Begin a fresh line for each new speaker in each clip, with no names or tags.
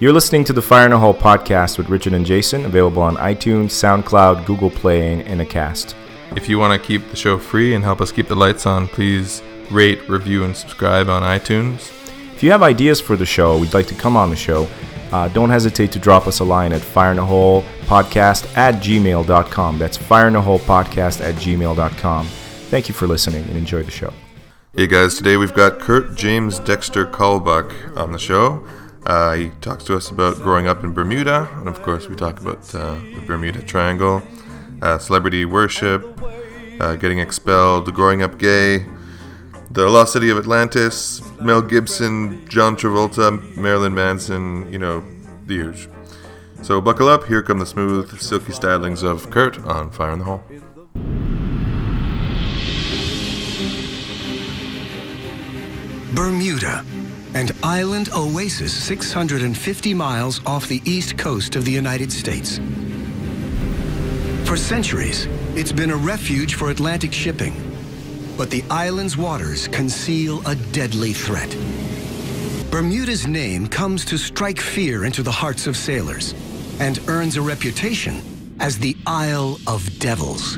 You're listening to the Fire in a Hole podcast with Richard and Jason, available on iTunes, SoundCloud, Google Play, and Acast.
If you want to keep the show free and help us keep the lights on, please rate, review, and subscribe on iTunes.
If you have ideas for the show, we'd like to come on the show, uh, don't hesitate to drop us a line at fireinaholepodcast at gmail.com. That's fireinaholepodcast at gmail.com. Thank you for listening and enjoy the show.
Hey guys, today we've got Kurt James Dexter Kalbuck on the show. Uh, he talks to us about growing up in Bermuda, and of course, we talk about uh, the Bermuda Triangle, uh, celebrity worship, uh, getting expelled, growing up gay, the lost city of Atlantis, Mel Gibson, John Travolta, Marilyn Manson, you know, the huge. So buckle up, here come the smooth, silky stylings of Kurt on Fire in the Hole.
Bermuda, an island oasis 650 miles off the east coast of the United States. For centuries, it's been a refuge for Atlantic shipping, but the island's waters conceal a deadly threat. Bermuda's name comes to strike fear into the hearts of sailors and earns a reputation as the Isle of Devils.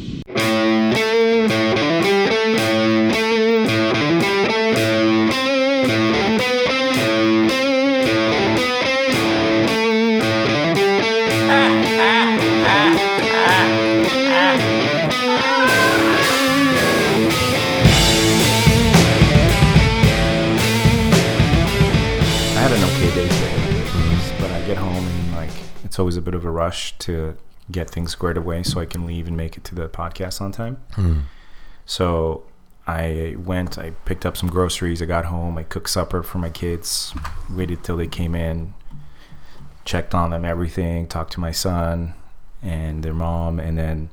I had an okay day today, but I get home and like it's always a bit of a rush to get things squared away so I can leave and make it to the podcast on time. So I went, I picked up some groceries, I got home, I cooked supper for my kids, waited till they came in, checked on them, everything, talked to my son and their mom, and then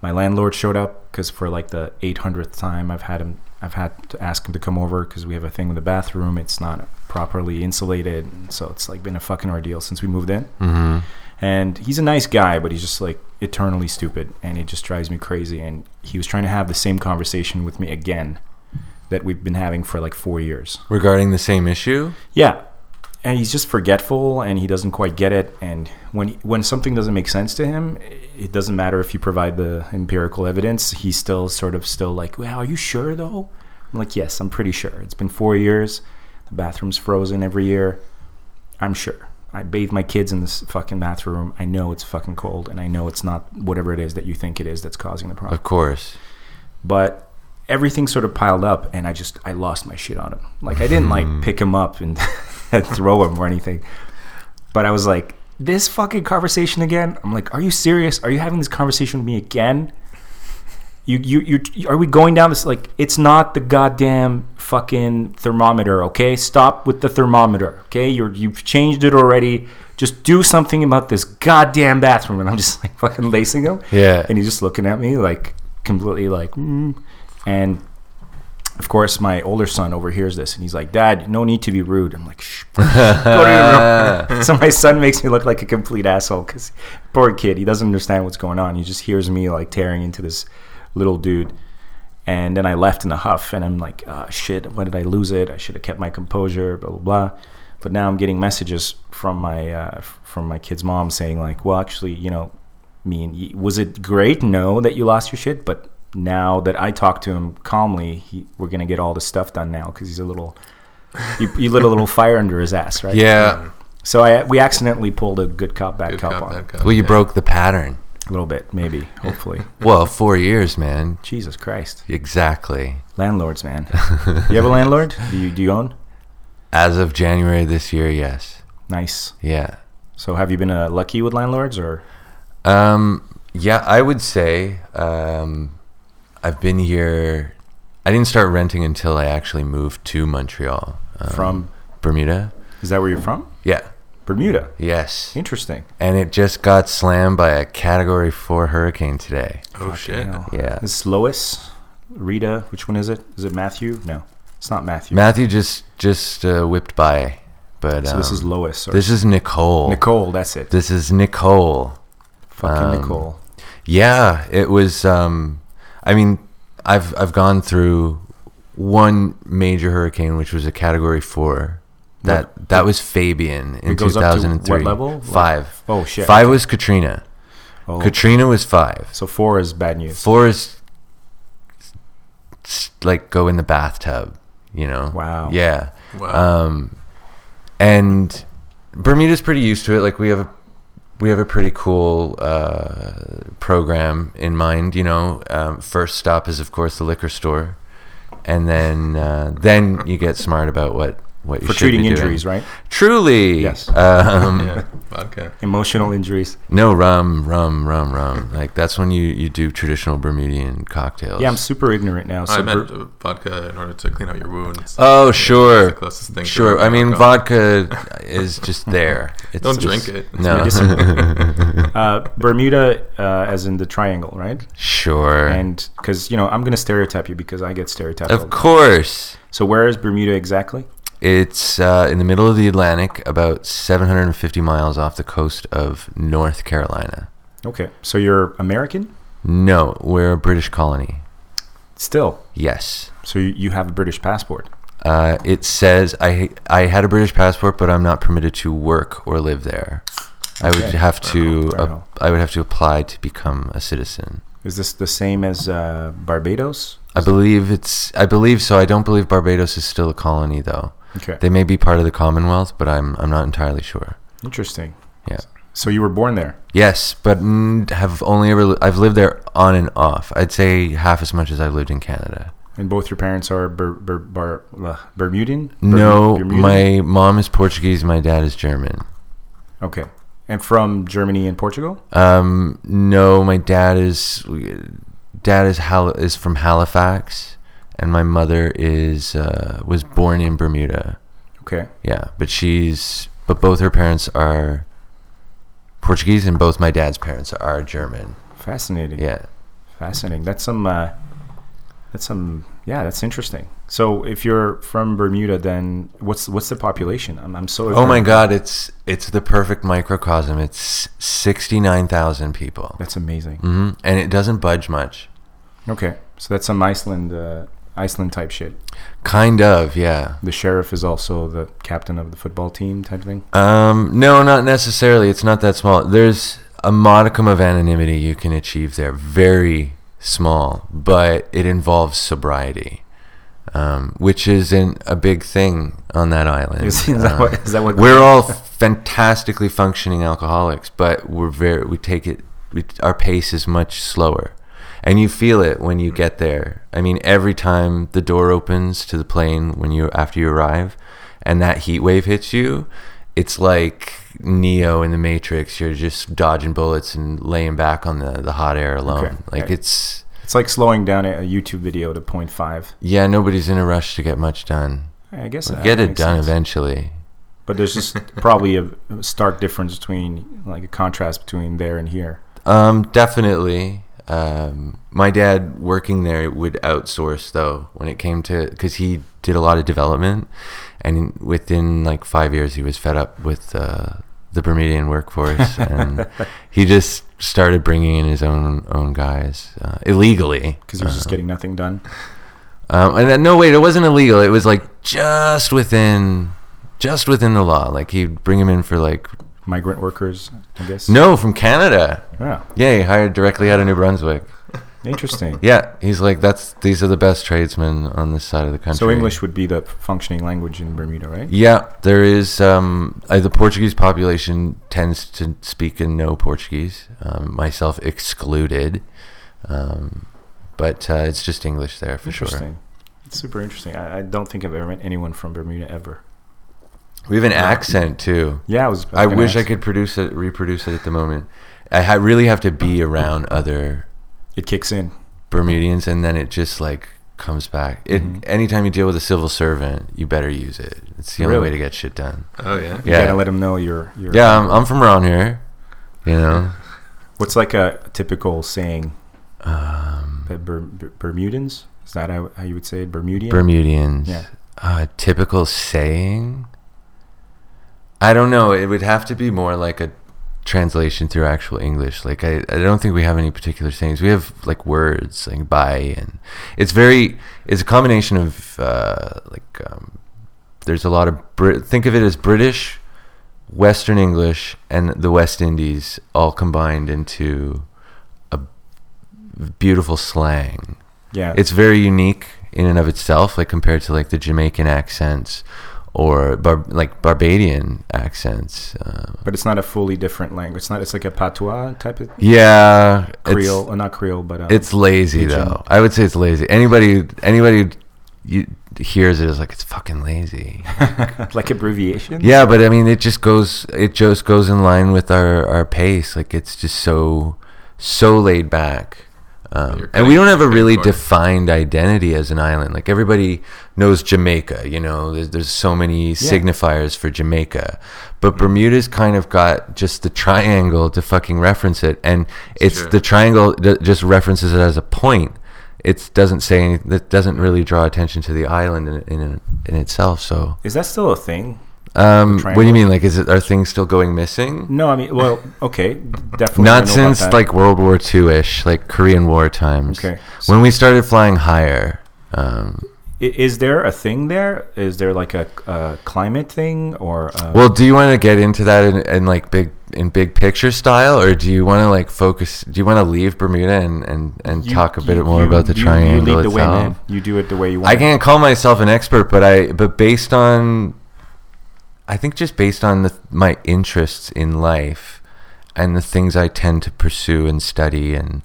my landlord showed up because for like the 800th time I've had him, I've had to ask him to come over because we have a thing in the bathroom. It's not properly insulated, so it's like been a fucking ordeal since we moved in. And he's a nice guy, but he's just like eternally stupid, and it just drives me crazy. And he was trying to have the same conversation with me again that we've been having for like four years.
regarding the same issue.
Yeah, and he's just forgetful, and he doesn't quite get it. And when when something doesn't make sense to him, it doesn't matter if you provide the empirical evidence. He's still sort of still like, "Well, are you sure though?" I'm like, "Yes, I'm pretty sure. It's been four years. The bathroom's frozen every year. I'm sure. I bathe my kids in this fucking bathroom. I know it's fucking cold, and I know it's not whatever it is that you think it is that's causing the problem."
Of course.
but everything sort of piled up and i just i lost my shit on him like i didn't like pick him up and, and throw him or anything but i was like this fucking conversation again i'm like are you serious are you having this conversation with me again you you you are we going down this like it's not the goddamn fucking thermometer okay stop with the thermometer okay you're you've changed it already just do something about this goddamn bathroom and i'm just like fucking lacing him
Yeah.
and he's just looking at me like completely like mm. and of course my older son overhears this and he's like dad no need to be rude i'm like Shh, go to your room." so my son makes me look like a complete asshole because poor kid he doesn't understand what's going on he just hears me like tearing into this little dude and then I left in a huff, and I'm like, uh, shit, why did I lose it? I should have kept my composure, blah blah blah. But now I'm getting messages from my uh, f- from my kid's mom saying like, well, actually, you know, me and y- was it great? No, that you lost your shit, but now that I talked to him calmly, he, we're gonna get all the stuff done now because he's a little, you, you lit a little fire under his ass, right?
Yeah.
So I we accidentally pulled a good cop bad
Good
cop,
cop,
on
bad
him.
cop,
Well, you
yeah.
broke the pattern.
a little bit, maybe, hopefully.
Well, four years, man.
Jesus Christ,
Exactly.
landlords, man. You have a landlord? Do you do you own?
As of January this year, yes.
Nice.
Yeah.
So have you been uh, lucky with landlords or
Um, yeah, I would say um, I've been here. I didn't start renting until I actually moved to Montreal um,
from?
Bermuda.
Is that where you're from?
Yeah.
Bermuda.
Yes.
Interesting.
And it just got slammed by a Category 4 hurricane today.
Oh shit.
Hell.
Yeah.
This is Lois, Rita. Which one is it? Is it Matthew? No, it's not Matthew.
Matthew just just uh, whipped by, but
so this
um,
is Lois. Or
This is Nicole.
Nicole. That's it.
This is Nicole.
Fucking
um,
Nicole.
Yeah, it was. Um, I mean, I've I've gone through one major hurricane, which was a Category Four, That that was Fabian in
It goes up to what
2003.
level?
Five.
Oh, shit.
Five was Katrina.
Oh.
Katrina was five.
So four is bad news.
Four is s- like go in the bathtub. You know.
Wow.
Yeah.
Wow.
Um, and Bermuda's pretty used to it. Like we have a we have a pretty cool uh, program in mind. You know, um, first stop is of course the liquor store, and then uh, then you get smart about what what you
For
should
treating
be doing.
injuries, right?
Truly,
Yes.
Um,
yeah, vodka.
Emotional injuries.
No rum, rum, rum, rum. Like that's when you you do traditional Bermudian cocktails.
Yeah, I'm super ignorant now. So
I meant
bur-
uh, vodka in order to clean out your wounds.
Oh sure,
the closest thing to
Sure, I mean
alcohol.
vodka is just there. It's
Don't
just-
drink it.
No,
uh, Bermuda, uh, as in the triangle, right?
sure.
And because you know, I'm gonna stereotype you because I get stereotyped. all
of
the-
course,
So where is Bermuda exactly?
it's uh, in the middle of the Atlantic, about 750 miles off the coast of North Carolina.
Okay, so you're American
No, we're a British colony.
still.
Yes.
So you, you have a British passport.
Uh, it says I I had a British passport, but I'm not permitted to work or live there. I would
Okay.
have to
Fair enough.
ap- I would have to apply to become a citizen.
Is this the same as uh, Barbados?
I believe it's. I believe so. I don't believe Barbados is still a colony, though.
Okay,
They may be part of the Commonwealth, but I'm. I'm not entirely sure.
interesting.
Yeah.
So you were born there.
Yes, but mm, have only ever. li- I've lived there on and off. I'd say half as much as I've lived in Canada.
And both your parents are Ber- Ber- Bar- uh, Bermudian?
No,
Bermudan?
my mom is Portuguese. My dad is German.
Okay. And from Germany and Portugal?
Um, no, my dad is. Dad is Hal is from Halifax, and my mother is uh, was born in Bermuda.
Okay.
Yeah, but she's but both her parents are Portuguese, and both my dad's parents are German.
Fascinating.
Yeah,
Fascinating. That's some, uh, that's some, yeah, that's interesting. So if you're from Bermuda, then what's, what's the population? I'm, I'm so,
Oh my
ignorant.
God, it's it's the perfect microcosm. It's sixty nine thousand people,
That's amazing.
hmm and it doesn't budge much.
Okay. So that's some Iceland, uh, Iceland type shit.
Kind of, yeah.
The sheriff is also the captain of the football team type thing.
Um, no, not necessarily. It's not that small. There's a modicum of anonymity you can achieve there. Very small, but it involves sobriety, um, which isn't a big thing on that island.
Is, is that
Uh,
what, is that what
we're all fantastically functioning alcoholics, but we're very we take it we, our pace is much slower. And you feel it when you get there. I mean, every time the door opens to the plane when you after you arrive and that heat wave hits you, it's like Neo in the Matrix. You're just dodging bullets and laying back on the, the hot air alone.
Okay.
Like
Okay.
it's
It's like slowing down a a YouTube video to 0.5.
yeah, nobody's in a rush to get much done.
I guess that
Get it
makes
done
sense.
eventually.
But there's just probably a a stark difference between like a contrast between there and here.
Um, definitely. Um, my dad working there would outsource though when it came to because he did a lot of development, and within like five years he was fed up with uh, the Bermudian workforce, and he just started bringing in his own own guys uh, illegally.
Because he was
Uh-huh.
just getting nothing done.
Um, and then, no, wait, it wasn't illegal. It was like just within, just within the law. Like he'd bring him in for like
Migrant workers, I guess.
no from Canada.
Yeah.
Yeah, he hired directly out of New Brunswick.
Interesting.
Yeah, he's like that's these are the best tradesmen on this side of the country.
So English would be the functioning language in Bermuda, right?
Yeah, there is um, uh, the Portuguese population tends to speak and know Portuguese, um, myself excluded. Um, but uh, it's just English there for sure.
Interesting. It's super interesting. I, I don't think I've ever met anyone from Bermuda ever.
We have an accent too.
Yeah, I was.
I
gonna
wish I
ask.
could produce it, reproduce it at the moment. I ha- really have to be around other
It kicks in.
Bermudians, and then it just like comes back. It
Mm-hmm.
anytime you deal with a civil servant, you better use it. It's the only
Really?
way to get shit done.
Oh yeah.
You gotta let them know you're. you're
Yeah, um, I'm, I'm from around here. You know,
What's like a typical saying? Um, Ber- Ber- Bermudans? Is that how, how you would say it? Bermudian?
Bermudians.
Yeah.
Uh, typical saying. I don't know. It would have to be more like a translation through actual English. Like I, I don't think we have any particular sayings. We have like words like "bye" and it's very. It's a combination of uh, like um, there's a lot of Brit- think of it as British, Western English, and the West Indies all combined into a beautiful slang.
Yeah.
It's very unique in and of itself, like compared to like the Jamaican accents or Bar- like Barbadian accents. Uh,
but it's not a fully different language. It's not. It's like a patois type of
yeah, it's-
Creole, or not Creole, but uh,
It's lazy
Pigeon.
though. I would say it's lazy. Anybody anybody you, hears it is like it's fucking lazy.
like abbreviation.
yeah, but I mean it just goes it just goes in line with our our pace. Like it's just so so laid back. Um,
You're
and we
cutting-
don't have a
cutting
really
corners.
defined identity as an island. Like everybody knows Jamaica, you know. There's, there's so many signifiers for Jamaica, but Bermuda's kind of got just the triangle to fucking reference it, and it's
Sure.
the triangle d- just references it as a point. It doesn't say any, that doesn't really draw attention to the island in in, in itself. So,
Is that still a thing?
um, what do you
triangle.
mean? Like, is it are things still going missing?
No, I mean, well, okay, definitely. I know
Not
about
since
that.
like World War II ish, like Korean War times.
Okay.
when we started flying higher. Um,
I- is there a thing there? Is there like a, a climate thing or? uh, A,
well, do you want to get into that in, in like big in big picture style, or do you want to like focus? Do you want to leave Bermuda and and, and
You-
talk a bit
you-
more
you-
about the
you-
triangle
You lead the
itself?
way, man. You do it the way you want.
I can't call myself an expert, but I but based on I think just based on the, my interests in life and the things I tend to pursue and study and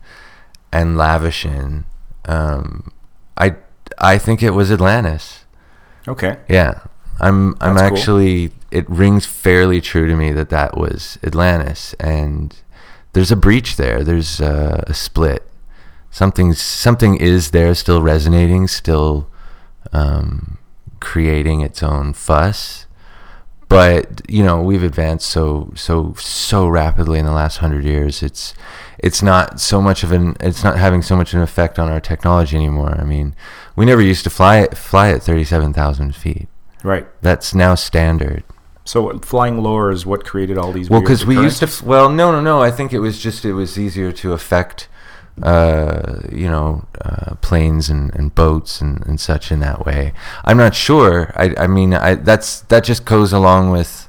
and lavish in, um, I I think it was Atlantis.
Okay.
Yeah, I'm. I'm
That's cool.
actually. It rings fairly true to me that that was Atlantis, and there's a breach there. There's uh, a split. Something. Something is there, still resonating, still um, creating its own fuss. But you know, we've advanced so so so rapidly in the last hundred years. It's it's not so much of an it's not having so much an effect on our technology anymore. I mean, we never used to fly it fly at thirty seven thousand feet.
Right.
That's now standard.
So what- flying lower is what created all these.
Well,
weird
because we used to.
recurrences?
F- well, no, no, no. I think it was just it was easier to affect, uh, you know, uh, planes and, and boats and, and such in that way. I'm not sure. I, I mean, I that's that just goes along with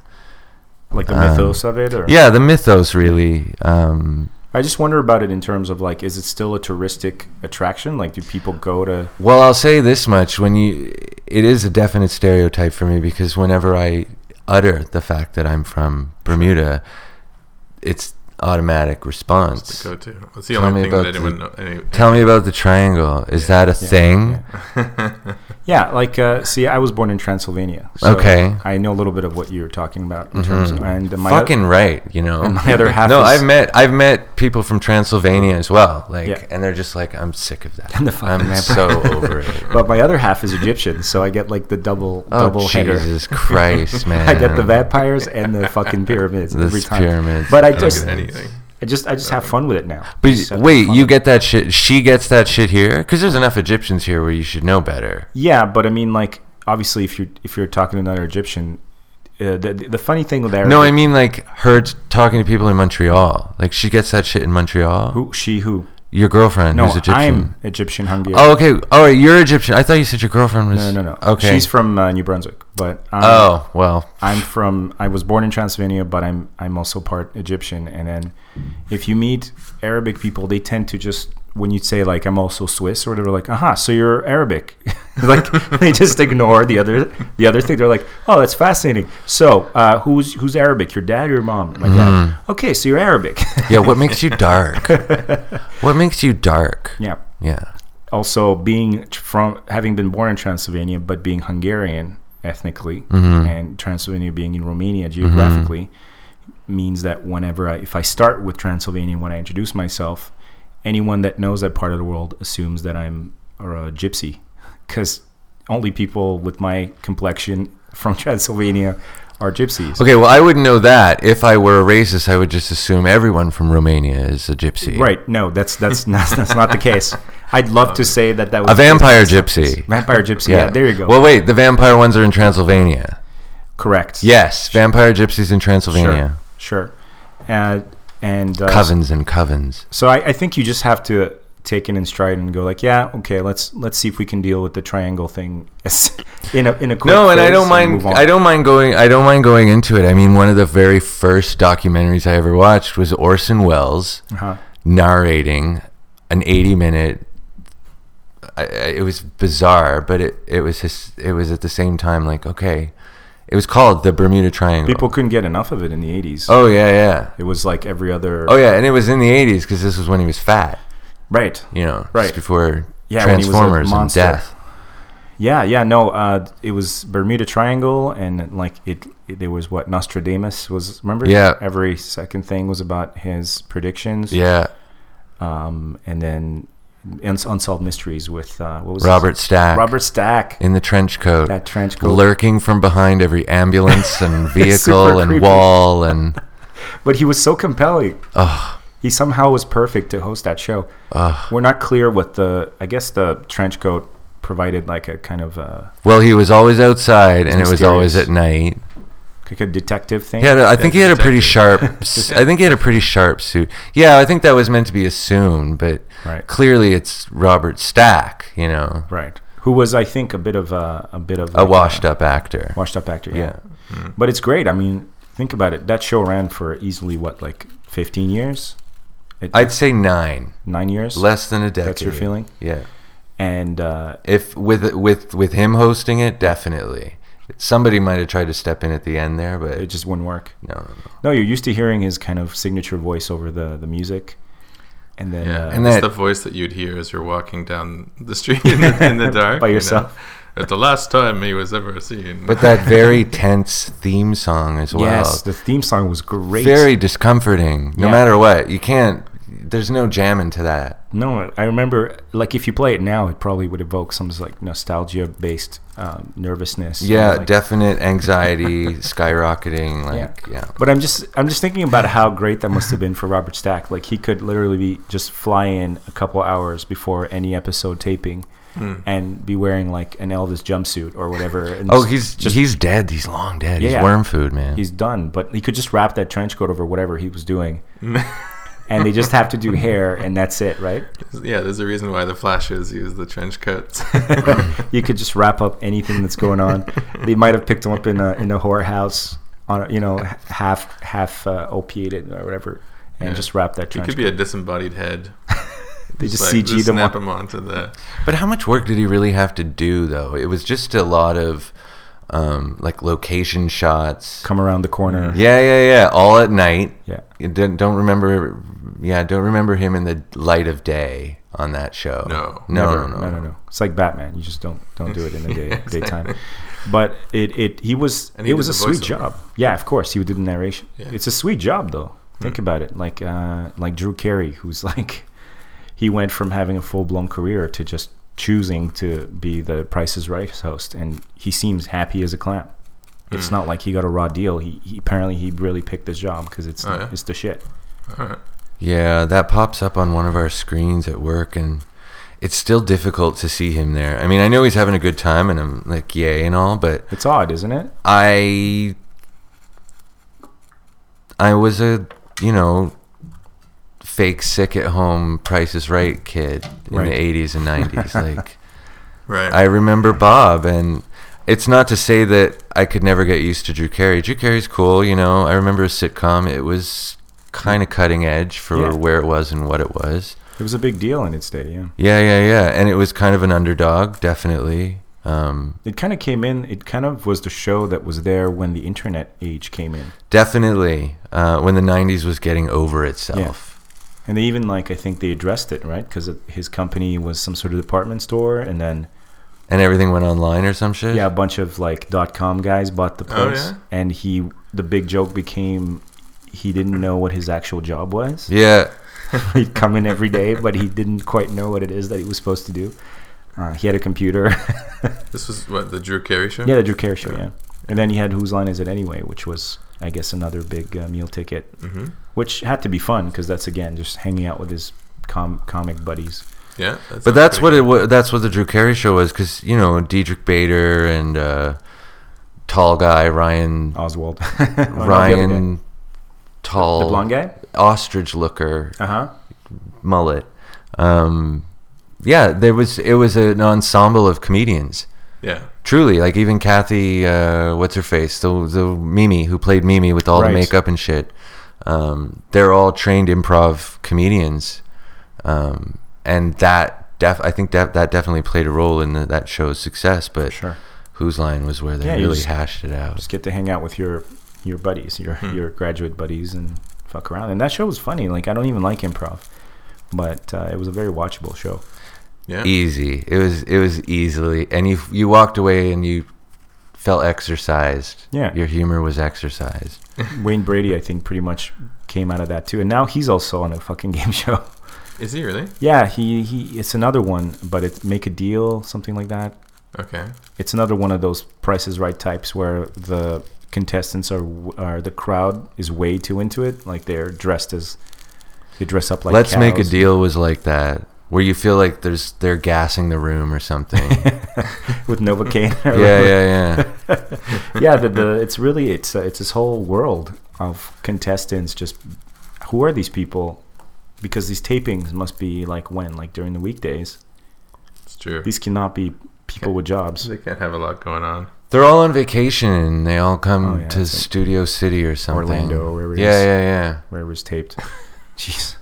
like the
um,
mythos of it, or
yeah the mythos really. Um,
I just wonder about it in terms of like, is it still a touristic attraction? Like, do people go to?
Well, I'll say this much: when you, it is a definite stereotype for me because whenever I utter the fact that I'm from Bermuda, it's automatic response.
Go to. That's the
Tell
only
me
thing
about
that anyone
the-
know. Any,
Tell me about the triangle. Is that a thing?
Yeah, like uh, see, I was born in Transylvania. So
Okay. Mm-hmm.
I know a little bit of what you're talking about in terms of and my
Fucking right, you know.
my other half
No,
is-
I've met I've met people from Transylvania as well, like,
Yeah.
and they're just like, I'm sick of that.
I'm the fucking
I'm
emperor.
so over it.
But my other half is Egyptian, so I get like the double double
oh
header.
Jesus Christ, man!
I get the vampires and the fucking pyramids
The
every time.
pyramids.
But I
Okay.
just,
anything.
I just, I just have fun with it now.
But
Just have
wait,
fun.
you get that shit? She gets that shit here? Because there's enough Egyptians here where you should know better.
Yeah, but I mean, like, obviously, if you if you're talking to another Egyptian, uh, the the funny thing there.
No, I mean like her t- talking to people in Montreal. Like she gets that shit in Montreal.
who she who?
Your girlfriend
No,
who's Egyptian.
I'm Egyptian Hungarian.
Oh, okay. All right, you're Egyptian. I thought you said your girlfriend was.
no, no, no.
Okay.
she's from uh, New Brunswick, but um,
oh well.
I'm from. I was born in Transylvania, but I'm I'm also part Egyptian. And then, if you meet Arabic people, they tend to just when you say like I'm also Swiss or whatever, like aha, so you're Arabic. like they just ignore the other the other thing. They're like, oh, that's fascinating. So uh, who's who's Arabic? Your dad or your mom? My dad. Okay, so you're Arabic.
Yeah. What makes you dark? what makes you dark?
yeah.
Yeah.
Also, being tr- from having been born in Transylvania, but being Hungarian ethnically,
Mm-hmm.
and Transylvania being in Romania geographically. means that whenever I, if I start with Transylvania when I introduce myself, anyone that knows that part of the world assumes that I'm or a gypsy, because only people with my complexion from Transylvania are gypsies.
Okay. Well, I wouldn't know that if I were a racist. I would just assume everyone from Romania is a gypsy.
Right? No, that's that's not that's not the case. I'd love to say that that was
A
the case.
vampire gypsy.
Vampire gypsy. Yeah. there you go.
Well, wait. The vampire ones are in Transylvania.
Correct.
Yes, vampire gypsies in Transylvania.
Sure. Uh, and uh,
Covens and covens.
So I, I think you just have to take it in stride and go like, yeah, okay, let's let's see if we can deal with the triangle thing as- in a in a quick
no and i
phase
don't mind
move on.
i don't mind going i don't mind going into it i mean one of the very first documentaries i ever watched was orson welles
Uh-huh.
narrating an 80 minute I, I, it was bizarre but it, it was his, it was at the same time like okay it was called the bermuda triangle
People couldn't get enough of it in the '80s.
oh yeah yeah
It was like every other.
oh yeah and it was in the 80s because this was when he was fat
Right.
you know just
Right.
before
Yeah, when he was a
transformers and
monster.
death
Yeah, yeah, no. Uh, it was Bermuda Triangle, and like it, it, there was what Nostradamus was. Remember?
Yeah.
Every second thing was about his predictions.
yeah
Um, and then Uns- unsolved mysteries with uh, what was his-
robert stack
Robert Stack.
in the trench coat
That trench coat.
lurking from behind every ambulance and
super
vehicle and
creepy.
wall and
But he was so compelling. He somehow was perfect to host that show. We're not clear what the. I guess the trench coat provided like a kind of a,
well he was always outside and it was
mysterious.
always at night
like a detective thing.
he had a, i think he had a pretty sharp s- i think he had a pretty sharp suit yeah i think that was meant to be assumed but
Right.
clearly it's robert stack you know
Right. Who was I think a bit of a, a bit of
a
like,
washed up actor
washed up actor.
yeah
But it's great. I mean, think about it. That show ran for easily what, like fifteen years,
i'd say nine
nine years,
less than a decade
That's your feeling?
yeah
and uh,
if with with with him hosting it definitely somebody might have tried to step in at the end there but
it just wouldn't work.
no, no, no.
No, you're used to hearing his kind of signature voice over the the music, and then
Yeah,
uh,
And
and that's
that-
the voice that you'd hear as you're walking down the street in the, in the dark
By
you know.
yourself.
At the last time he was ever seen.
But that very tense theme song as well.
yes, the theme song was great.
very discomforting. No
Yeah.
matter what, you can't. There's no jamming to that.
No, I remember like if you play it now, it probably would evoke some like nostalgia based um, nervousness.
Yeah,
like,
definite anxiety, skyrocketing. Like yeah.
But I'm just I'm just thinking about how great that must have been for Robert Stack. Like he could literally be just fly in a couple hours before any episode taping
Hmm.
and be wearing like an Elvis jumpsuit or whatever. And
Oh,
just-
he's he's dead. He's long dead.
Yeah.
He's worm food, man.
he's done. But he could just wrap that trench coat over whatever he was doing. and they just have to do hair and that's it, right?
yeah, there's a reason why the flashes use the trench coats.
You could just wrap up anything that's going on. they might have picked him up in a in a whorehouse on a, you know h- half half uh, opiated or whatever. And
Yeah.
just wrap that
He
trench.
could be a disembodied head.
they just
like,
CG them
snap
up.
him onto the.
but how much work did he really have to do though? It was just a lot of um, like location shots.
come around the corner.
Yeah, yeah, yeah. All at night.
Yeah.
You don't, don't remember. Yeah, don't remember him in the light of day on that show.
No.
no,
Never-
no, no,
no, no, no. It's like Batman. You just don't don't do it in the day daytime. But it it he was
And he
it was a
did the
sweet
voiceover.
job. Yeah, of course he did the narration.
Yeah. Hmm.
It's a sweet job though. Think about it. Like uh like Drew Carey, who's like he went from having a full blown career to just choosing to be the Price is Right host, and he seems happy as a clam. It's
Hmm.
not like he got a raw deal. He, he apparently he really picked this job because it's
Oh, yeah?
it's the shit.
Alright.
Yeah, that pops up on one of our screens at work, and it's still difficult to see him there. I mean, I know he's having a good time, and I'm like, yay and all, but
It's odd, isn't it?
I, I was a, you know, fake sick at home, Price is Right kid in
Right.
the '80s and '90s. like,
Right.
I remember Bob, and it's not to say that I could never get used to Drew Carey. Drew Carey's cool, you know. I remember his sitcom; it was kind of cutting edge for
Yeah.
where it was and what it was.
It was a big deal in its day. Yeah.
Yeah, yeah, yeah. And it was kind of an underdog, definitely. Um,
It kind of came in. It kind of was the show that was there when the internet age came in,
definitely uh, when the 90s was getting over itself.
and they even like I think they addressed it right because his company was some sort of department store, and then
And everything went online or some shit.
yeah, a bunch of like dot com guys bought the
Oh,
place,
yeah?
and he the big joke became he didn't know what his actual job was.
Yeah.
He'd come in every day, but he didn't quite know what it is that he was supposed to do. Uh, he had a computer.
This was what the Drew Carey show.
yeah, the Drew Carey show. Yeah, and then he had whose line is it anyway, which was I guess another big uh, meal ticket.
hmm
which had to be fun because that's again just hanging out with his com- comic buddies.
Yeah.
But that's what it was. That's what the Drew Carey show was, because you know Diedrich Bader and uh, tall guy Ryan
Oswald, Oh, no, the other guy.
Ryan tall
the blonde guy.
ostrich looker
Uh huh.
mullet. um, yeah, there was it was an ensemble of comedians.
Yeah.
Truly, like even Kathy, uh, what's her face, the the Mimi who played Mimi with all
Right.
the makeup and shit. Um, they're all trained improv comedians, um, and that def I think that that definitely played a role in the, that show's success. But
Sure.
whose line was where they
Yeah, you
really
just-
hashed it out?
Just get to hang out with your your buddies, your
Hmm.
your graduate buddies, and fuck around. And that show was funny. Like I don't even like improv, but uh, it was a very watchable show.
Yeah.
Easy. It was it was easily, and you you walked away and you felt exercised.
Yeah.
your humor was exercised.
Wayne Brady, I think, pretty much came out of that too. And now he's also on a fucking game show.
Is he really?
Yeah, he, he it's another one, but it's make a deal, something like that.
Okay.
It's another one of those prices right types where the contestants are w- are the crowd is way too into it. Like they're dressed as they dress up like
Let's make a
cows.
deal was like that, where you feel like there's they're gassing the room or something. yeah,
with Novocaine. or
yeah, yeah.
yeah, the, the it's really it's uh, it's this whole world of contestants. Just who are these people? Because these tapings must be like when, like during the weekdays.
It's true.
These cannot be people with jobs.
They can't have a lot going on.
They're all on vacation. and They all come
Oh, yeah,
to
it's like
Studio City or something.
Orlando or wherever it
Yeah,
is.
yeah, yeah.
Where it was taped. Jeez.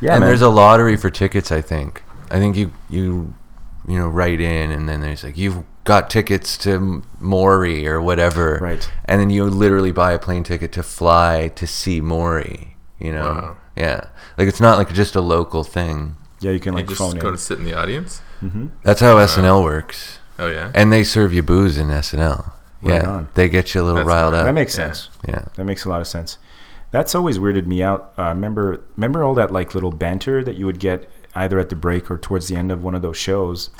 Yeah,
and
man.
there's a lottery for tickets. I think. I think you you you know write in, and then there's like you've got tickets to Maury or whatever.
Right.
And then you literally buy a plane ticket to fly to see Maury. You know.
Wow.
Yeah. Like it's not like just a local thing.
yeah, you can
You
like
just
phone
go
in.
to sit in the audience.
That's how SNL works.
Oh yeah.
And they serve you booze in SNL.
Right
yeah.
on.
They get you a little
That's
riled
right.
up.
That makes
Yeah.
sense.
yeah.
That makes a lot of sense. That's always weirded me out. Uh, remember, remember all that like little banter that you would get either at the break or towards the end of one of those shows,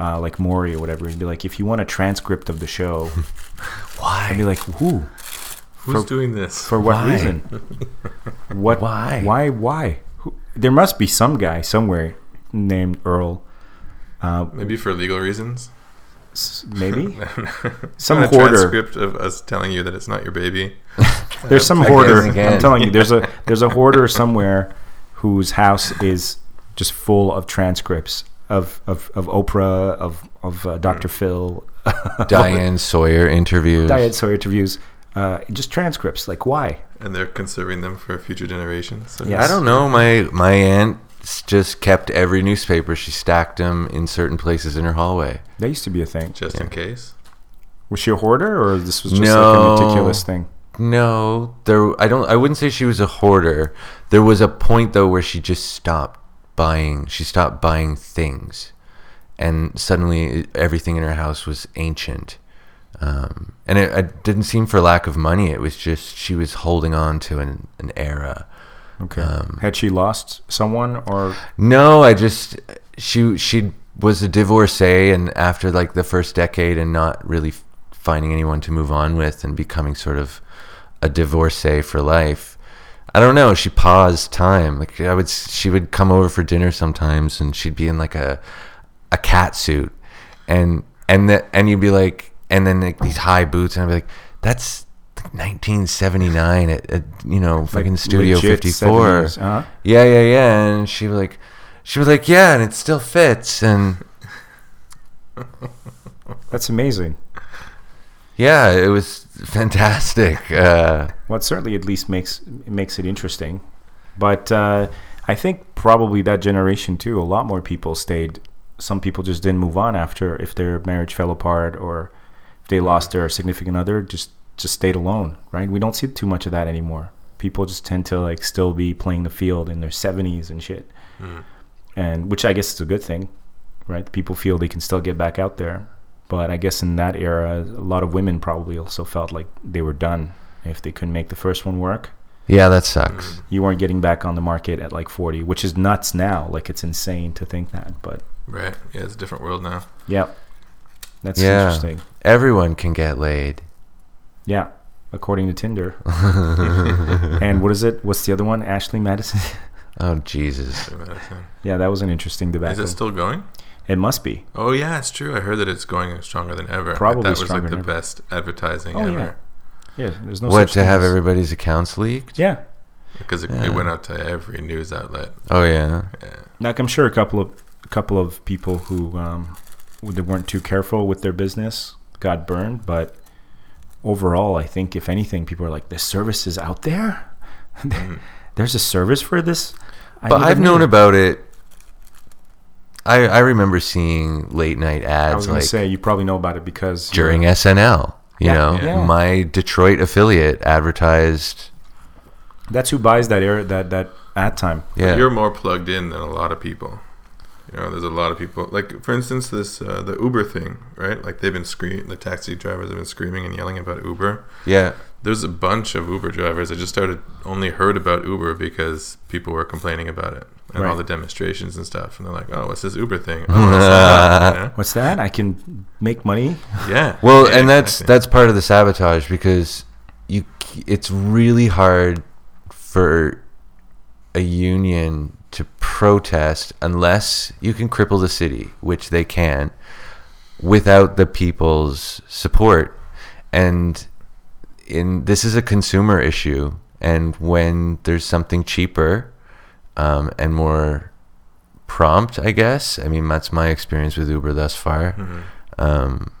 uh, like Maury or whatever. He'd be like, "If you want a transcript of the show, I'd
Why?
be like, who?
Who's doing this?
For what
Why?
reason? What?
Why?
Why? Why? Who? There must be some guy somewhere named Earl,
Maybe for legal reasons.
s- maybe
Some
some hoarder.
transcript of us telling you that it's not your baby.
There's some
Again,
hoarder.
again.
I'm telling you, there's a there's a hoarder somewhere whose house is just full of transcripts of of, of Oprah, of of uh, Dr.
Mm.
Phil,
Diane Sawyer interviews.
Diane Sawyer interviews, uh, just transcripts. Like why?
And they're conserving them for future generations. So
Yeah.
I don't know. My my aunt s- just kept every newspaper. She stacked them in certain places in her hallway.
That used to be a thing.
Just in case.
Was she a hoarder, or this was just
No.
like a meticulous thing?
No, there. I don't. I wouldn't say she was a hoarder. There was a point though where she just stopped buying. She stopped buying things, and suddenly e, everything in her house was ancient. Um, and it, it didn't seem for lack of money. It was just she was holding on to an, an era.
Okay.
Um,
Had she lost someone, or
No, I just she she was a divorcee, and after like the first decade, and not really finding anyone to move on with, and becoming sort of a divorcee for life. I don't know. She paused time. Like I would, she would come over for dinner sometimes, and she'd be in like a a cat suit, and and the, and you'd be like, and then like these high boots, and I'd be like, that's. 1979 at, at you know fucking studio
legit
54
70s, uh-huh.
yeah, yeah, yeah. And she was like, she was like, yeah, and it still fits. And
That's amazing.
yeah, it was fantastic. Uh,
Well, it certainly at least makes it makes it interesting. But uh, I think probably that generation too. A lot more people stayed. Some people just didn't move on after if their marriage fell apart or if they lost their significant other. Just just stayed alone, right? We don't see too much of that anymore. People just tend to like still be playing the field in their seventies and shit, and which I guess is a good thing, right? People feel they can still get back out there. But I guess in that era, a lot of women probably also felt like they were done if they couldn't make the first one work.
yeah, that sucks.
You weren't getting back on the market at like 40, which is nuts now. Like it's insane to think that. But
Right. Yeah, it's a different world now.
yeah, that's
Yeah.
interesting.
Everyone can get laid.
Yeah, according to Tinder. and what is it? What's the other one? Ashley Madison.
Oh Jesus!
yeah, that was an interesting
Is
debacle.
it still going?
it must be.
Oh yeah, it's true. I heard that it's going stronger than ever. I-
Probably
that was
stronger
like the
than ever.
best advertising
Oh, yeah.
ever.
Yeah, there's no
What
such
to
thing
have
as-
everybody's accounts leaked?
Yeah.
because it, it went out to every news outlet.
Oh yeah.
Yeah.
Like I'm sure a couple of a couple of people who um, who- they weren't too careful with their business got burned, but overall, I think if anything, people are like, "This service is out there. There's a service for this." I
Mm-hmm. But
didn't
I've known
know."
about it. I I remember seeing late night
I
ads
was gonna
like
say you probably know about it because you
during SNL. You
Yeah,
know,
yeah.
my Detroit affiliate advertised.
That's who buys that air that that ad time.
Yeah,
You're more plugged in than a lot of people. You know, there's a lot of people. Like for instance, this uh, the Uber thing, right? Like they've been screaming. The taxi drivers have been screaming and yelling about Uber.
yeah.
There's a bunch of Uber drivers. that just started only heard about Uber because people were complaining about it and all
Right.
the demonstrations and stuff. And they're like, "Oh, what's this Uber thing?" Oh, that's not that,"
What's that? I can make money.
you know? Yeah.
Well,
Yeah,
and that's
exactly.
that's part of the sabotage because you c- it's really hard for a union to protest unless you can cripple the city, which they can, without the people's support. And in this is a consumer issue, and when there's something cheaper um, and more prompt, I guess. I mean, that's my experience with Uber thus far. Um,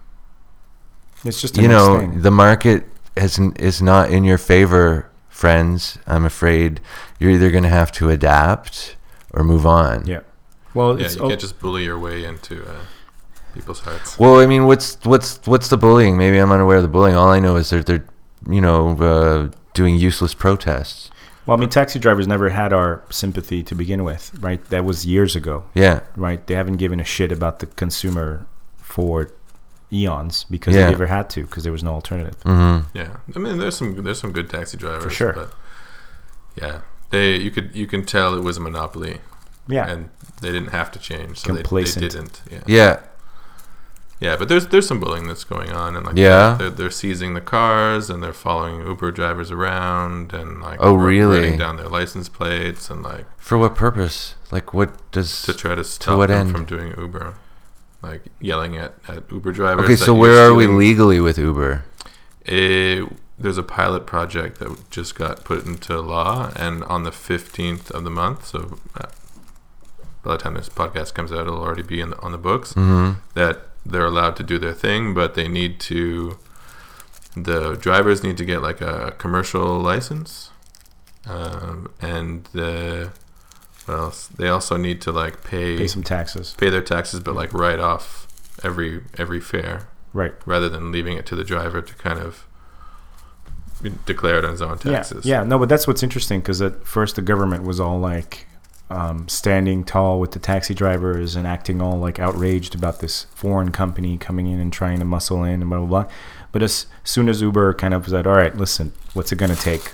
It's just a
you
nice
know
thing.
the market has is not in your favor friends i'm afraid you're either going to have to adapt or move on
yeah. Well,
yeah.
it's
You
oh,
can't just bully your way into uh, people's hearts.
well i mean what's what's what's the bullying maybe i'm unaware of the bullying all i know is they're they're you know uh, doing useless protests
well. I mean, taxi drivers never had our sympathy to begin with, right? That was years ago.
yeah
right? They haven't given a shit about the consumer for eons because
Yeah.
they never had to because there was no alternative.
Yeah, I mean, there's some there's some good taxi drivers
For sure.
But yeah, they you could you can tell it was a monopoly,
Yeah,
and they didn't have to change, so they, they
Complacent.
didn't. Yeah. yeah,
yeah
But there's there's some bullying that's going on, and like
Yeah.
they're, they're seizing the cars and they're following Uber drivers around and like
Oh,
run-
really?
running down their license plates and like
for what purpose like what does
to try to stop
what
them
end?
from doing Uber, like yelling at, at Uber drivers.
okay
that
so
you're
where are we
stealing-
legally with uber
a Eh, there's a pilot project that just got put into law, and on the fifteenth of the month, so uh, by the time this podcast comes out, it'll already be in the, on the books that they're allowed to do their thing, but they need to. The drivers need to get like a commercial license, um, and the what else? They also need to like pay
pay some taxes,
pay their taxes, but like write off every every fare
right?
rather than leaving it to the driver to kind of declare it on his own taxes.
Yeah, yeah. No, but that's what's interesting because at first the government was all like um, standing tall with the taxi drivers and acting all like outraged about this foreign company coming in and trying to muscle in and blah blah blah. But as soon as Uber kind of said, "All right, listen, what's it going to take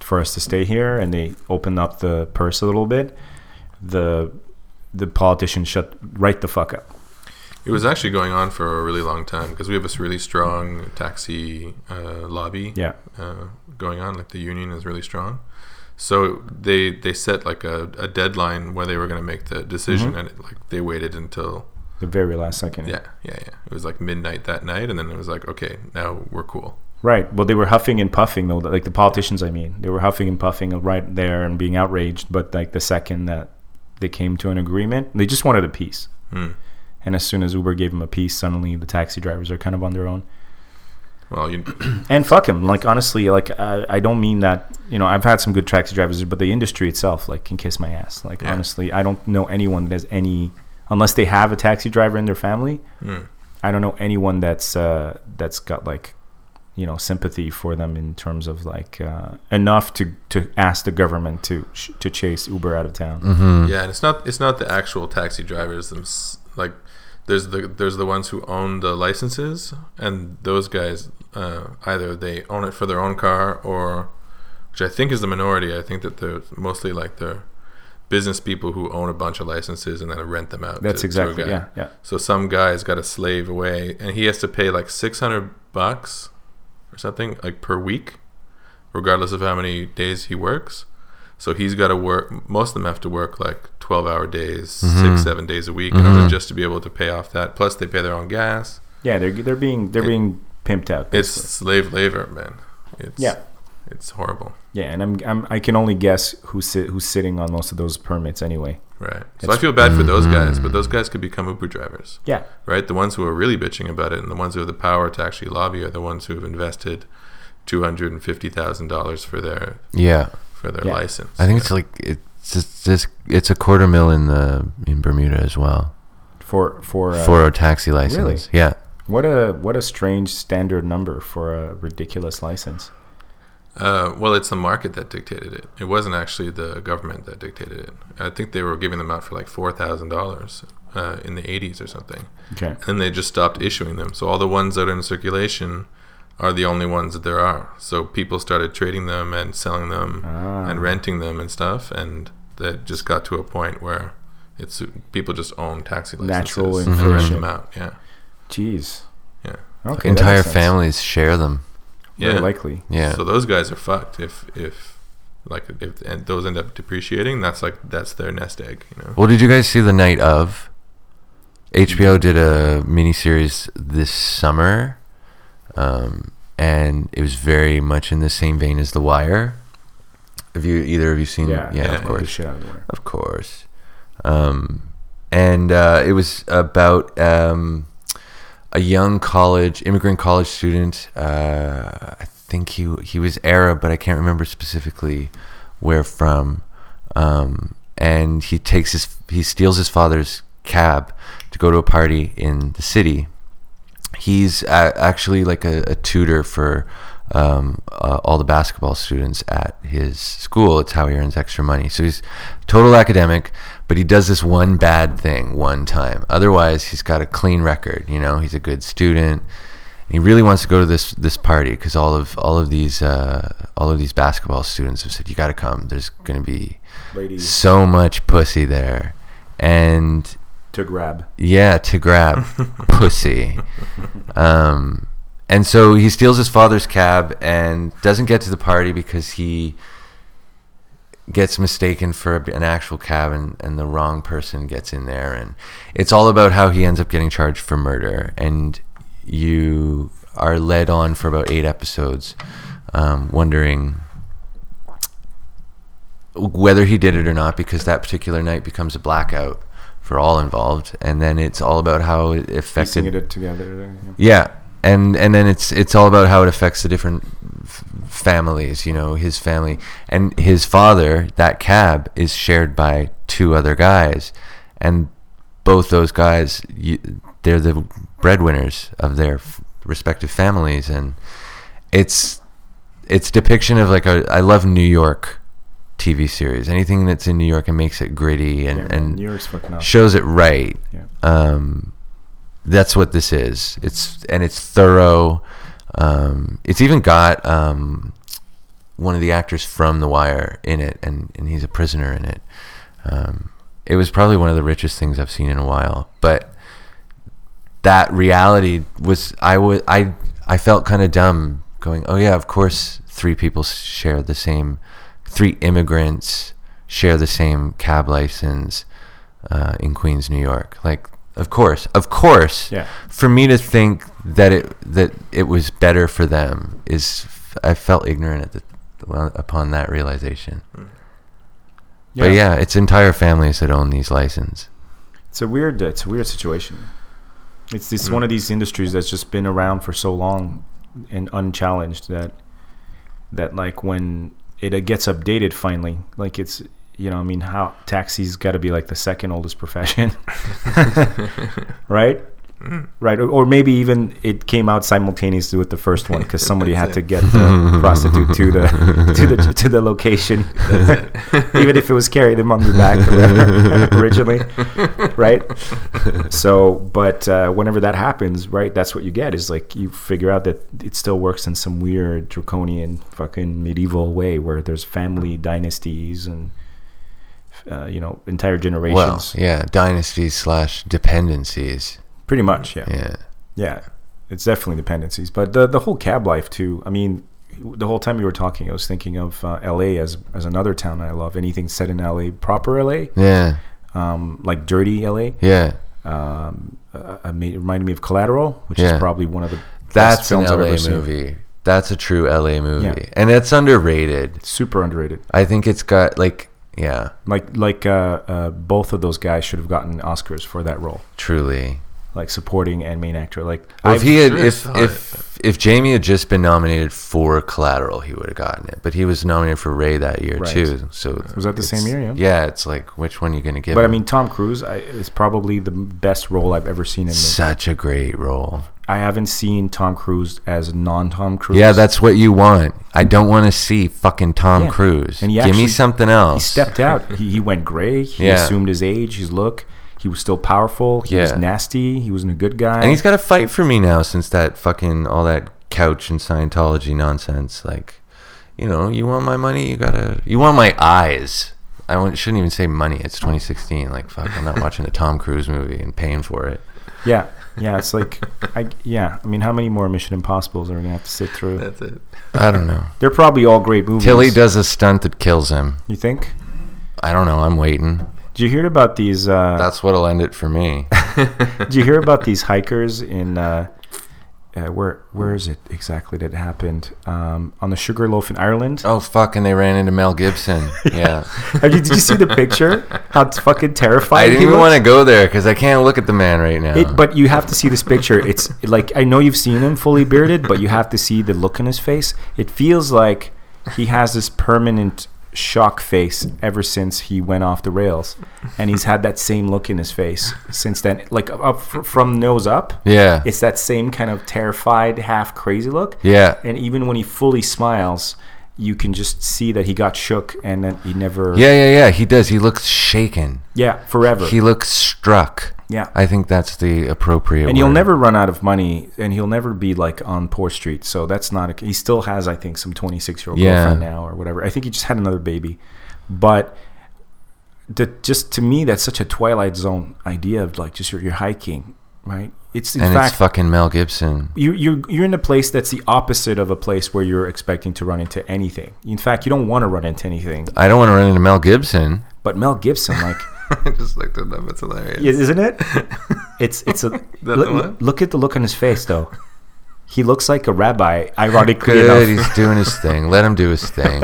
for us to stay here?" and they opened up the purse a little bit, the the politicians shut right the fuck up.
It was actually going on for a really long time because we have this really strong taxi uh, lobby
Yeah.
uh, going on. Like the union is really strong. So they they set like a, a deadline where they were going to make the decision,
Mm-hmm.
and it, like they waited until
The very last second.
yeah yeah yeah it was like midnight that night, and then it was like okay now we're cool.
Right. Well, they were huffing and puffing, though. Like the politicians, I mean, they were huffing and puffing right there and being outraged. But like the second that they came to an agreement, they just wanted a piece. And as soon as Uber gave them a piece, suddenly the taxi drivers are kind of on their own.
Well, you
And fuck them. Like honestly, like I, I don't mean that. You know, I've had some good taxi drivers, but the industry itself, like, can kiss my ass. Like
Yeah.
honestly, I don't know anyone that has any, unless they have a taxi driver in their family. I don't know anyone that's uh, that's got like, you know, sympathy for them in terms of like uh, enough to to ask the government to sh- to chase Uber out of town.
Yeah, and it's not it's not the actual taxi drivers thems like there's the there's the ones who own the licenses and those guys uh, either they own it for their own car or which I think is the minority. I think that they're mostly like they're business people who own a bunch of licenses and then rent them out.
That's exactly- yeah, yeah.
So some guy's got a slave away and he has to pay like six hundred bucks or something like per week, regardless of how many days he works. So he's got to work. Most of them have to work like twelve-hour days, six, seven days a week, in order just to be able to pay off that. Plus, they pay their own gas.
Yeah, they're they're being they're being pimped out.
It's slave labor, man. It's,
Yeah.
It's horrible.
Yeah, and I'm, I'm I can only guess who's sit, who's sitting on most of those permits anyway.
Right. So I feel bad for those guys, but those guys could become Uber drivers.
Yeah,
right? The ones who are really bitching about it and the ones who have the power to actually lobby are the ones who have invested two hundred and fifty thousand dollars for their
Yeah,
for their
Yeah.
license.
I think it's like it's just this. It's a quarter mil in the in Bermuda as well
for for, uh,
for a taxi license.
Really?
Yeah,
what a what a strange standard number for a ridiculous license.
Uh, well, it's the market that dictated it. It wasn't actually the government that dictated it. I think they were giving them out for like four thousand uh, dollars in the '80s or something,
Okay,
and they just stopped issuing them. So all the ones that are in circulation are the only ones that there are. So people started trading them and selling them
Ah.
and renting them and stuff, and that just got to a point where it's people just own taxi licenses
Natural
and rent
inflation.
them out. Yeah,
jeez.
yeah,
Okay, that
entire
makes sense.
families share them.
Very
yeah.
likely.
Yeah,
So those guys are fucked if if like if and those end up depreciating. That's like that's their nest egg, you know.
Well, did you guys see the night of?
Mm-hmm.
HBO did a miniseries this summer, um, and it was very much in the same vein as The Wire. Have you either of you seen?
Yeah,
yeah,
of
Get
course,
the shit out of the way.
of course. Um, and uh, it was about um, a young college immigrant college student. Uh, I think he he was Arab, but I can't remember specifically where from. Um, and he takes his he steals his father's cab to go to a party in the city. He's uh, actually like a, a tutor for um, uh, all the basketball students at his school. It's how he earns extra money. So he's total academic, but he does this one bad thing one time. Otherwise, he's got a clean record. You know, he's a good student. And he really wants to go to this this party because all of all of these uh, all of these basketball students have said you got to come. There's going to be
Ladies
so much pussy there, and
to grab.
yeah, to grab pussy. Um, and so he steals his father's cab and doesn't get to the party because he gets mistaken for an actual cab and, and the wrong person gets in there. And it's all about how he ends up getting charged for murder. And you are led on for about eight episodes, um, wondering whether he did it or not because that particular night becomes a blackout for all involved and then it's all about how it affected
Piecing it together. there, yeah.
yeah, and and then it's it's all about how it affects the different f- families. You know, his family and his father. That cab is shared by two other guys, and both those guys, you, they're the breadwinners of their f- respective families, and it's it's depiction of like a I love New York TV series. Anything that's in New York and makes it gritty and
Yeah, man,
and
New York's fucking up.
shows it right.
Yeah.
Um, that's what this is. It's and it's thorough. Um, it's even got um, one of the actors from The Wire in it, and, and he's a prisoner in it. Um, it was probably one of the richest things I've seen in a while, but that reality was I was I I felt kind of dumb going, oh yeah, of course, three people share the same, three immigrants share the same cab license uh, in Queens, New York. Like, of course, of course.
Yeah.
For me to think that it that it was better for them is I felt ignorant at the well, upon that realization. But yeah, it's entire families that own these licenses.
It's a weird. It's a weird situation. It's this one of these industries that's just been around for so long and unchallenged that that like when it uh, gets updated finally, like it's you know I mean how taxis got to be like the second oldest profession, right?
Mm.
Right, or, or maybe even it came out simultaneously with the first one because somebody had to get the prostitute to the to the to the location, even if it was carried them on the back or whatever, originally, right? So, but uh, whenever that happens, right, that's what you get is like you figure out that it still works in some weird draconian fucking medieval way where there's family dynasties and uh, you know entire
Well,
generations.
yeah, dynasties slash dependencies.
Pretty much, yeah.
Yeah,
Yeah, it's definitely dependencies, but the the whole cab life too. I mean, the whole time you were talking, I was thinking of uh, L.A. as as another town I love. Anything set in L.A. proper L.A.
yeah,
Um, like dirty L.A.
yeah.
Um, uh, I mean, it reminded me of Collateral, which
Yeah.
is probably one of the
That's
best
an
films I've
LA
ever seen.
movie. That's a true LA movie,
Yeah.
and it's underrated.
Super underrated.
I think it's got like yeah,
Like like uh, uh, both of those guys should have gotten Oscars for that role,
truly.
like supporting and main actor. Like
Well, if he had
sure I
if
saw
if if Jamie had just been nominated for Collateral, he would have gotten it. But he was nominated for Ray that year
Right.
too. So
Was that the
it's-
same year? Yeah.
Yeah, it's like which one you gonna give?
But I
him?
mean, Tom Cruise I, is probably the best role I've ever seen in. The,
such a great role.
I haven't seen Tom Cruise as non-Tom Cruise.
Yeah, that's what you want. I don't want to see fucking Tom
Yeah.
Cruise.
And he
Give me
actually-
something
He
else.
stepped out. He, he went gray. He
Yeah.
assumed his age, his look. He was still powerful. He was
Yeah.
nasty. He wasn't a good guy.
and he's got to fight for me now since that fucking all that couch and Scientology nonsense. Like, you know, you want my money, you gotta. You want my eyes. I won't- shouldn't even say money. It's 2016. Like, fuck, I'm not watching a Tom Cruise movie and paying for it.
yeah, yeah. It's like, I yeah. I mean, how many more Mission Impossible's are we gonna have to sit through?
That's it.
I don't know.
They're probably all great movies.
Tilly does a stunt that kills him.
You think?
I don't know. I'm waiting.
Did you hear about these? Uh,
That's what'll end it for me.
Did you hear about these hikers in uh, uh, where where is it exactly that it happened um, on the Sugarloaf in Ireland?
Oh fuck! And they ran into Mel Gibson. Yeah.
Have you, did you see the picture? How t- fucking terrifying!
I didn't
he
even
looked?
want to go there because I can't look at the man right now.
It, but you have to see this picture. It's like I know you've seen him fully bearded, but you have to see the look in his face. It feels like he has this permanent shock face ever since he went off the rails, and he's had that same look in his face since then. Like up fr- from nose up,
yeah,
it's that same kind of terrified, half crazy look.
yeah.
And even when he fully smiles, you can just see that he got shook and that he never.
Yeah, yeah, yeah. He does. He looks shaken.
Yeah, forever.
He looks struck.
yeah.
I think that's the appropriate.
and he'll
word.
never run out of money and he'll never be like on poor street so that's not a, he still has i think some 26 year old
Yeah.
girlfriend now or whatever i think he just had another baby but the, just to me that's such a twilight zone idea of like just you're, you're hiking right it's in
And
fact
it's fucking Mel Gibson.
you, you're, you're in a place that's the opposite of a place where you're expecting to run into anything in fact you don't want to run into anything
I don't want to run into Mel Gibson.
but mel gibson like
I just looked it up. It's hilarious.
Yeah, isn't it? It's it's a
the
look,
one?
look at the look on his face though. He looks like a rabbi, ironically
Good.
enough.
He's doing his thing. Let him do his thing.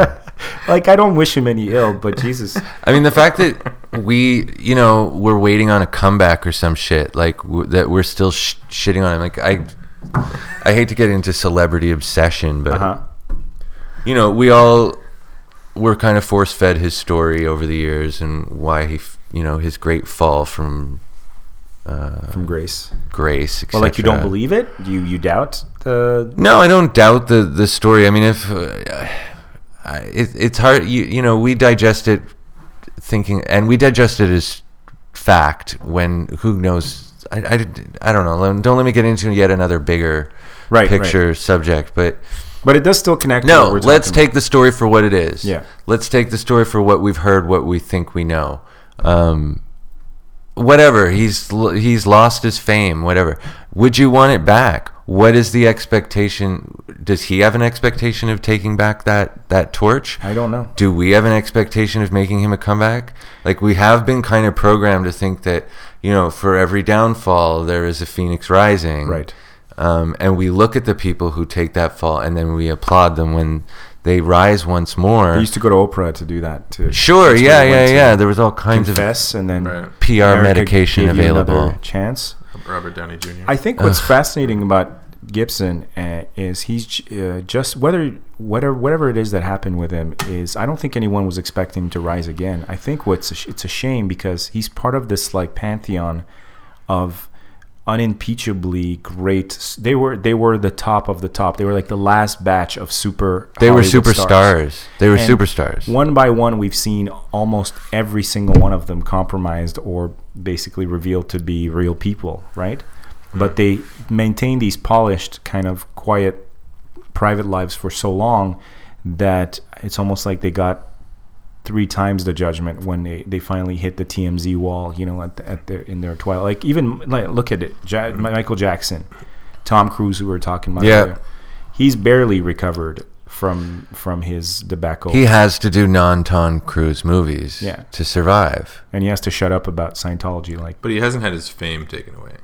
Like I don't wish him any ill, but Jesus,
I mean, the fact that we, you know, we're waiting on a comeback or some shit, like w- that we're still sh- shitting on him. Like, I, I hate to get into celebrity obsession, but
uh-huh.
you know, we all were kind of force fed his story over the years and why he, f- you know, his great fall from uh,
from grace.
grace.
Well, like you
etc.
don't believe it, you you doubt the
No, I don't doubt the the story. I mean, if uh, I, it, it's hard, you you know, we digest it thinking, and we digest it as fact. When who knows? I, I, did- I don't know. Let- Don't let me get into yet another bigger
right
picture
right.
subject, but.
But it does still connect. to
No,
what we're
let's
talking
take the story for what it is.
Yeah.
Let's take the story for what we've heard, what we think we know. Um, whatever he's l- he's lost his fame. Whatever. Would you want it back? What is the expectation? Does he have an expectation of taking back that that torch?
about. I don't know.
do we have an expectation of making him a comeback? Like we have been kind of programmed to think that you know for every downfall there is a phoenix rising,
Right.
Um, and we look at the people who take that fall and then we applaud them when they rise once more.
I used to go to Oprah to do that to
sure,
that's
yeah,
where we
yeah,
went to
yeah. There was all kinds
Confess and then
Right.
of PR
America
medication
gave you another
available.
Chance.
Robert Downey Jr.
I think what's fascinating about Gibson uh, is he's j- uh, just whether whatever whatever it is that happened with him is I don't think anyone was expecting him to rise again. I think what's a sh- it's a shame because he's part of this like pantheon of unimpeachably great. s- They were they were the top of the top. They were like the last batch of super.
They were
Hollywood
superstars.
stars.
They were
And
superstars.
One by one, we've seen almost every single one of them compromised or basically revealed to be real people, right? But they maintain these polished, kind of quiet, private lives for so long that it's almost like they got three times the judgment when they, they finally hit the TMZ wall, you know, at, the, at their in their twilight. Like even like look at it, ja- Michael Jackson, Tom Cruise, who we were talking about.
Yeah.
earlier. he's barely recovered from from his debacle,
he has to do non-Tom Cruise movies
Yeah.
to survive.
and he has to shut up about Scientology. Like
but he hasn't had his fame taken away.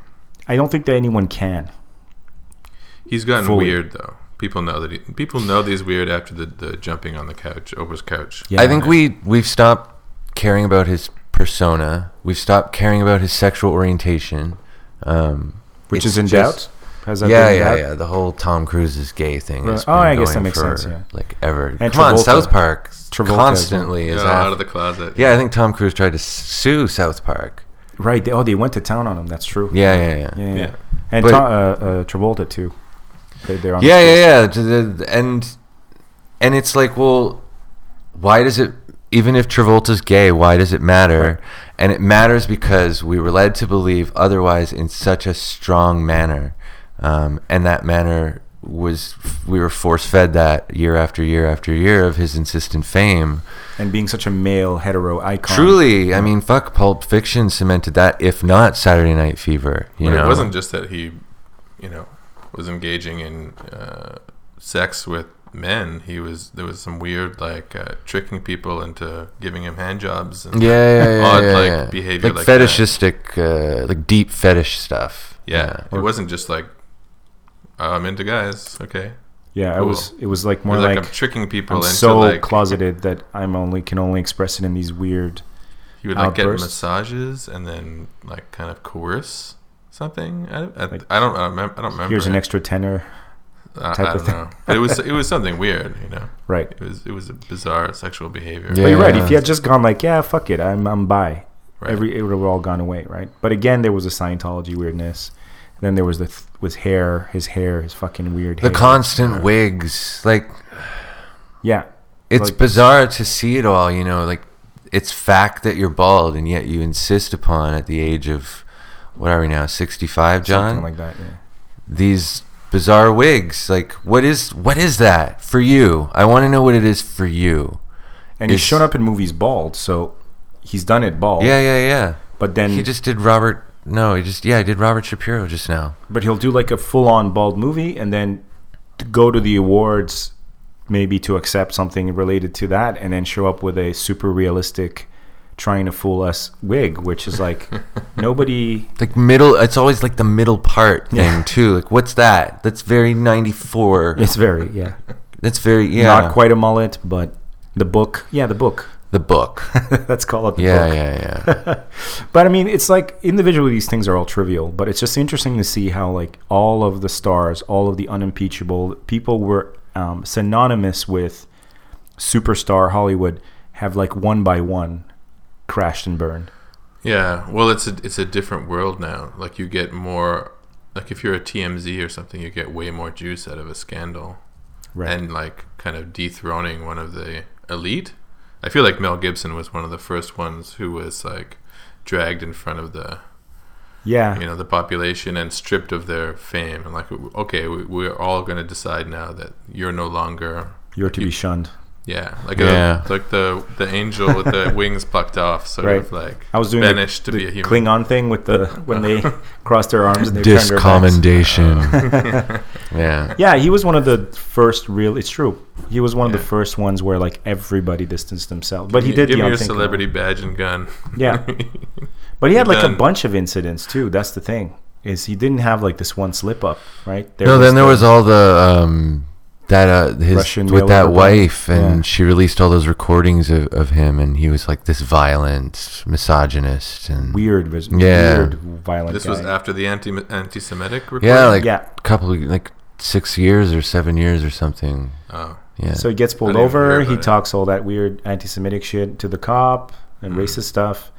I don't think that anyone can.
He's gotten
Fully.
weird though. People know that he, people know that he's weird after the, the jumping on the couch, Oprah's couch.
Yeah,
I think we we've stopped caring about his persona. We've stopped caring about his sexual orientation. Um,
which
it's
is in
just-
doubt. Has that
yeah,
been in
yeah,
doubt?
yeah. The whole Tom Cruise is gay thing.
Right.
has
Oh,
been
I guess that
going
makes
for,
sense, yeah.
Like ever.
And
Come on,
Travolta.
South Park
Travolta as
constantly
Yeah,
is
out
after-
of the closet.
Yeah, I think Tom Cruise tried to sue South Park.
Right. They, oh, they went to town on him. That's true.
Yeah, yeah, yeah.
Yeah. yeah.
Yeah.
And
But-
Ta- uh, uh, Travolta too. They, they're on the
yeah,
street.
yeah, yeah. To the- And and it's like, well, why does it? Even if Travolta's gay, why does it matter? And it matters because we were led to believe otherwise in such a strong manner, um, and that manner was we were force fed that year after year after year of his insistent fame.
And being such a male hetero icon.
Truly, I mean, fuck, Pulp Fiction cemented that. If not Saturday Night Fever, you
But
know,
it wasn't just that he, you know, was engaging in uh, sex with men. He was there was some weird like uh, tricking people into giving him hand jobs and
yeah, yeah, yeah,
odd
yeah,
like
yeah.
behavior
like
like, that.
fetishistic, uh, like deep fetish stuff.
Yeah, it wasn't just like oh, I'm into guys. Okay,
Yeah. It
Cool.
was. It was like
It
more
was like,
like,
I'm tricking people
I'm
into
so
like
closeted that I'm only can only express it in these weird.
he would like get
outbursts.
massages and then like kind of coerce something. I, I, I don't I, remem- I don't remember.
Here's an
it.
extra tenor.
I,
type
I
of
don't
thing.
know. But it was it was something weird. You know,
Right.
it was it was a bizarre sexual behavior.
But you're right.
Yeah.
If you had just gone like, yeah, fuck it, I'm I'm bi.
Right.
Every it would have all gone away, right? But again, there was a Scientology weirdness. Then there was the th- with hair, his hair, his fucking weird.
The
hair.
constant wigs, like
Yeah.
it's
Like-
bizarre to see it all. You know, like it's fact that you're bald, and yet you insist upon at the age of what are we now, sixty-five, John?
Something like that. Yeah.
these bizarre wigs. Like, what is what is that for you? I want to know what it is for you.
And he's
It's-
shown up in movies bald, so he's done it bald.
Yeah, yeah, yeah.
But then,
he just did Robert. No, he just yeah, he did Robert Shapiro just now.
but he'll do like a full-on bald movie, and then to go to the awards, maybe to accept something related to that, and then show up with a super realistic, trying to fool us wig, which is like nobody.
Like middle, it's always like the middle part thing
Yeah.
too. Like, what's that? That's very '94.
It's very yeah,
That's very yeah.
not quite a mullet, but the book. Yeah, the book.
the book.
Let's call it the
Yeah,
book.
yeah, yeah.
But I mean, it's like individually these things are all trivial, but it's just interesting to see how like all of the stars, all of the unimpeachable people were um, synonymous with superstar Hollywood have like one by one crashed and burned.
Yeah, well, it's a it's a different world now. Like you get more, like if you're a TMZ or something, you get way more juice out of a scandal,
Right.
and like kind of dethroning one of the elite. I feel like Mel Gibson was one of the first ones who was like dragged in front of the
yeah.
you know the population and stripped of their fame and like okay we, we're all going to decide now that you're no longer
You're to be shunned.
yeah like
Yeah.
A, like the the angel with the wings plucked off sort of
Right.
like
I was doing
vanished
the,
to
the
be a human
Klingon thing with the when they crossed their arms and they turned their backs.
Discommendation. yeah.
Yeah, he was one of the first real. It's true. He was one of
Yeah.
the first ones where like everybody distanced themselves, but he
Yeah,
did
Give
the
me your
unthinkable.
celebrity badge and gun.
Yeah. But he had like a
done.
bunch of incidents too. That's the thing. Is he didn't have like this one slip up, right? There
No, then there was all the um that uh his
Russian
with
yellow
that
ribbon.
wife and
Yeah.
she released all those recordings of, of him and he was like this violent misogynist and
weird, vis-
Yeah.
weird violent.
This
guy.
was after the anti anti-Semitic recording.
yeah like
Yeah.
couple of, like 6 years or 7 years or something.
Oh.
Yeah.
so he gets
I
pulled
didn't even
over.
hear
He
about it.
talks all that weird anti-Semitic shit to the cop and racist stuff,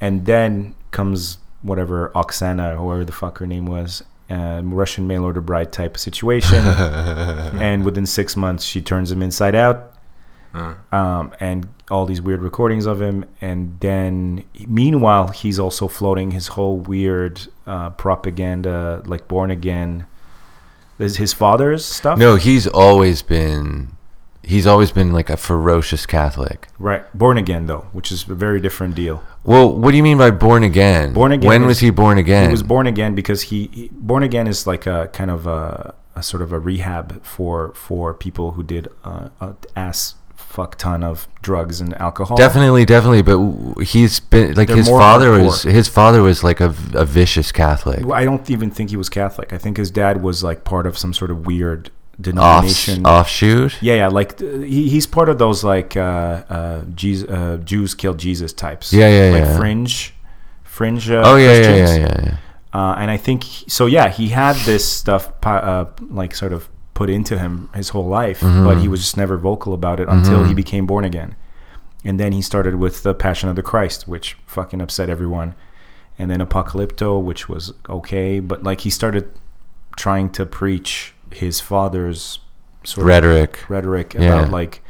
and then comes whatever Oksana, whoever the fuck her name was, um, Russian mail order bride type of situation. and within six months, she turns him inside out.
Uh,
um, and all these weird recordings of him. And then, meanwhile, he's also floating his whole weird uh, propaganda, like born again. Is his father's stuff?
no, he's always been he's always been like a ferocious Catholic.
Right. Born again, though, which is a very different deal.
Well, what do you mean by born again?
Born again
When
is-
was he born again?
He was born again because he, he born again is like a kind of a, a sort of a rehab for for people who did uh, a ass fuck ton of drugs and alcohol.
Definitely, definitely, but w- he's been like
They're
his
more
father
hardcore.
was his father was like a, v- a vicious Catholic.
Well, I don't even think he was Catholic. I think his dad was like part of some sort of weird
off,
denomination.
offshoot.
Yeah, yeah, like th- he, he's part of those like uh, uh, Jesus, uh, Jews killed Jesus types.
Yeah, yeah,
like
yeah.
fringe, fringe. Uh,
Oh yeah, yeah,
Christians.
yeah, yeah, yeah.
Uh, and I think he- so. Yeah, he had this stuff pi- uh, like sort of put into him his whole life,
Mm-hmm.
but he was just never vocal about it until he became born again. And then he started with the Passion of the Christ, which fucking upset everyone, and then Apocalypto, which was okay, but like he started trying to preach his father's sort of
Rhetoric.
rhetoric
Yeah.
about like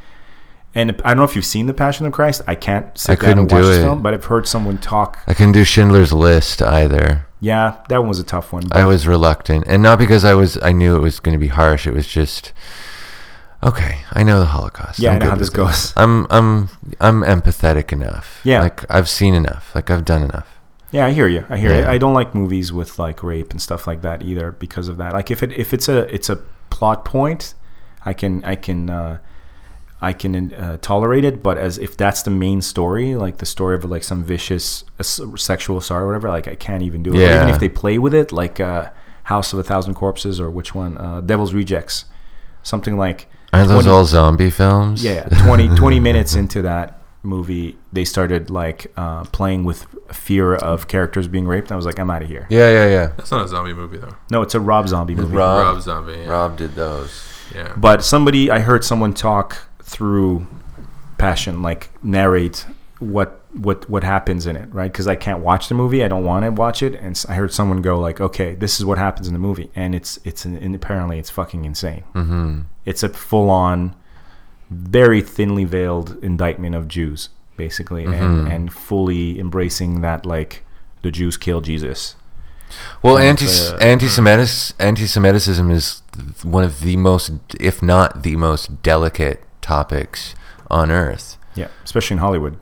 and I don't know if you've seen The Passion of Christ. I can't sit
I
down and
couldn't
watch
do
this
it.
film, but I've heard someone talk.
I couldn't do Schindler's List either.
Yeah, that one was a tough one. But
I was reluctant, and not because I was. I knew it was going to be harsh. It was just okay. I know the Holocaust.
yeah,
I'm
I know
good
how
with
this goes.
I'm I'm I'm empathetic enough.
Yeah.
Like I've seen enough. Like I've done enough.
Yeah, I hear you. I hear you.
Yeah.
I don't like movies with like rape and stuff like that either because of that. Like if it if it's a it's a plot point, I can I can uh, I can uh, tolerate it. But as if that's the main story, like the story of like some vicious uh, s- sexual assault or whatever, like I can't even do it. Or Even
Yeah.
if they play with it, like uh, House of a Thousand Corpses or which one, uh, Devil's Rejects, something like.
Aren't those
20
all zombie films?
yeah, 20, 20 minutes into that movie, they started like uh, playing with fear of characters being raped. I was like, I'm out of here.
Yeah, yeah, yeah.
That's not a zombie movie though.
No, it's a Rob Zombie movie.
Rob.
Rob Zombie. Yeah.
Rob did those.
yeah.
But somebody, I heard someone talk through passion, like narrate what what what happens in it, right? Because I can't watch the movie. I don't want to watch it. And s- I heard someone go like, "Okay, this is what happens in the movie," and it's it's an, and apparently it's fucking insane. Mm-hmm. It's a full on, very thinly veiled indictment of Jews, basically,
Mm-hmm.
and and fully embracing that like the Jews kill Jesus.
Well,
Yeah,
anti
it's, uh,
anti-Semitic anti-Semitism is th- one of the most, if not the most, delicate topics on earth.
Yeah, especially in Hollywood.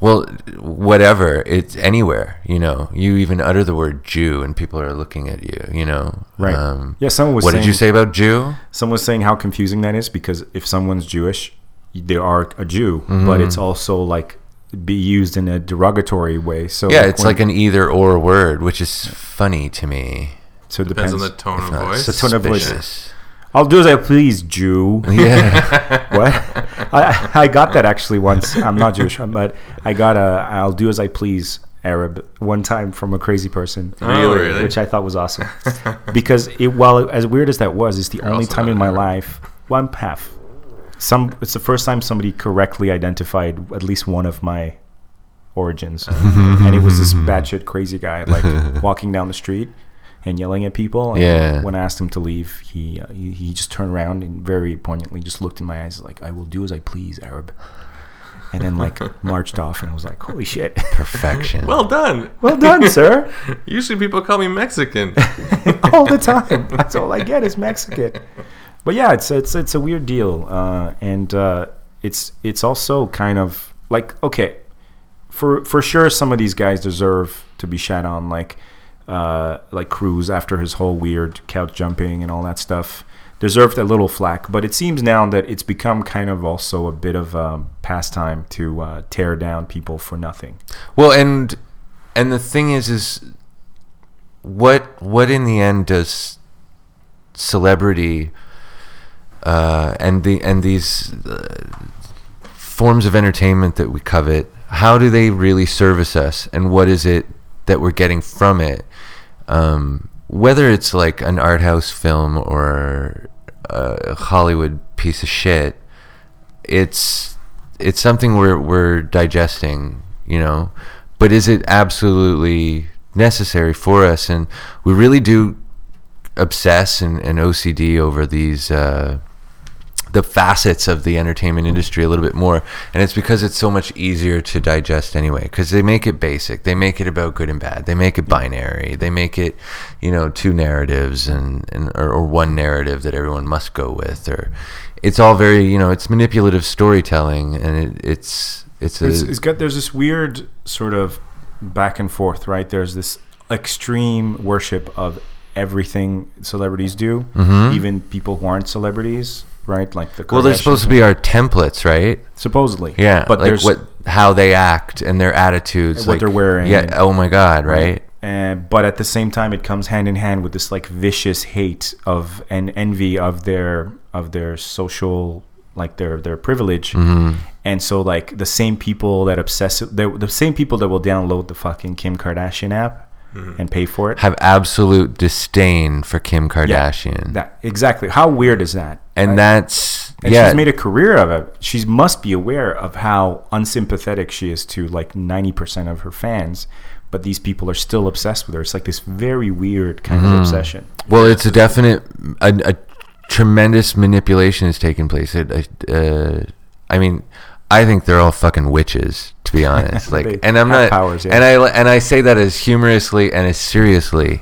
Well, whatever, it's anywhere. You know, you even utter the word Jew, and people are looking at you. You know,
Right.
Um,
yeah, someone was
what
saying,
did you say about Jew?
Someone was saying how confusing that is because if someone's Jewish, they are a Jew, but
Mm-hmm.
it's also like be used in a derogatory way. So
Yeah, it's
when-
like an either or word, which is funny to me.
so it
Depends
depends.
on the tone of
Uh,
voice.
The tone of voice.
suspicious.
I'll do as I please, Jew.
Yeah.
what? I I got that actually once. I'm not Jewish, but I got a I'll do as I please Arab one time from a crazy person.
Oh, really?
Which I thought was awesome because it while as weird as that was, it's the only
also
time
not
in my
Arab.
life one half. Some it's the first time somebody correctly identified at least one of my origins, and it was this batshit crazy guy like walking down the street. And yelling at people. And
Yeah.
When I asked him to leave, he, uh, he he just turned around and very poignantly just looked in my eyes like, "I will do as I please, Arab," and then like marched off. And I was like, "Holy shit!
Perfection.
well done.
well done, sir!"
Usually people call me Mexican.
all the time. That's all I get is Mexican. But yeah, it's it's it's a weird deal, uh, and uh, it's it's also kind of like okay, for for sure some of these guys deserve to be shat on, like uh, like Cruz after his whole weird couch jumping and all that stuff deserved a little flack. But it seems now that it's become kind of also a bit of a pastime to uh, tear down people for nothing.
Well, and and the thing is, is what what in the end does celebrity uh, and the and these uh, forms of entertainment that we covet, how do they really service us, and what is it that we're getting from it? Um, whether it's like an art house film or a Hollywood piece of shit, it's it's something we're we're digesting, you know. But is it absolutely necessary for us? And we really do obsess and, and OCD over these uh, the facets of the entertainment industry a little bit more, and it's because it's so much easier to digest anyway. Because they make it basic, they make it about good and bad, they make it binary, they make it, you know, two narratives and, and or, or one narrative that everyone must go with, or it's all very, you know, it's manipulative storytelling, and it, it's it's a
it's, it's got there's this weird sort of back and forth right there's this extreme worship of everything celebrities do even people who aren't celebrities right like the
Mm-hmm. well, they're
Kardashians.
supposed to be our templates, right?
supposedly
Yeah,
but
like
there's
what how they act and their attitudes,
What
like-
they're wearing
Yeah.
and-
Oh my God, right?
Uh, but at the same time, it comes hand in hand with this like vicious hate of and envy of their of their social like their their privilege.
Mm-hmm.
And so like the same people that obsess they're the same people that will download the fucking Kim Kardashian app and pay for it.
Have absolute disdain for Kim Kardashian,
That exactly. How weird is that?
and that's
And
yeah.
she's made a career of it. She must be aware of how unsympathetic she is to like 90% of her fans, but these people are still obsessed with her. It's like this very weird kind
Mm-hmm.
of obsession.
well, it's a definite a, a tremendous manipulation has taken place. It, uh, I mean, I think they're all fucking witches, to be honest.
They
Like, and I'm
have
not,
powers, yeah.
and I and I say that as humorously and as seriously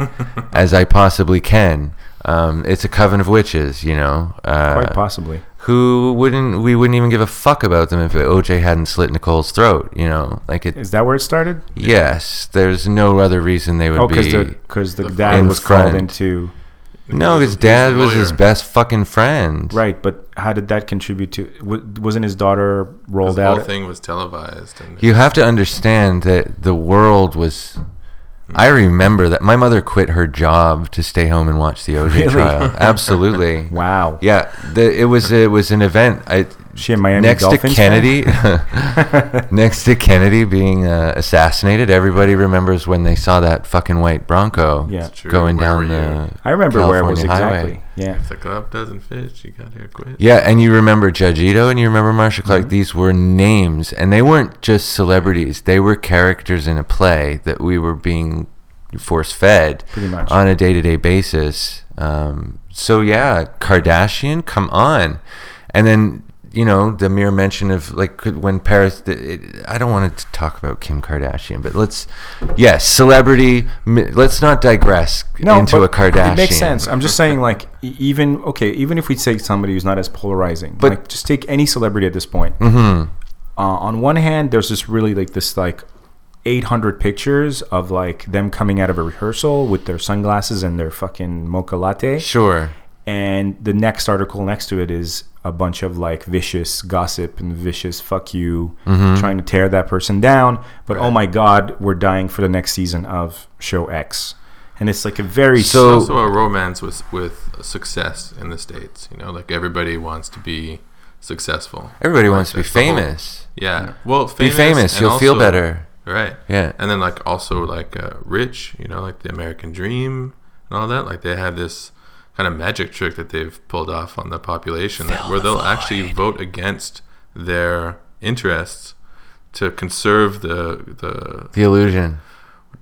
as I possibly can. Um, it's a coven of witches, you know. Uh,
Quite possibly.
who wouldn't we wouldn't even give a fuck about them if OJ hadn't slit Nicole's throat, you know? Like it
Is that where it started?
yes, there's no other reason they would
Oh,
be
because the, cause the
the
dad
in
was called
front.
into.
No,
He's-
his
he's the
dad was his
lawyer.
best fucking friend.
Right, but how did that contribute to. W- wasn't his daughter
This
rolled
whole
out?
thing was televised. And
You have to understand that the world was I remember that my mother quit her job to stay home and watch the OJ
Really?
trial. Absolutely.
Wow.
Yeah, the, it was it was an event. I
She a Miami
next
Dolphins fan?
to Kennedy, next to Kennedy being uh, assassinated. Everybody remembers when they saw that fucking white Bronco
Yeah. It's
true.
going
Where
down
were you?
the.
I remember where it was
California highway.
exactly. Yeah.
If the club doesn't fit, you got here quick.
Yeah, and you remember Judge Ito and you remember Marsha Clark.
Mm-hmm.
These were names, and they weren't just celebrities. They were characters in a play that we were being force fed
Pretty much.
on a day to day basis. Um, so, yeah, Kardashian, come on. And then, you know, the mere mention of like could- when Paris, it, I don't want to talk about Kim Kardashian, but let's, yes, celebrity, mi- let's not digress into a
but
Kardashian.
It makes sense. I'm just saying, like, e- even okay, even if we take somebody who's not as polarizing,
But- Mm-hmm.
like, just take any celebrity at this point. Uh, on one hand, there's this really like this like 800 pictures of like them coming out of a rehearsal with their sunglasses and their fucking mocha latte,
Sure.
and the next article next to it is a bunch of like vicious gossip and vicious fuck you
Mm-hmm.
trying to tear that person down but oh my god we're dying for the next season of show x and it's like a very
So-
also a romance with with success in the states. You know, like everybody wants to be successful.
Everybody
Like,
wants to be
that's the whole-
famous.
yeah. Well,
Be
famous
famous.
and
You'll feel
also-
better.
Right.
Yeah.
And then like also like uh, rich. You know, like the American dream and all that. Like they have this kind of magic trick that they've pulled off on the population that, where they'll actually vote against their interests to conserve the the
The illusion.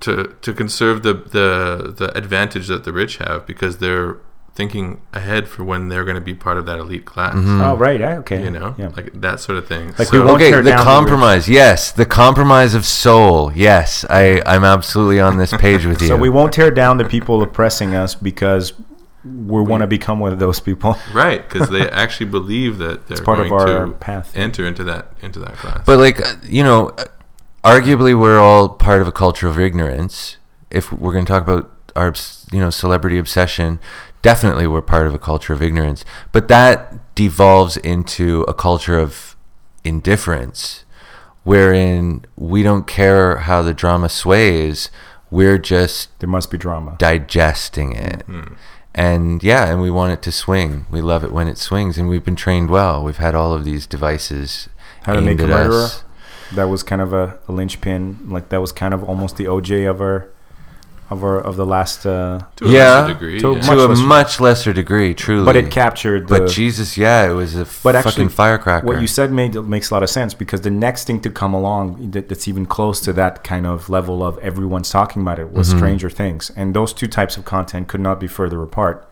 to to conserve the, the the advantage that the rich have because they're thinking ahead for when they're going to be part of that elite class.
Mm-hmm.
Oh right, yeah, okay.
Mm. You know,
yeah.
like that sort of thing.
Like
so,
we won't-
Okay,
tear
the
down the
compromise. yes, the compromise of soul. Yes, I I'm absolutely on this page with you.
so we won't tear down the people oppressing us because we want to become one of those people.
right because they actually believe that they're
part of
going
our
to
path.
enter into that into that class.
But like uh, you know, uh, arguably we're all part of a culture of ignorance. If we're going to talk about our obs- you know celebrity obsession, definitely we're part of a culture of ignorance. But that devolves into a culture of indifference, wherein we don't care how the drama sways. We're just
There must be drama.
digesting it.
Mm-hmm.
And yeah, and we want it to swing. We love it when it swings, and we've been trained well. We've had all of these devices.
How to
aimed
make a
at
murderer.
us.
That was kind of a, a linchpin. Like that was kind of almost the OJ of our of our of the last. Uh,
to a
yeah,
lesser degree,
to-
yeah.
Much
to a
lesser-
much lesser degree, truly.
but it captured the.
But Jesus, yeah, it was a
but
fucking firecracker.
What you said made makes a lot of sense because the next thing to come along that, that's even close to that kind of level of everyone's talking about it
Mm-hmm.
was Stranger Things, and those two types of content could not be further apart.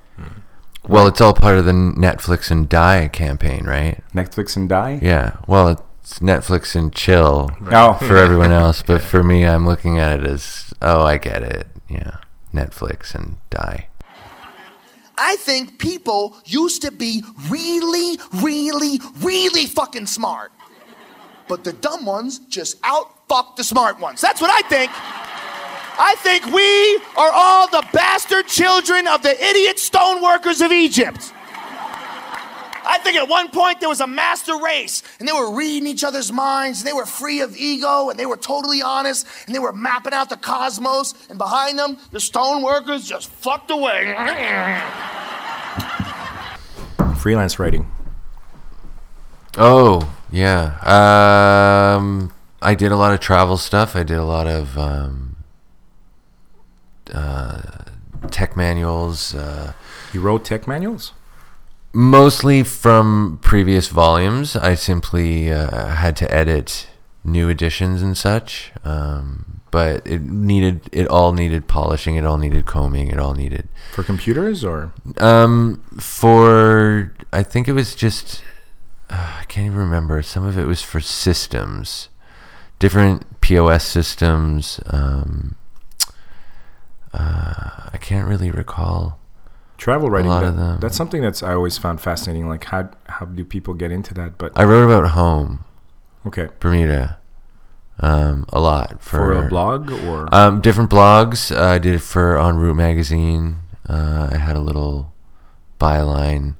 well, it's all part of the Netflix and die campaign, right?
Netflix and Die.
Yeah. Well, it's Netflix and chill
Oh,
for everyone else, but for me, I'm looking at it as oh, I get it. Yeah, Netflix and die.
I think people used to be really, really, really fucking smart. But the dumb ones just out the smart ones. That's what I think. I think we are all the bastard children of the idiot stone workers of Egypt. I think at one point there was a master race, and they were reading each other's minds, and they were free of ego, and they were totally honest, and they were mapping out the cosmos, and behind them, the stone workers just fucked away.
Freelance writing.
Oh, yeah. Um, I did a lot of travel stuff. I did a lot of um, uh, tech manuals, uh,
You wrote tech manuals?
mostly from previous volumes. I simply uh, had to edit new editions and such. Um, but it needed it all needed polishing. It all needed combing. It all needed
For computers or
um, for I think it was just uh, I can't even remember. Some of it was for systems, different POS systems. Um, uh, I can't really recall.
travel writing?
lot of
that-
them.
That's something that's I always found fascinating. Like how how do people get into that? But
I wrote about home,
okay,
Bermuda, um, a lot for,
for a blog or
Um, different blogs. Uh, I did it for En Route magazine. Uh, I had a little byline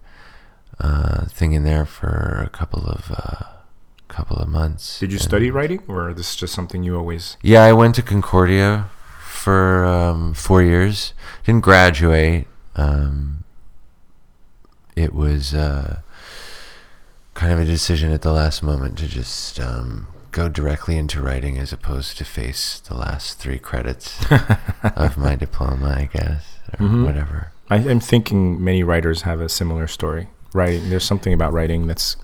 uh, thing in there for a couple of uh, couple of months.
did you
And-
study writing or this is just something you always?
Yeah, I went to Concordia for um, four years. Didn't graduate. Um, it was uh, kind of a decision at the last moment to just um, go directly into writing as opposed to face the last three credits of my diploma, I guess, or whatever.
I, I'm thinking many writers have a similar story. Writing, there's something about writing that's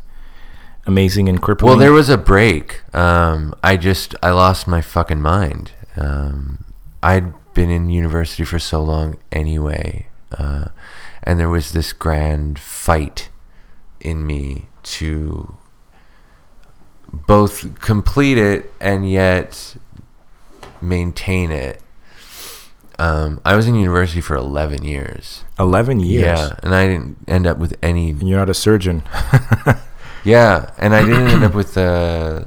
amazing and crippling.
Well, there was a break. Um, I just I lost my fucking mind. Um, I'd been in university for so long anyway, uh, and there was this grand fight in me to both complete it and yet maintain it. Um, I was in university for eleven years.
eleven years.
Yeah, and I didn't end up with any
And you're not a surgeon.
yeah, and I didn't end up with uh,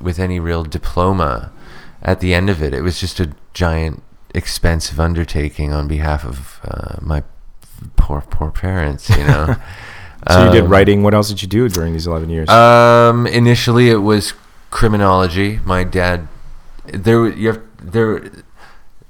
with any real diploma at the end of it. It was just a giant, expensive undertaking on behalf of uh, my poor, poor parents. You know.
So you did writing. What else did you do during these eleven years?
Um, initially, it was criminology. My dad, there wa- you have, there,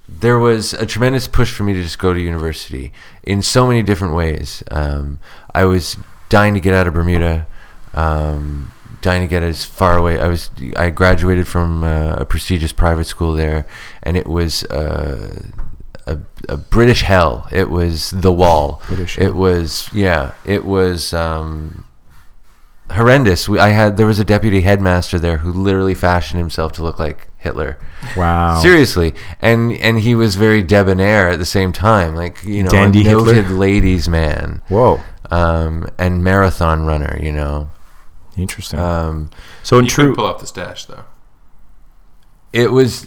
there was a tremendous push for me to just go to university in so many different ways. Um, I was dying to get out of Bermuda, um, dying to get as far away. I was I graduated from uh, a prestigious private school there, and it was. Uh, a, a British hell. It was the wall.
British
it
hell.
was yeah. It was um, horrendous. We, I had there was a deputy headmaster there who literally fashioned himself to look like Hitler.
wow.
Seriously, and and he was very debonair at the same time, like you know,
Dandy
a
Hitler.
noted ladies' man,
Whoa.
um, and marathon runner. You know,
Interesting.
um,
so in
You could
true.
pull off the stash though.
it was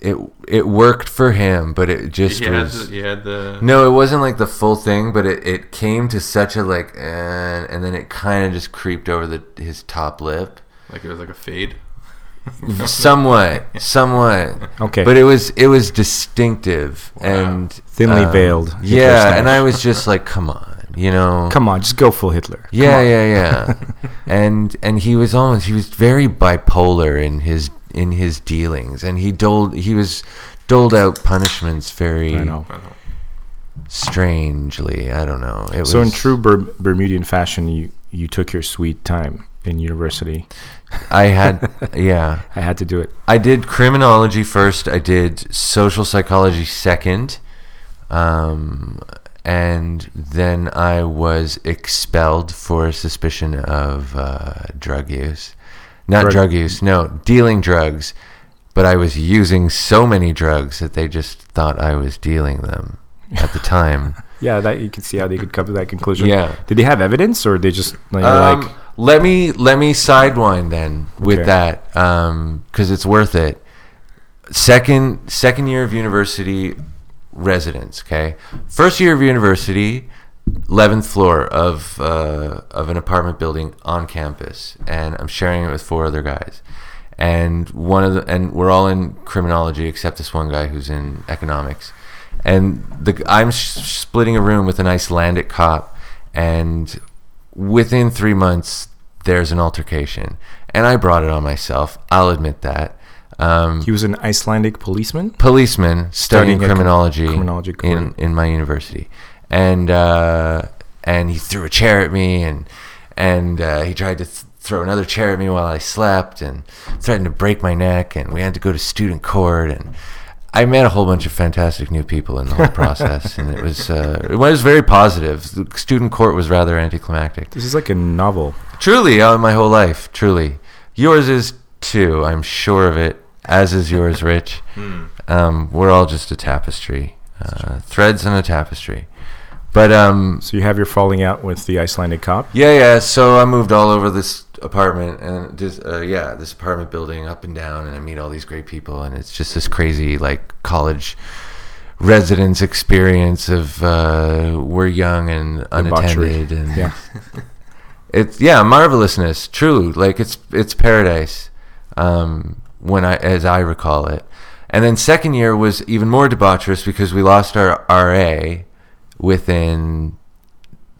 it it worked for him, but it just
He had
was.
the, he had the
No, it wasn't like the full thing, but it, it came to such a like, eh, and then it kind of just creeped over the his top lip.
like it was like a fade.
somewhat somewhat
Okay.
but it was it was distinctive and
Thinly veiled Hitler
Um, yeah
stash.
and i was just like come on you know
Come on, just go full Hitler.
yeah yeah yeah and and he was almost he was very bipolar in his in his dealings and he doled he was doled out punishments very
I know.
strangely i don't know it
So in
was
true Ber- Bermudian fashion, you you took your sweet time in university.
i had yeah
I had to do it.
I did criminology first. I did social psychology second, um, and then I was expelled for suspicion of uh, drug use. Not
Drug-
drug use, no, dealing drugs. But I was using so many drugs that they just thought I was dealing them at the time.
Yeah, that you can see how they could come to that conclusion.
Yeah.
Did they have evidence, or they just like,
Um,
like
let me let me sidewind then with
Okay.
that because it's worth it. Second second year of university residence. Okay, first year of university, eleventh floor of uh, of an apartment building on campus, and I'm sharing it with four other guys. And one of the and we're all in criminology except this one guy who's in economics. And the I'm sh- splitting a room with an Icelandic cop, and within three months, there's an altercation. And I brought it on myself. I'll admit that. Um,
He was an Icelandic policeman.
policeman studying
Studying a cr-
criminology,
criminology
in,
career.
in my university, and uh, and he threw a chair at me, and and uh, he tried to th- throw another chair at me while I slept, and threatened to break my neck, and we had to go to student court, and I met a whole bunch of fantastic new people in the whole process, and it was uh, it was very positive. The student court was rather anticlimactic.
This is like a novel.
Truly, uh, my whole life, truly. Yours is too, I'm sure of it, as is yours, Rich.
Hmm.
um, we're all just a tapestry, uh, threads on a tapestry. But um,
So you have your falling out with the Icelandic cop.
yeah, yeah, so I moved all over this apartment and this, uh, yeah, this apartment building up and down, and I meet all these great people, and it's just this crazy, like, college residence experience of uh, we're young and
Debauchery.
unattended and
Yeah.
it's yeah marvelousness true like it's it's paradise um when i as i recall it and then second year was even more debaucherous because we lost our ra within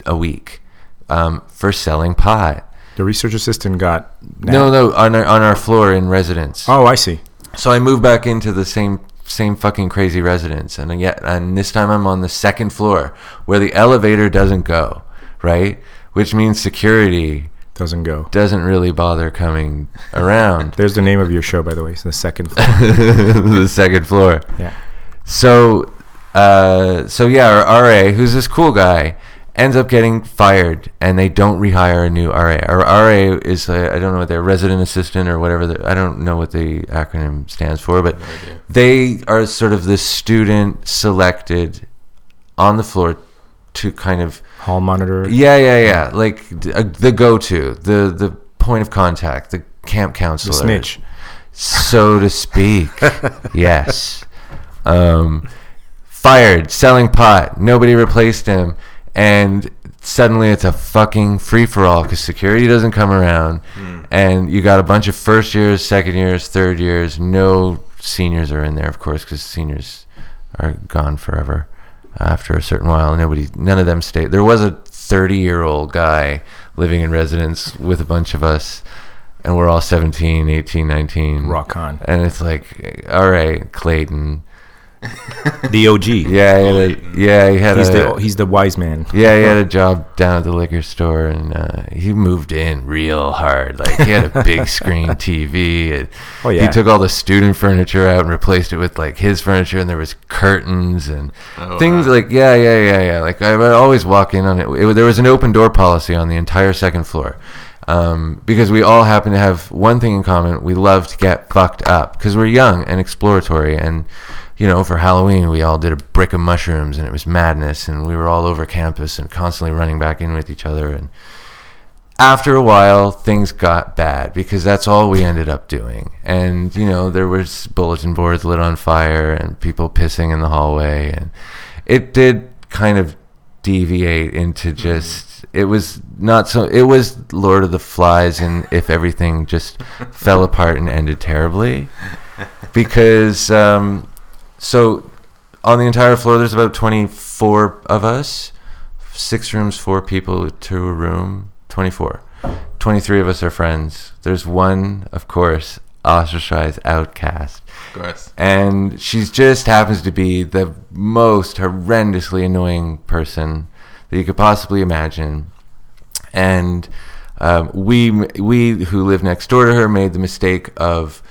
a week um, for selling pot
The research assistant got.
no no on our, on our floor in residence
Oh, I see.
so I moved back into the same same fucking crazy residence, and yet and this time I'm on the second floor where the elevator doesn't go, right? Which means security
Doesn't go.
doesn't really bother coming around
There's the name of your show, by the way. It's the second floor.
the second floor.
Yeah.
So, uh, so yeah, our RA, who's this cool guy, ends up getting fired, and they don't rehire a new RA. Our RA is uh, I I don't know what they're resident assistant or whatever. The, I don't know what the acronym stands for, but they are sort of this student selected on the floor to kind of
Hall monitor.
yeah, yeah, yeah, like d- uh, the go-to, the the point of contact, the camp counselor,
Snitch.
so to speak. yes. Um, fired, selling pot. Nobody replaced him, and suddenly it's a fucking free for all because security doesn't come around,
Hmm.
and you got a bunch of first years, second years, third years. No seniors are in there, of course, because seniors are gone forever after a certain while. Nobody, none of them stay. There was a 30 year old guy living in residence with a bunch of us, and we're all 17, 18, 19.
Rock on.
And it's like, all right, Clayton.
The OG.
Yeah, he had a, yeah, he had
mm. He's
a.
the he's the wise man.
yeah, he had a job down at the liquor store, and uh, he moved in real hard. Like he had a big screen TV. And
Oh, yeah.
He took all the student furniture out and replaced it with like his furniture, and there was curtains and things
wow.
like yeah, yeah, yeah, yeah. Like I would always walk in on it. it. There was an open door policy on the entire second floor. Um, because we all happen to have one thing in common: we love to get fucked up because we're young and exploratory, and you know, for Halloween we all did a brick of mushrooms, and it was madness, and we were all over campus and constantly running back in with each other, and after a while, things got bad because that's all we ended up doing. And you know, there was bulletin boards lit on fire and people pissing in the hallway, and it did kind of deviate into just. It was not so. It was Lord of the Flies, and if everything just fell apart and ended terribly, because um, so on the entire floor, there's about 24 of us six rooms, four people to a room, 24. 23 of us are friends. There's one, of course, ostracized outcast.
Of course.
And she just happens to be the most horrendously annoying person that you could possibly imagine. And um, we, we who live next door to her made the mistake of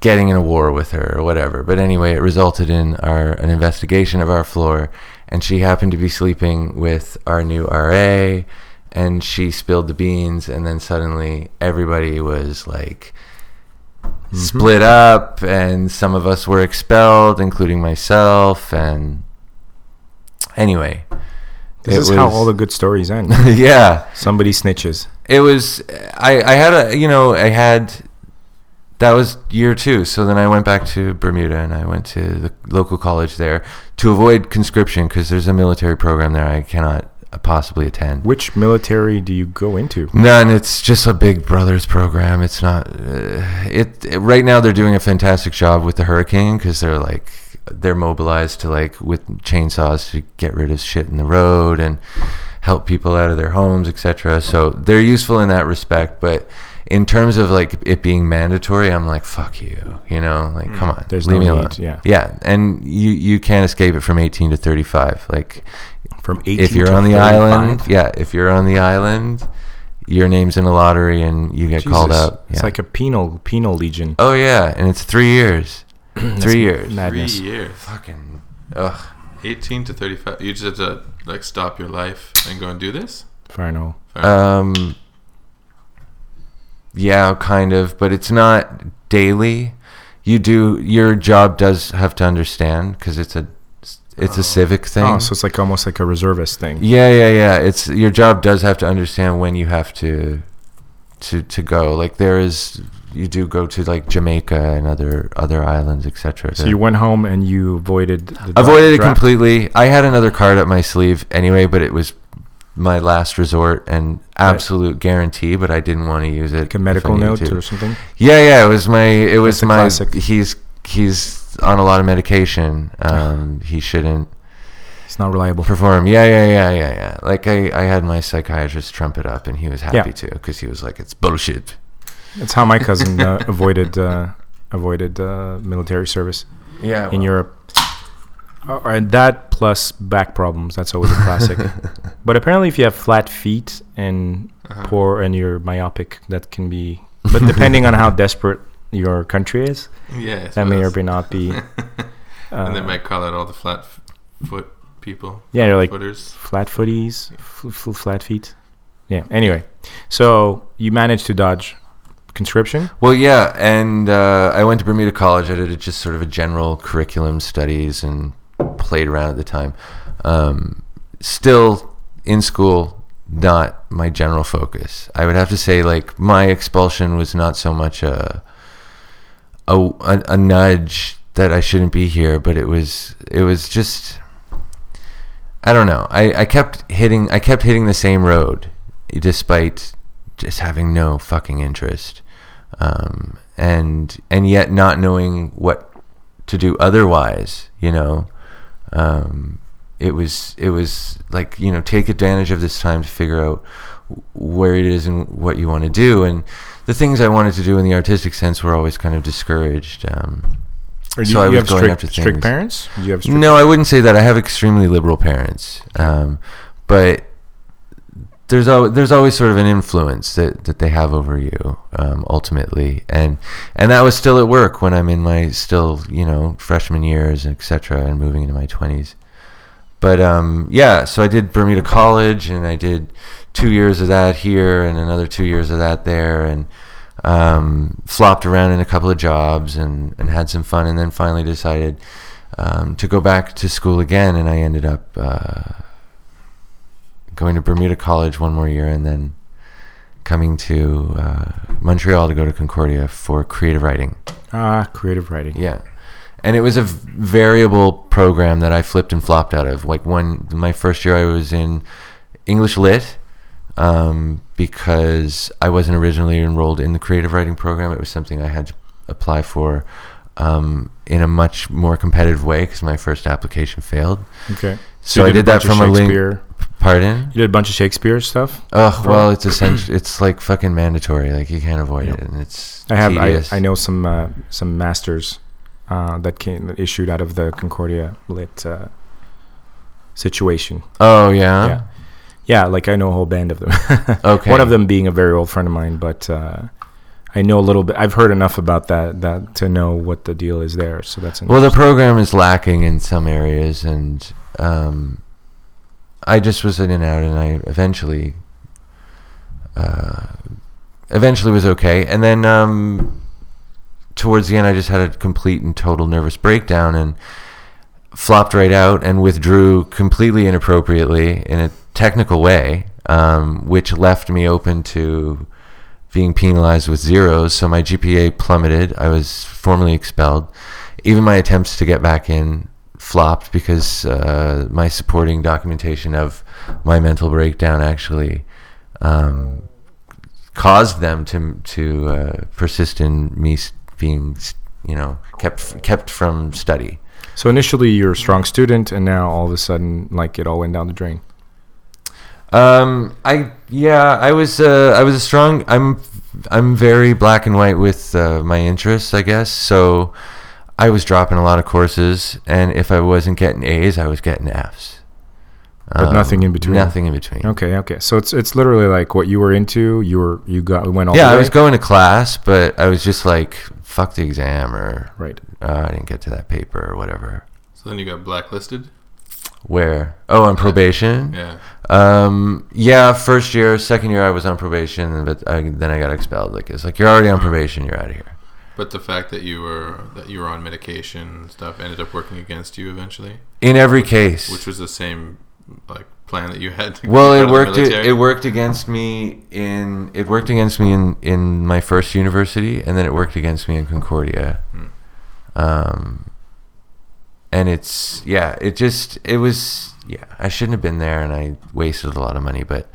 getting in a war with her or whatever. But anyway, it resulted in our an investigation of our floor, and she happened to be sleeping with our new RA, and she spilled the beans, and then suddenly everybody was like split up, and some of us were expelled, including myself, and anyway.
This
it
is how
was-
all the good stories end.
yeah
Somebody snitches.
it was I, I had a you know i had that was year two so then i went back to bermuda and i went to the local college there to avoid conscription because there's a military program there i cannot possibly attend
Which military do you go into?
None. It's just a Big Brothers program. It's not. Uh, it, it- right now they're doing a fantastic job with the hurricane because they're like they're mobilized to like with chainsaws to get rid of shit in the road and help people out of their homes, etc. So they're useful in that respect, but in terms of like it being mandatory, I'm like fuck you, you know, like come on,
Mm. There's
leave
no
me alone.
need, yeah.
yeah, and you you can't escape it from 18 to 35. Like
From 18
if you're
to
on the
35?
island, yeah, if you're on the island, your name's in a lottery and you get called
Jesus.
up.
It's
Yeah.
like a penal penal legion.
oh yeah, and it's three years, three years.
Three
Madness.
years.
Fucking ugh.
18 to 35. You just have to like stop your life and go and do this?
Farno.
Um, yeah, kind of, but it's not daily. You do your job does have to understand because it's a it's a civic thing.
Oh, so it's like almost like a reservist thing.
yeah, yeah, yeah. It's your job does have to understand when you have to to to go. Like there is you do go to like Jamaica and other other islands, etc.
So you went home and you avoided. The dra-
avoided it
draft.
completely. I had another card up my sleeve anyway, but it was my last resort and absolute guarantee. But I didn't want to use it.
Like a
if I
medical
needed
note
to.
or something.
Yeah, yeah. It was my. It was
a
my.
classic.
He's he's on a lot of medication. Um, he shouldn't
It's not reliable.
perform. Yeah, yeah, yeah, yeah, yeah. Like I, I had my psychiatrist trump it up, and he was happy
Yeah.
too because he was like, "It's bullshit."
That's how my cousin uh, avoided uh, avoided uh, military service
Yeah.
in Europe. Uh, and that plus back problems. That's always a classic. but apparently, if you have flat feet and
Uh-huh.
poor and you're myopic, that can be. But depending on how desperate your country is,
Yeah. I
that may or
suppose.
may not be.
and they might call it all the flat f- foot people.
Yeah, you're like
Footers.
flat footies, f- f- flat feet. Yeah. Anyway, so you managed to dodge conscription.
Well, yeah, and uh, I went to Bermuda College. I did a- just sort of a general curriculum studies and played around at the time. Um, still in school, not my general focus. I would have to say, like, my expulsion was not so much a a, a, a nudge that I shouldn't be here, but it was it was just I don't know. I, I kept hitting I kept hitting the same road despite just having no fucking interest. Um, and and yet not knowing what to do otherwise, you know. Um, it was it was like, you know, take advantage of this time to figure out where it is and what you want to do and the things I wanted to do in the artistic sense were always kind of discouraged. Um,
Or
So I was going
strict,
after
strict
things.
parents? Do you have strict
no, I wouldn't say that. I have extremely liberal parents, um, but there's al- there's always sort of an influence that, that they have over you um, ultimately, and and that was still at work when I'm in my still you know freshman years, etc., and moving into my twenties. But um, yeah, so I did Bermuda College, and I did two years of that here, and another two years of that there, and um, flopped around in a couple of jobs, and, and had some fun, and then finally decided um, to go back to school again, and I ended up uh, going to Bermuda College one more year, and then coming to uh, Montreal to go to Concordia for creative writing.
ah, creative writing?
Yeah. And it was a v- variable program that I flipped and flopped out of. Like when my first year, I was in English Lit um, because I wasn't originally enrolled in the creative writing program. It was something I had to apply for um, in a much more competitive way because my first application failed.
Okay.
So,
you
I
a
did that
bunch of
from a link.
Shakespeare-
Pardon?
You did a bunch of Shakespeare stuff.
Ugh, well, it's essential. It's like fucking mandatory. Like you can't avoid it, and it's
I have.
tedious.
I, I know some uh, some masters uh, that came that issued out of the Concordia lit uh, situation.
Oh yeah.
Yeah. Yeah, like I know a whole band of them.
Okay.
One of them being a very old friend of mine, but uh, I know a little bit. I've heard enough about that that to know what the deal is there. So that's
Well, the program is lacking in some areas, and um, I just was in and out, and I eventually, uh, eventually was okay, and then um, towards the end, I just had a complete and total nervous breakdown, and flopped right out and withdrew completely inappropriately in a technical way, um, which left me open to being penalized with zeros. So my GPA plummeted. I was formally expelled. Even my attempts to get back in flopped because uh, my supporting documentation of my mental breakdown actually um, caused them to to uh, persist in me s- being s- you know kept kept from study.
so initially you're a strong student, and now all of a sudden, like it all went down the drain.
Um, I yeah, I was uh, I was a strong. I'm I'm very black and white with uh, my interests, I guess. So I was dropping a lot of courses, and if I wasn't getting A's, I was getting F's.
But nothing in between.
Uh, Nothing in between.
Okay, okay. So it's it's literally like what you were into. You were you got went all
Yeah,
the
I
way.
was going to class, but I was just like, fuck the exam, or
right.
uh, I didn't get to that paper, or whatever.
So then you got blacklisted.
Where? Oh, on probation.
Yeah.
Um, yeah, first year, second year I was on probation, but I, then I got expelled. Like it's like you're already on probation, you're out of here.
But the fact that you were that you were on medication and stuff ended up working against you eventually,
In every case,
which was the same like plan that you had. To
well,
get out
it
of the
worked. It,
military?
it worked against me in it worked against me in in my first university, and then it worked against me in Concordia.
Hmm.
Um, and it's yeah, it just it was yeah. I shouldn't have been there, and I wasted a lot of money. But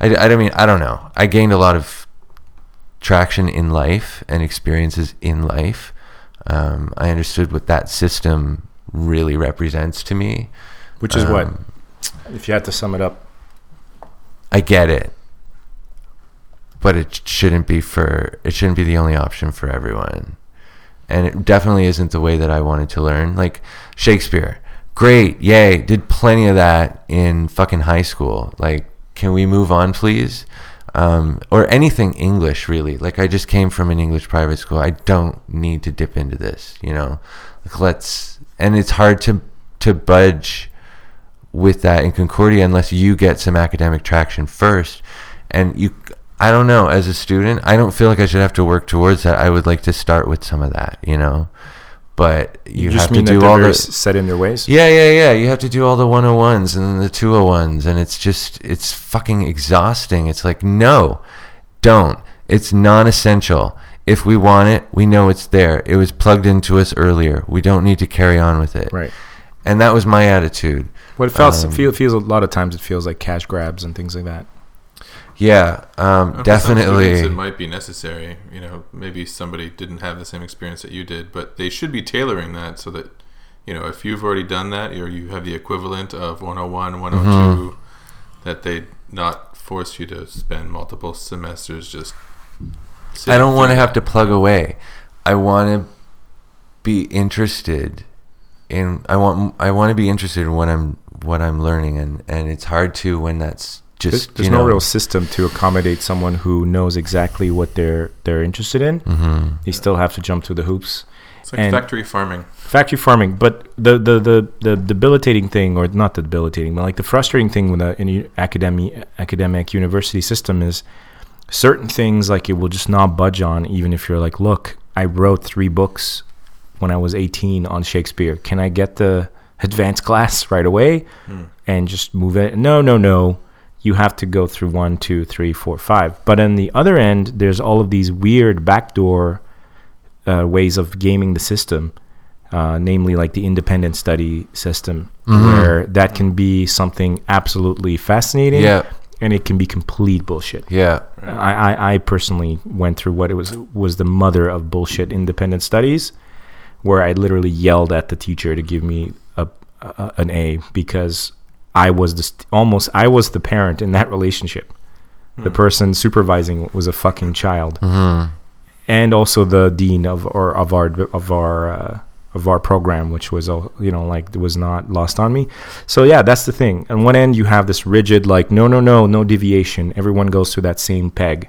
I, I don't mean I don't know. I gained a lot of traction in life and experiences in life. Um, I understood what that system really represents to me.
Which is what,
Um,
if you had to sum it up,
I get it, but it shouldn't be for it shouldn't be the only option for everyone, and it definitely isn't the way that I wanted to learn. Like Shakespeare, great, yay, did plenty of that in fucking high school. Like, can we move on, please? Um, or anything English, really. Like, I just came from an English private school. I don't need to dip into this, you know. Like, let's. And it's hard to to budge with that in Concordia unless you get some academic traction first. And you, I don't know, as a student, I don't feel like I should have to work towards that. I would like to start with some of that, you know. But you,
you
have
just
to
mean that
do
they're
all
very
the
s- set in their ways.
yeah, yeah, yeah. You have to do all the 101s and then the 201s, and it's just, it's fucking exhausting. It's like, no, don't. It's non essential. If we want it, we know it's there. It was plugged into us earlier. We don't need to carry on with it.
Right.
And that was my attitude.
What it feels,
Um,
feel, feels a lot of times it feels like cash grabs and things like that.
Yeah, um,
And for some students, It
definitely.
might be necessary. You know, maybe somebody didn't have the same experience that you did, but they should be tailoring that so that, you know, if you've already done that or you have the equivalent of 101, 102, that they not force you to spend multiple semesters just.
I don't want to
sitting
have to plug away. I want to be interested in. I want. I want to be interested in what I'm what I'm learning, and and it's hard to when that's just
There's, there's
you
no
know,
real system to accommodate someone who knows exactly what they're they're interested in. Mm-hmm. They still have to jump through the hoops.
It's like
and-
factory farming.
factory farming but the the the, the debilitating thing or not the debilitating but like the frustrating thing with a, any academic academic university system is certain things like it will just not budge on even if you're like look i wrote three books when i was 18 on shakespeare can i get the advanced class right away and just move it no no no you have to go through one two three four five but on the other end there's all of these weird backdoor uh, ways of gaming the system uh, namely like the independent study system, where that can be something absolutely fascinating,
Yeah.
and it can be complete bullshit.
Yeah.
I, I, I personally went through what it was was the mother of bullshit independent studies, where I literally yelled at the teacher to give me a, a an A because I was the st- almost I was the parent in that relationship. The person supervising was a fucking child, and also the dean of or of our of our uh, of our program, which was all you know like was not lost on me. So yeah, that's the thing. On one end, you have this rigid like no no no no deviation. Everyone goes to that same peg,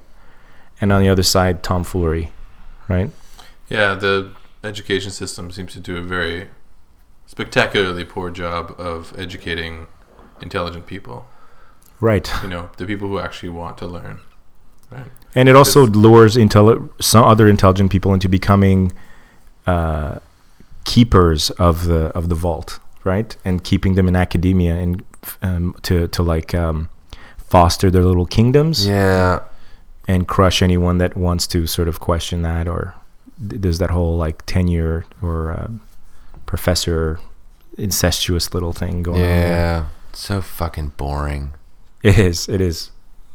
and on the other side, tomfoolery, right?
Yeah, the education system seems to do a very spectacularly poor job of educating intelligent people.
Right.
You know, the people who actually want to learn. Right.
And it also lures intelli- some other intelligent people into becoming uh, keepers of the of the vault, right? And keeping them in academia and um, to to like um, foster their little kingdoms
Yeah.
and crush anyone that wants to sort of question that. Or th- there's that whole like tenure or uh, professor incestuous little thing going on. there.
Yeah. So fucking boring.
It is. It is.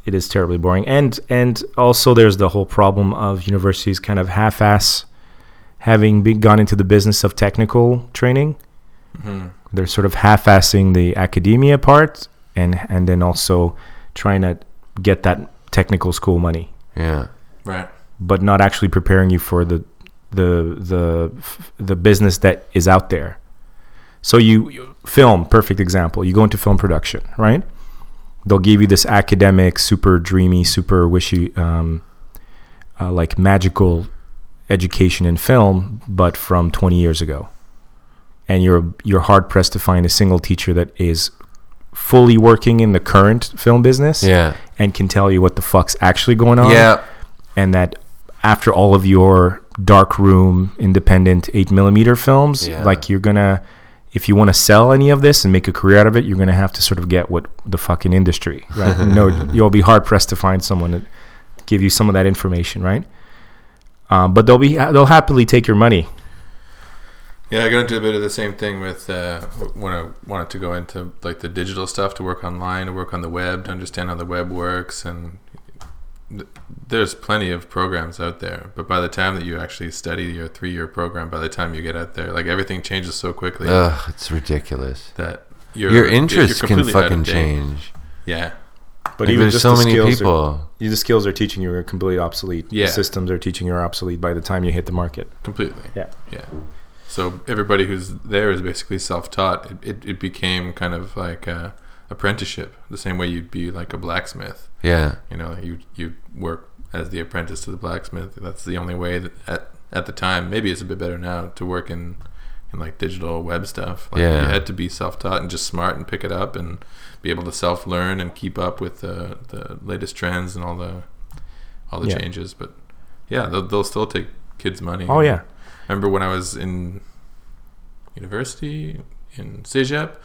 It is terribly boring. And and also there's the whole problem of universities kind of half-ass having been gone into the business of technical training. They're sort of half-assing the academia part and and then also trying to get that technical school money,
Yeah.
Right.
but not actually preparing you for the the the the business that is out there. So you- you film, perfect example. You go into film production, right? They'll give you this academic, super dreamy, super wishy, um, uh, like magical education in film, but from 20 years ago. And you're you're hard pressed to find a single teacher that is fully working in the current film business
Yeah.
and can tell you what the fuck's actually going on
Yeah.
and that after all of your dark room independent 8 millimeter films
Yeah.
like you're gonna if you want to sell any of this and make a career out of it you're gonna have to sort of get what the fucking industry right no you'll be hard pressed to find someone to give you some of that information right um, but they'll be they'll happily take your money
Yeah, I got into a bit of the same thing with uh, when I wanted to go into like the digital stuff to work online, to work on the web, to understand how the web works, and th- there's plenty of programs out there. But by the time that you actually study your three-year program, by the time you get out there, like everything changes so quickly
Ugh, it's ridiculous.
that
Your interests can
completely out of
fucking
date.
change.
Yeah,
but
Like, there's so many people.
are, the skills they're teaching you are completely obsolete
Yeah.
the systems they're teaching you are obsolete by the time you hit the market
completely.
Yeah.
yeah. So everybody who's there is basically self-taught. It, it, it became kind of like a apprenticeship, the same way you'd be like a blacksmith.
Yeah.
you know you you work as the apprentice to the blacksmith that's the only way that at, at the time maybe it's a bit better now to work in in like digital web stuff like
Yeah.
you had to be self-taught and just smart and pick it up and be able to self-learn and keep up with the the latest trends and all the all the
Yeah.
changes but yeah they'll, they'll still take kids money
oh yeah
I remember when I was in university in Sejep.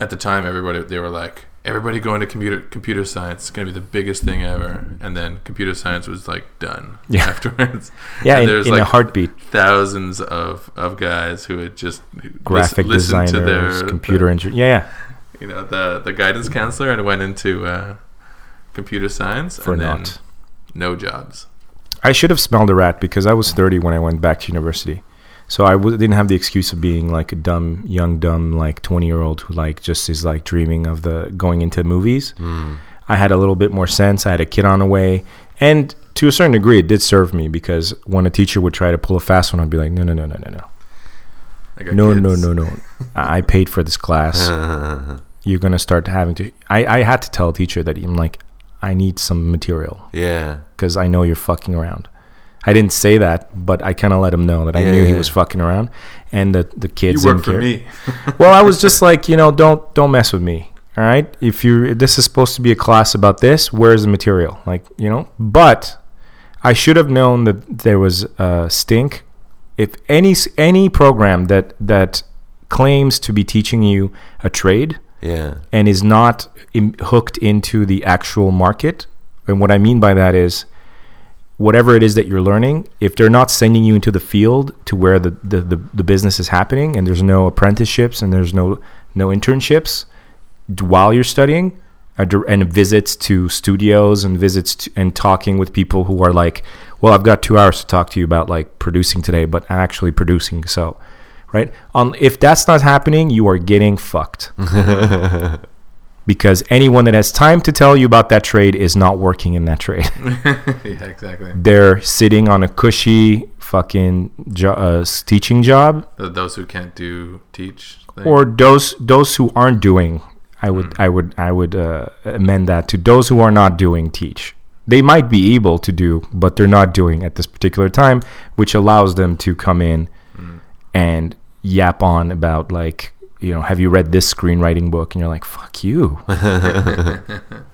At the time, everybody they were like, everybody going to computer computer science is going to be the biggest thing ever. And then computer science was like done
Yeah.
afterwards.
yeah
And
in,
there's
in a
like
heartbeat
thousands of, of guys who had just who
graphic
lis- listened
designers computer
their-
engineer yeah
you know the the guidance counselor and went into uh, computer science
for
and
not.
then no jobs.
I should have smelled a rat because I was 30 when I went back to university. So I w- didn't have the excuse of being like a dumb, young, dumb, like 20 year old who like just is like dreaming of the going into movies. I had a little bit more sense. I had a kid on the way. And to a certain degree, it did serve me because when a teacher would try to pull a fast one, I'd be like, no, no, no, no, no, no.
I got
No,
kids.
no, no, no. I I paid for this class.
Uh-huh.
You're going to start having to. I, I had to tell a teacher that I'm like, I need some material
Yeah.
because I know you're fucking around. I didn't say that, but I kind of let him know that I
Yeah,
knew he
yeah.
was fucking around, and the the kids
You work
didn't
for
care.
me.
Well, I was just like, you know, don't don't mess with me. All right, if you this is supposed to be a class about this, where's the material? Like, you know, but I should have known that there was a stink. If any s- any program that that claims to be teaching you a trade
Yeah.
and is not Im- hooked into the actual market. And what I mean by that is whatever it is that you're learning, if they're not sending you into the field to where the, the, the, the business is happening and there's no apprenticeships and there's no, no internships d- while you're studying uh, dir- and visits to studios and visits to, and talking with people who are like, well, I've got two hours to talk to you about like producing today, but I'm actually producing. So, right. Um, if that's not happening, you are getting fucked because anyone that has time to tell you about that trade is not working in that trade.
yeah, exactly.
They're sitting on a cushy fucking jo- uh, s- teaching job,
Th- Those who can't do teach. thing.
or those those who aren't doing. I would I would I would uh, amend that to those who are not doing teach. They might be able to do, but they're not doing at this particular time, which allows them to come in and yap on about like you know have you read this screenwriting book and you're like fuck you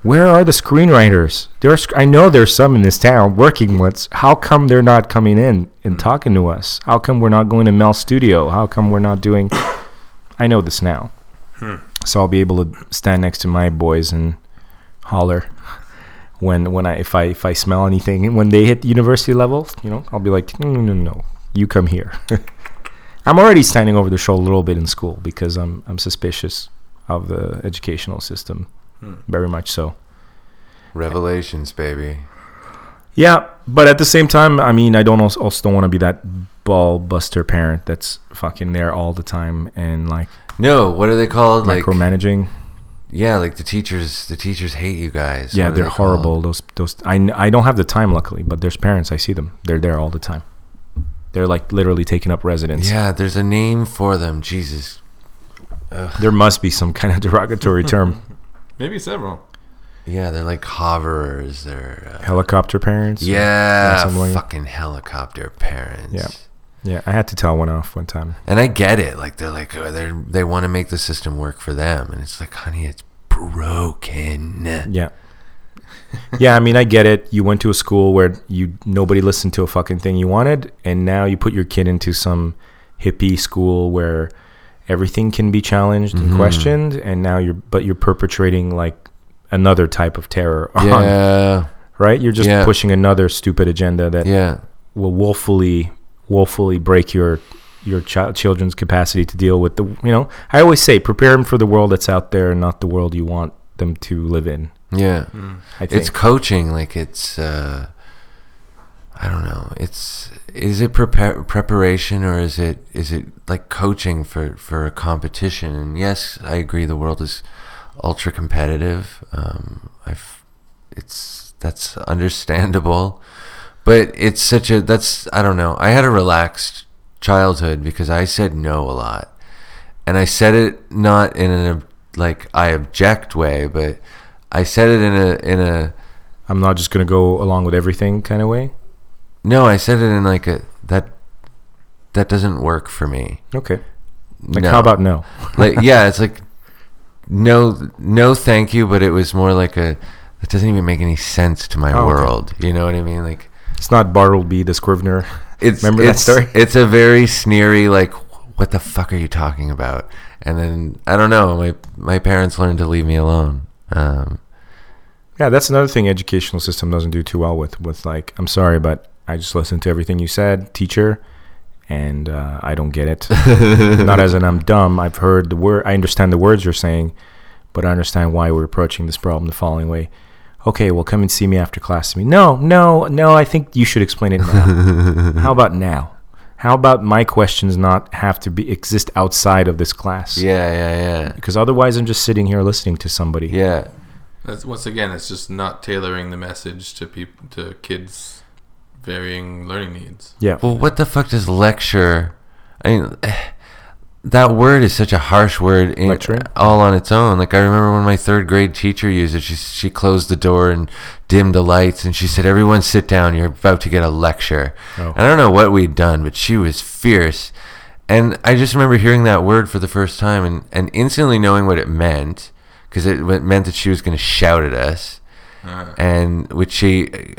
where are the screenwriters there's i know there's some in this town working with how come they're not coming in and talking to us how come we're not going to mel's studio how come we're not doing i know this now so i'll be able to stand next to my boys and holler when when i if i if i smell anything when they hit university level you know i'll be like no no no no you come here I'm already standing over the show a little bit in school because I'm I'm suspicious of the educational system, very much so.
Revelations, baby.
Yeah, but at the same time, I mean, I don't also, also don't want to be that ball buster parent that's fucking there all the time and like
No, what are they called? Like
micromanaging.
yeah, like the teachers, the teachers hate you guys.
yeah,
What are
they're
they uh, called?
horrible. Those those I, kn- I don't have the time luckily, but there's parents. I see them. They're there all the time. They're like literally taking up residence.
Yeah, there's a name for them. Jesus,
There must be some kind of derogatory term.
Maybe several.
yeah, they're like hoverers. They're uh,
Helicopter parents.
yeah,
something like-
fucking helicopter parents.
Yeah. Yeah, I had to tell one off one time.
And I get it. Like they're like oh, they're, they want to make the system work for them, and it's like, honey, it's broken.
Yeah. yeah, I mean, I get it. You went to a school where you nobody listened to a fucking thing you wanted, and now you put your kid into some hippie school where everything can be challenged
Mm-hmm.
and questioned, and now you're but you're perpetrating like another type of terror, on,
Yeah,
right? You're just
Yeah.
pushing another stupid agenda that
yeah,
will woefully woefully break your your child children's capacity to deal with the you know i always say prepare them for the world that's out there and not the world you want them to live in
yeah.
i think
It's coaching. Like it's, uh, I don't know. It's is it prepar- preparation or is it is it like coaching for for a competition? And yes, I agree. The world is ultra competitive. Um, I've it's that's understandable, but it's such a that's I don't know. I had a relaxed childhood because I said no a lot and I said it not in an ob- like I object way, but I said it in a in a
i'm not just going to go along with everything kind of way
no, I said it in like a that that doesn't work for me.
okay like
no.
how about no
like yeah, it's like no no thank you, but it was more like a that doesn't even make any sense to my
Oh, okay.
world. You know what I mean? Like
it's not bartleby the scrivener
it's
Remember that
it's-
story?
It's a very sneery like what the fuck are you talking about? And then I don't know, my my parents learned to leave me alone. Um
yeah that's another thing educational system doesn't do too well with with like i'm sorry but i just listened to everything you said teacher and uh, i don't get it not as in I'm dumb. I've heard the word. I understand the words you're saying, but I understand why we're approaching this problem the following way. Okay, well, come and see me after class. Me, no, no, no. I think you should explain it now. How about now? How about my questions not have to be exist outside of this class?
Yeah, yeah,
Because otherwise, I'm just sitting here listening to somebody.
yeah. Yeah.
That's once again, it's just not tailoring the message to people to kids' varying learning needs.
Yeah.
Well, what the fuck does lecture? I mean, that word is such a harsh word in,
Lecturing?
all on its own. Like I remember when my third grade teacher used it. She she closed the door and dimmed the lights, and she said, "Everyone, sit down. You're about to get a lecture."
Oh.
And I don't know what we'd done, but she was fierce. And I just remember hearing that word for the first time and, and instantly knowing what it meant because it wa- meant that she was going to shout at us, and which she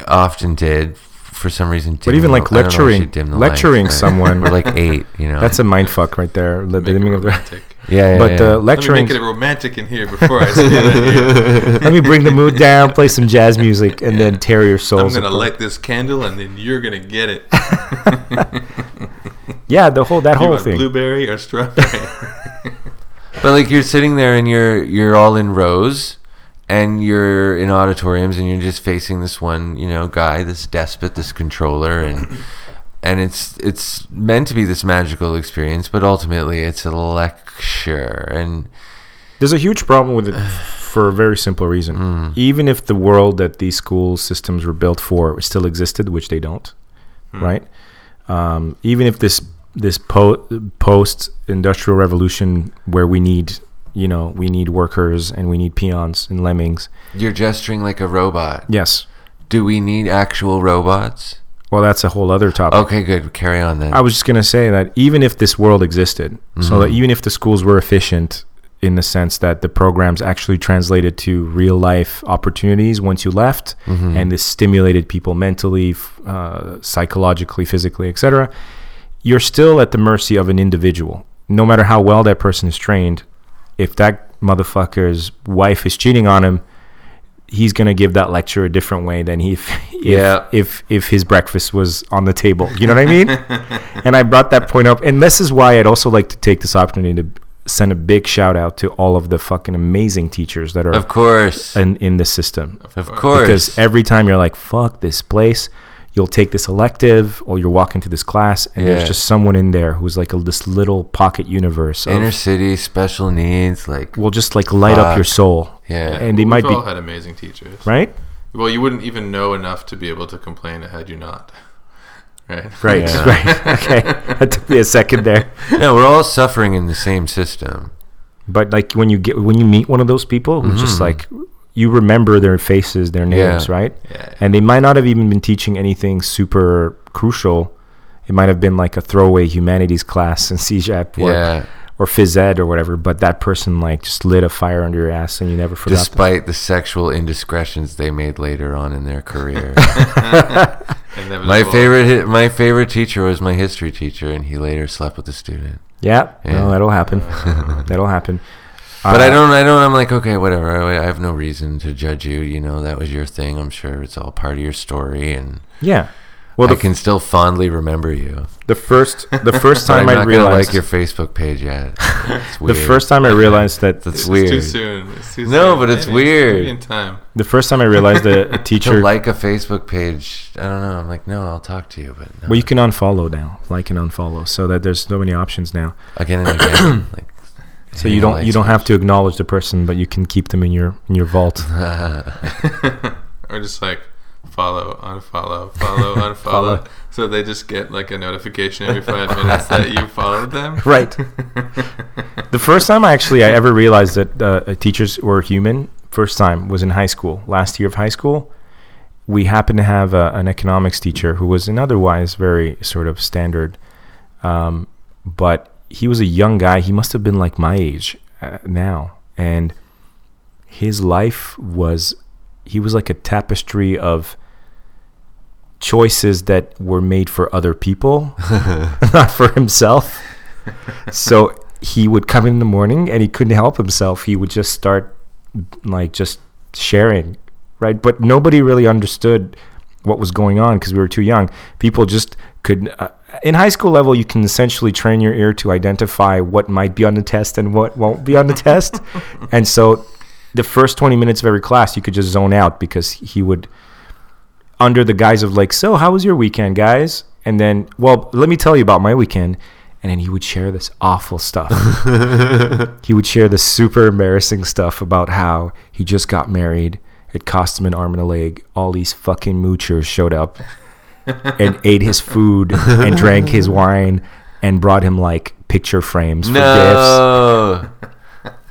often did for some reason.
But
dim
even,
the-
like,
I don't know if she
lecturing-
dimmed the
lecturing
lights.
someone-
We're like eight, you know.
That's a mind fuck right there. The- the
Make it
meaning of the-
romantic.
yeah, yeah,
but
yeah.
uh,
Let me
lecturing.
make it romantic in here before I say that. Here.
Let me bring the mood down, play some jazz music, and then tear your
I'm
souls.
gonna
apart.
light this candle, and then you're gonna get it.
yeah, the whole that
You
whole
want
thing.
blueberry or strawberry?
but like you're sitting there and you're you're all in rows, and you're in auditoriums and you're just facing this one, you know, guy, this despot, this controller, and and it's it's meant to be this magical experience, but ultimately it's a lecture, and
There's a huge problem with it for a very simple reason.
Hmm.
Even if the world that these school systems were built for still existed, which they don't,
Hmm.
right? Um, even if this this po- post industrial revolution where we need you know we need workers and we need peons and lemmings.
you're gesturing like a robot.
Yes.
Do we need actual robots?
Well, that's a whole other topic.
Okay, good. Carry on then.
I was just gonna say that even if this world existed, so that even if the schools were efficient in the sense that the programs actually translated to real life opportunities once you left, and this stimulated people mentally, f- uh, psychologically, physically, etc., you're still at the mercy of an individual. No matter how well that person is trained, if that motherfucker's wife is cheating on him, he's gonna give that lecture a different way than he if if,
Yeah.
if if his breakfast was on the table. You know what I mean? and I brought that point up, and this is why I'd also like to take this opportunity to send a big shout out to all of the fucking amazing teachers that are
of course,
in, in the system
of course.
because every time you're like fuck this place. you'll take this elective or you'll walk into this class and
Yeah.
there's just someone in there who's like a, this little pocket universe of,
Inner city, special needs, like
will just like light up your
Fuck.
soul.
Yeah.
And they
We've
might be
all had amazing teachers.
right?
Well, you wouldn't even know enough to be able to complain had you not. Right.
Right, right. Okay. That took me a second there.
no, we're all suffering in the same system.
But like when you get when you meet one of those people who's just like you remember their faces, their names,
Mm-hmm. Yeah.
right?
Yeah.
And they might not have even been teaching anything super crucial. It might have been like a throwaway humanities class in CJAP or,
Yeah.
or phys ed or whatever, but that person like just lit a fire under your ass and you never forgot. them.
Despite the sexual indiscretions they made later on in their career.
Inevitable.
my favorite hi- my favorite teacher was my history teacher and he later slept with a student.
yeah,
Yeah.
no, that'll happen. that'll happen.
But I
Uh,
don't I don't I'm like okay whatever. I, I have no reason to judge you, you know, that was your thing. I'm sure it's all part of your story and
Yeah. Well,
I
the,
can still fondly remember you.
the first the first
But
time
I'm
I
not gonna
realized
like your Facebook page yet. It's
the
weird.
first time I realized that
that's
It's
weird.
too soon. It's too
No,
soon.
but it's
Maybe-
weird.
maybe in time.
the first time I realized that a
To
teacher
like a Facebook page, I don't know. I'm like, no, I'll talk to you, but no.
well you can unfollow now, like and unfollow, so that there's so many options now.
again and again. like,
So you don't you don't have to acknowledge the person, but you can keep them in your in your vault.
Or just like follow, unfollow, follow, unfollow.
Follow.
So they just get like a notification every five minutes that you followed them.
right. the first time I actually I ever realized that uh, uh, teachers were human. First time was in high school. Last year of high school, we happened to have a, an economics teacher who was an otherwise very sort of standard, um, but he was a young guy. He must have been like my age uh, now, and his life was he was like a tapestry of choices that were made for other people not for himself. so he would come in the morning and he couldn't help himself. He would just start like just sharing, right? But nobody really understood what was going on because we were too young. People just could. Uh, in high school level, you can essentially train your ear to identify what might be on the test and what won't be on the test. And so, the first twenty minutes of every class, you could just zone out because he would under the guise of like, so how was your weekend, guys? And then, well, let me tell you about my weekend. And then he would share this awful stuff. he would share this super embarrassing stuff about how he just got married. It cost him an arm and a leg. All these fucking moochers showed up and ate his food and drank his wine and brought him like picture frames for gifts.
No,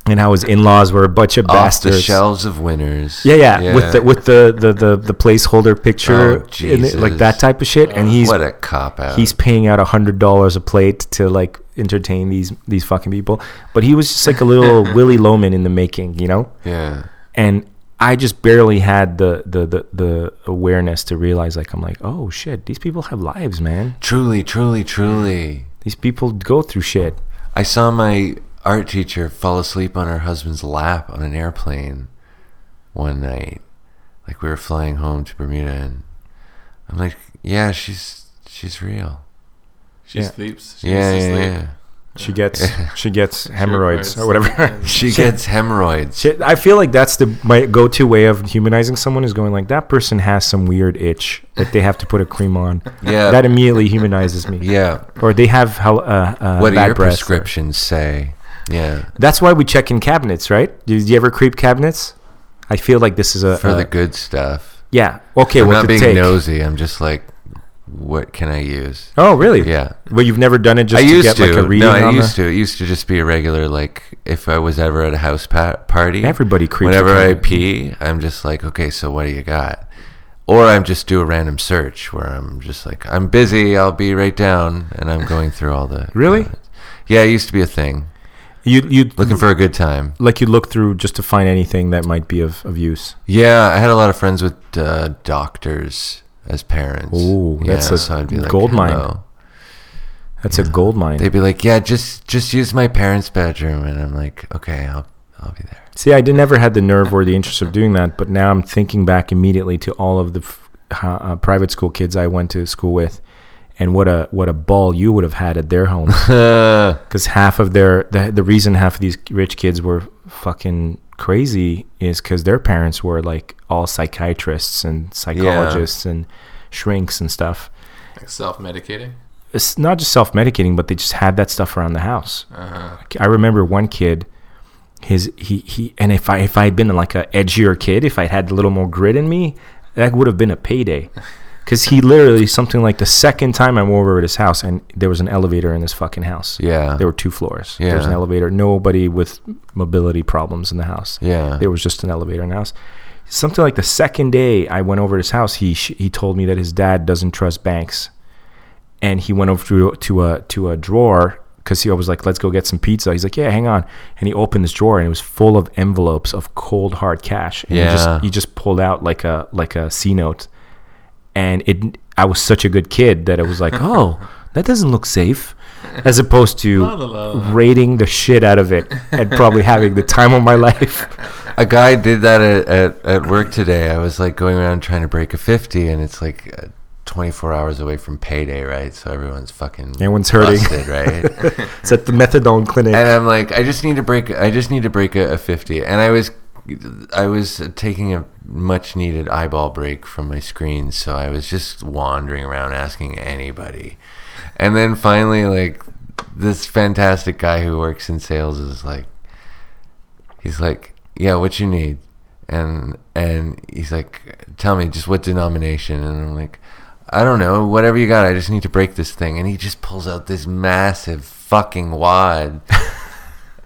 And how his in laws were a bunch of
off
bastards.
the shelves of winners.
Yeah, yeah, with the with the the the, the placeholder picture,
Oh,
in it, like that
Jesus.
type of shit, and he's
what a cop out.
he's paying out a hundred dollars a plate to like entertain these these fucking people. But he was just like a little Willy Loman in the making, you know.
yeah.
And I just barely had the the the, the awareness to realize like I'm like, oh shit, these people have lives, man.
Truly, truly, truly.
These people go through shit.
I saw my art teacher fall asleep on her husband's lap on an airplane one night. Like we were flying home to Bermuda, and I'm like, yeah, she's she's real.
She
Yeah.
sleeps. She
Yeah,
needs to
yeah,
sleep.
yeah.
She gets she gets hemorrhoids or whatever.
She gets hemorrhoids.
Shit, I feel like that's the my go-to way of humanizing someone is going like that person has some weird itch that they have to put a cream on.
Yeah.
that immediately humanizes me.
Yeah.
Or they have hell, uh, uh,
What do
bad
your
breath.
prescriptions say? Yeah.
That's why we check in cabinets, right? Did you ever creep cabinets? I feel like this is a
For
a-
the good stuff.
Uh, yeah. Okay,
I'm
what
not
to
being
take?
nosy. I'm just like, what can I use?
Oh, really?
Yeah.
Well, you've never done it just
I
to
used
get
to.
like a reading
no, I
on
used
the-
to. It used to just be a regular, like, if I was ever at a house pa- party.
Everybody creeps
Whenever
a
I
cabinet.
pee, I'm just like, okay, so what do you got? Or I'm just do a random search where I'm just like, I'm busy. I'll be right down, and I'm going through all the.
Really?
yeah, it used to be a thing.
You you
Looking for a good time.
like you look through just to find anything that might be of, of use.
Yeah, I had a lot of friends with uh, doctors as parents.
Ooh, that's a gold mine. That's a gold mine.
They'd be like, "Yeah, just just use my parents' bedroom," and I'm like, "Okay, I'll I'll be there."
See, I did, never had the nerve or the interest of doing that, but now I'm thinking back immediately to all of the f- ho- uh, private school kids I went to school with, and what a what a ball you would have had at their home. Because half of their the, the reason half of these rich kids were fucking crazy is because their parents were like all psychiatrists and psychologists and shrinks and stuff.
Like self-medicating.
It's not just self medicating, but they just had that stuff around the house.
Uh-huh.
I remember one kid, his he he, and if I if I had been like a edgier kid, if I had a little more grit in me, that would have been a payday. Because he literally something like the second time I went over at his house, and there was an elevator in this fucking house.
Yeah.
there were two floors. There was an
Yeah.
elevator. Nobody with mobility problems in the house.
Yeah.
there was just an elevator in the house. Something like the second day I went over to his house, he sh- he told me that his dad doesn't trust banks, and he went over to to a to a drawer because he was like, "Let's go get some pizza." He's like, "Yeah, hang on," and he opened this drawer and it was full of envelopes of cold hard cash. And he
Yeah.
just he just pulled out like a like a C note, and it I was such a good kid that it was like, "Oh, that doesn't look safe." As opposed to raiding the shit out of it and probably having the time of my life.
A guy did that at, at, at work today. I was like going around trying to break a 50, and it's like uh, 24 hours away from payday, right? So everyone's fucking.
Everyone's hurting.
busted, right?
It's at the methadone clinic.
and I'm like, I just need to break. I just need to break a, a 50. And I was, I was taking a much needed eyeball break from my screen, so I was just wandering around asking anybody, and then finally, like this fantastic guy who works in sales is like, he's like, yeah, what you need, and and he's like, tell me just what denomination, and I'm like. I don't know, whatever you got, I just need to break this thing. And he just pulls out this massive fucking wad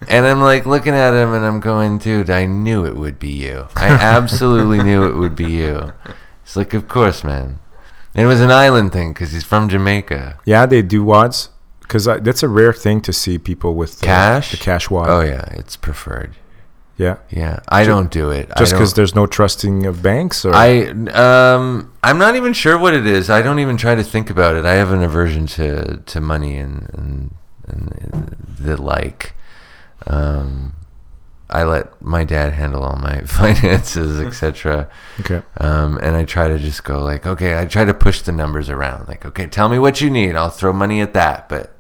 and I'm like looking at him and I'm going, dude, I knew it would be you. I absolutely knew it would be you. It's like, of course, man. And it was an island thing because he's from Jamaica.
Yeah, they do wads because that's a rare thing to see people with the,
Cash?
The cash wad.
Oh, yeah, it's preferred.
yeah.
Yeah, I don't do it. I
Just
don't-
because there's no trusting of banks, or
I um I'm not even sure what it is. I don't even try to think about it. I have an aversion to to money and and, and the like. Um, I let my dad handle all my finances, etc.
okay,
Um, and I try to just go like, okay, I try to push the numbers around. Like, okay, tell me what you need. I'll throw money at that, but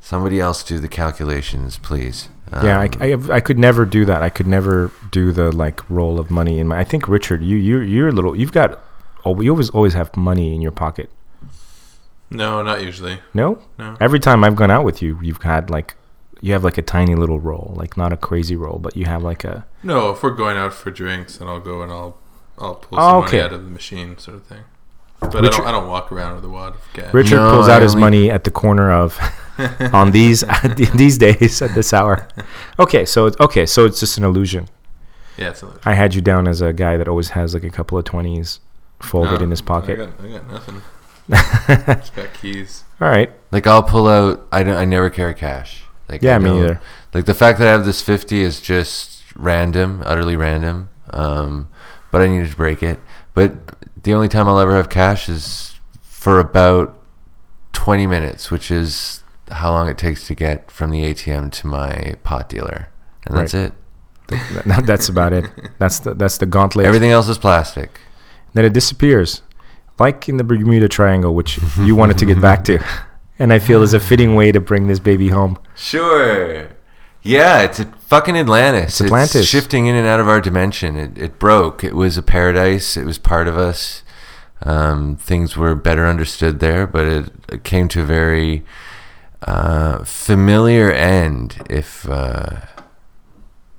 somebody else do the calculations, please. Um,
yeah, I, I, have- I could never do that. I could never do the like roll of money in my. I think Richard, you you you're a little. You've got. Oh, you always always have money in your pocket.
No, not usually.
No,
No.
Every time I've gone out with you, you've had like, you have like a tiny little roll, like not a crazy roll, but you have like a.
No, if we're going out for drinks, then I'll go and I'll I'll pull
Oh,
some
okay.
money out of the machine, sort of thing. But I
Richard-
don't I don't walk around with a wad of cash.
Richard
No,
pulls
I
out his
only-
money at the corner of on these these days at this hour. Okay, so it's okay, so it's just an illusion.
yeah, it's not-
I had you down as a guy that always has like a couple of twenties folded
Oh,
no,
in his pocket.
I got, I got nothing. Just got keys.
All right.
Like I'll pull out. I don't. I never carry cash. Like
Yeah,
I
me
don't-
either.
Like the fact that I have this fifty is just random, utterly random. Um, but I needed to break it. But the only time I'll ever have cash is for about twenty minutes, which is how long it takes to get from the ATM to my pot dealer, and that's
Right.
it.
That- that's about it. That's the that's the gauntlet.
Everything else is plastic.
Then it disappears. Like in the Bermuda Triangle, which you wanted to get back to. And I feel is a fitting way to bring this baby home.
Sure. Yeah, it's a fucking Atlantis. It's
Atlantis.
shifting in and out of our dimension. It, it broke. It was a paradise. It was part of us. Um, things were better understood there, but it, it came to a very uh, familiar end. If uh,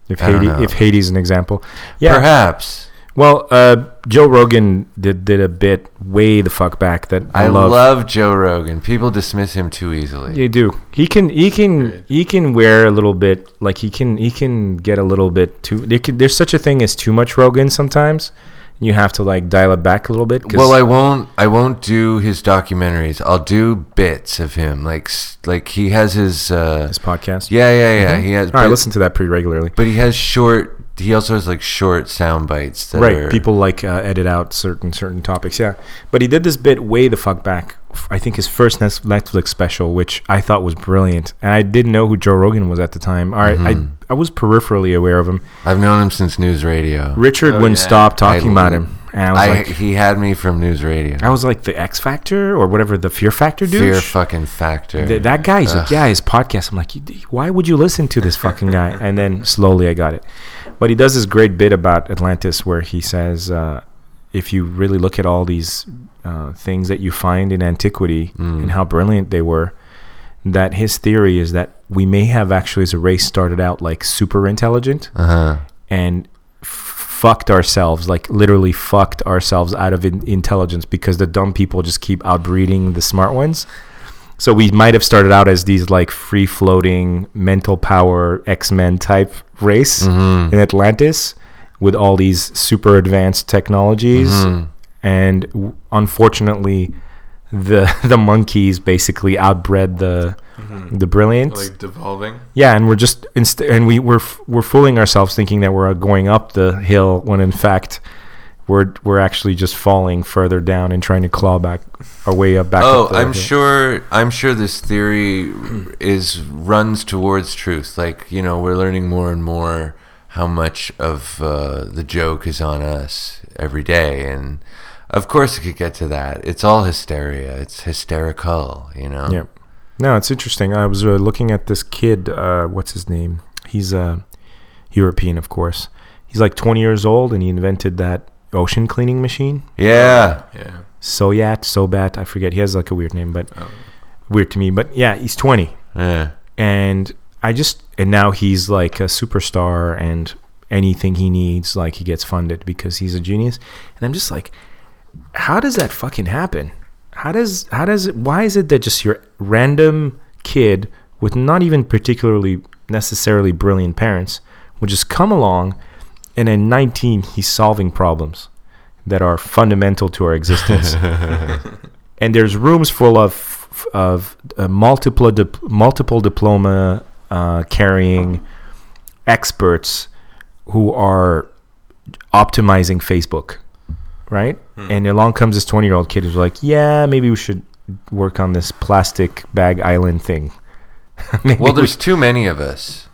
If
I don't
Haiti,
know.
if Haiti's an example, yeah.
perhaps
Well, uh, Joe Rogan did did a bit way the fuck back that I,
I love.
love.
Joe Rogan. People dismiss him too easily.
You do. He can. He can. He can wear a little bit. Like he can. He can get a little bit too. There can, there's such a thing as too much Rogan sometimes. You have to like dial it back a little bit. 'cause-
Well, I won't. I won't do his documentaries. I'll do bits of him, like s- like he has his. Uh,
this podcast.
yeah, yeah, yeah. He has.
Mm-hmm. All right, I
bit-
listen to that pretty regularly.
But he has short. He also has like short sound bites. That
Right,
Are,
people like uh, edit out certain certain topics. Yeah, but he did this bit way the fuck back. I think his first Nes- Netflix special, which I thought was brilliant, and I didn't know who Joe Rogan was at the time. All right, I
Mm-hmm.
I was peripherally aware of him.
I've known him since News Radio.
Richard wouldn't
yeah.
stop talking
Oh, I-
about him, and I was
I,
like,
he had me from News Radio.
I was like the X Factor or whatever the Fear Factor dude.
Fear fucking factor.
Th- that guy's like, yeah, his podcast. I'm like, "You- why would you listen to this fucking guy? And then slowly I got it. But he does this great bit about Atlantis where he says, uh, if you really look at all these uh, things that you find in antiquity
Mm.
and how brilliant they were, that his theory is that we may have actually as a race started out like super intelligent and f- fucked ourselves, like literally fucked ourselves out of in- intelligence because the dumb people just keep outbreeding the smart ones. So we might have started out as these like free floating mental power X Men type race in Atlantis with all these super advanced technologies, and w- unfortunately, the the monkeys basically outbred the the brilliant.
Like devolving.
yeah, and we're just inst- and we we're f- we're fooling ourselves thinking that we're uh, going up the hill when in fact. We're, we're actually just falling further down and trying to claw back our way up back.
Oh,
up the
I'm
hill.
sure. I'm sure this theory is runs towards truth. Like you know, we're learning more and more how much of uh, the joke is on us every day, and of course it could get to that. It's all hysteria. It's hysterical. You know.
Yeah. No, it's interesting. I was uh, looking at this kid. Uh, what's his name? He's uh, European, of course. He's like 20 years old, and he invented that ocean cleaning machine.
Yeah.
Yeah.
Soyat, Sobat, I forget. He has like a weird name, but
Oh.
weird to me. But yeah, he's 20,
Yeah.
and I just and now he's like a superstar, and anything he needs, like he gets funded because he's a genius. And I'm just like, how does that fucking happen? How does how does it, why is it that just your random kid with not even particularly necessarily brilliant parents would just come along and at 19 he's solving problems that are fundamental to our existence. and there's rooms full of of uh, multiple dip- multiple diploma uh, carrying experts who are optimizing Facebook, right?
Hmm.
And along comes this 20 year old kid who's like, yeah, maybe we should work on this plastic bag island thing. Maybe
Well,
we
there's too many of us.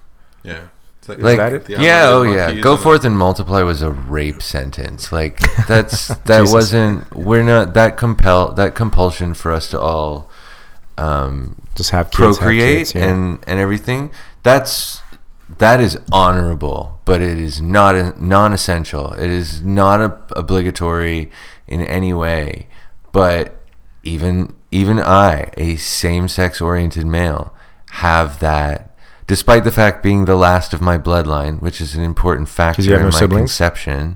Yeah. It's
Like,
that it?
The
yeah,
island
oh
of
yeah.
monkeys
Go
and-
forth and multiply was a rape sentence. Like that's that
Jesus.
wasn't. We're not that compel that compulsion for us to all um,
should just have kids, have
procreate
kids, yeah.
and and everything that's that is honorable but it is not a, non-essential it is not a, obligatory in any way but even even i a same-sex oriented male have that despite the fact being the last of my bloodline which is an important factor
you have
in
no
my
siblings?
conception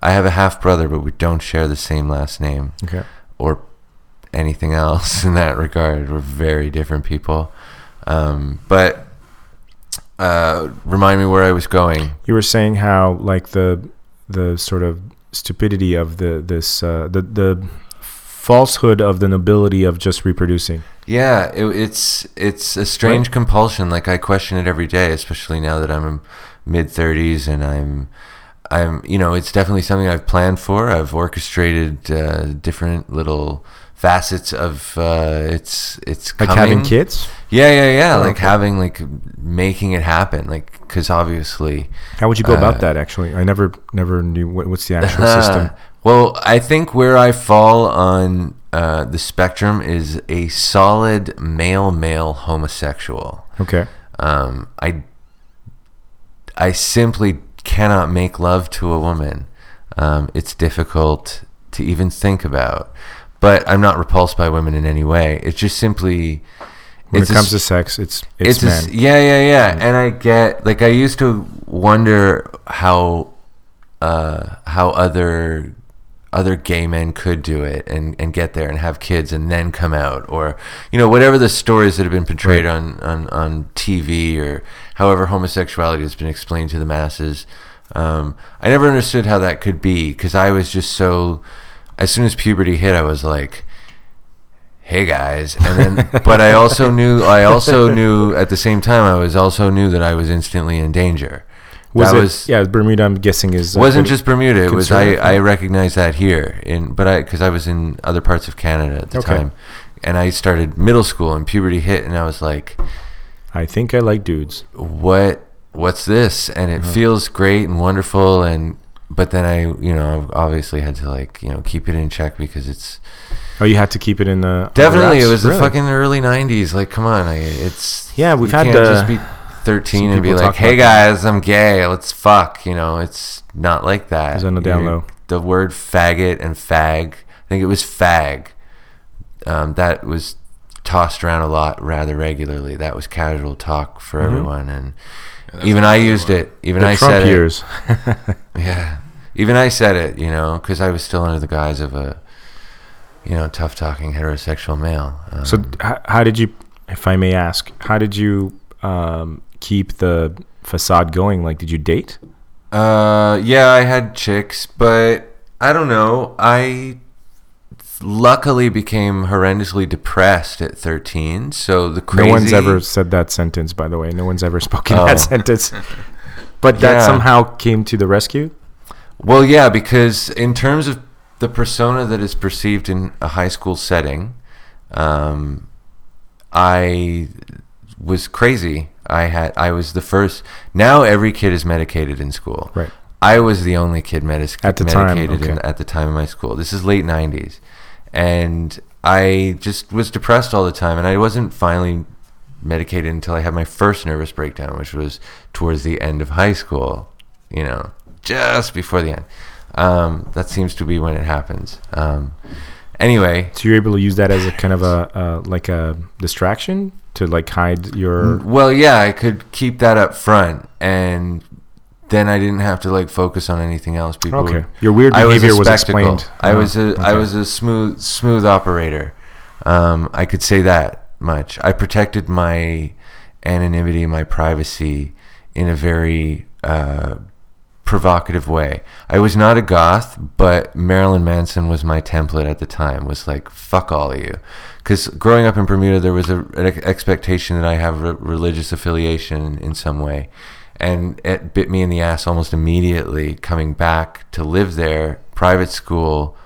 i have a half brother but we don't share the same last name
okay.
or anything else in that regard. We're very different people. Um, but uh, remind me where I was going.
you were saying how like the the sort of stupidity of the this uh, the the falsehood of the nobility of just reproducing.
Yeah, it, it's it's a strange compulsion. Like I question it every day, especially now that I'm mid thirties and I'm I'm you know it's definitely something I've planned for. I've orchestrated uh, different little facets of uh, it's it's
Like
coming.
having kids.
Yeah, yeah, yeah.
Oh,
like having like making it happen. Like because obviously
How would you go
Uh,
about that? Actually, I never never knew what, what's the actual system.
Well, I think where I fall on uh, the spectrum is a solid male male homosexual.
Okay,
Um, I I simply cannot make love to a woman. Um, it's difficult to even think about. But I'm not repulsed by women in any way. It's just simply
when
it's
it
a
comes
s-
to sex, it's it's,
it's a s-
men.
yeah, yeah, yeah. And I get like I used to wonder how uh, how other other gay men could do it and, and get there and have kids and then come out or you know whatever the stories that have been portrayed on, on, on TV or however homosexuality has been explained to the masses um, I never understood how that could be because I was just so as soon as puberty hit I was like hey guys and then but i also knew i also knew at the same time i was also knew that i was instantly in danger
was
that
it?
was
yeah, Bermuda. I'm guessing is uh, a
wasn't
bit-
just bermuda it was i
conservative,
i recognized that here in but i because i was in other parts of canada at the
Okay.
time and i started middle school and puberty hit and i was like
I think I like dudes.
what what's this and
Uh-huh.
it feels great and wonderful and but then i you know obviously had to like you know keep it in check because it's
Oh, you had to keep it in the
Definitely,
wraps?
it was
Really?
the fucking early '90s. Like, come on, I, it's
Yeah, we've
you
had
can't
the-
just be 13
some
and be
people
like,
talk
"Hey
about
guys, I'm gay. Let's fuck." You know, it's not like that.
It was on the
You're-
down low.
the word faggot and fag. I think it was fag. Um, that was tossed around a lot rather regularly. That was casual talk for everyone, and even I used it. Even I
Mm-hmm. Trump
said it.
years.
Yeah. Even I said it, you know, because I was still under the guise of a, you know, tough talking heterosexual male. Um,
So, how, how did you, if I may ask, how did you um, keep the facade going? Like, did you date?
uh, yeah, I had chicks, but I don't know. I luckily became horrendously depressed at 13. So the crazy.
No one's ever said that sentence, by the way. No one's ever spoken
Oh.
that sentence. But that
Yeah.
somehow came to the rescue.
Well, yeah, because in terms of the persona that is perceived in a high school setting, um, I was crazy. I had I was the first. Now every kid is medicated in school.
Right.
I was the only kid medis-
At the time,
medicated in,
okay.
at the time of my school. This is late '90s, and I just was depressed all the time, and I wasn't finally medicated until I had my first nervous breakdown, which was towards the end of high school. You know, just before the end. Um, that seems to be when it happens. Um, anyway,
So you're able to use that as a kind of a uh, like a distraction to like hide your.
Well, yeah, I could keep that up front, and then I didn't have to like focus on anything else. People,
Okay.
would-
Your weird
I
behavior
a
was
spectacle.
explained.
I was a I
Oh, okay.
was a smooth smooth operator. Um, I could say that much. I protected my anonymity, my privacy, in a very uh, provocative way. I was not a goth, but Marilyn Manson was my template at the time. Was like fuck all of you, because growing up in Bermuda, there was a, an ex- expectation that I have re- religious affiliation in some way, and it bit me in the ass almost immediately. Coming back to live there, private school,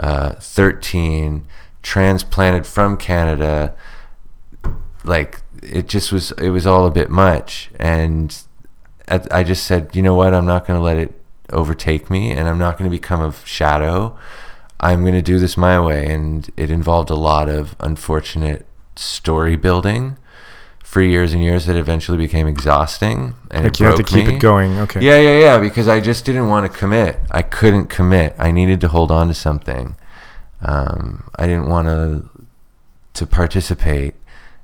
uh, thirteen, transplanted from Canada like it just was it was all a bit much and at, i just said you know what i'm not going to let it overtake me and i'm not going to become a shadow i'm going to do this my way and it involved a lot of unfortunate story building for years and years that eventually became exhausting and
Like
it
you have to
broke
keep
me.
it going. Okay.
Yeah, yeah, yeah. Because I just didn't want to commit. I couldn't commit. I needed to hold on to something. Um, I didn't want to to participate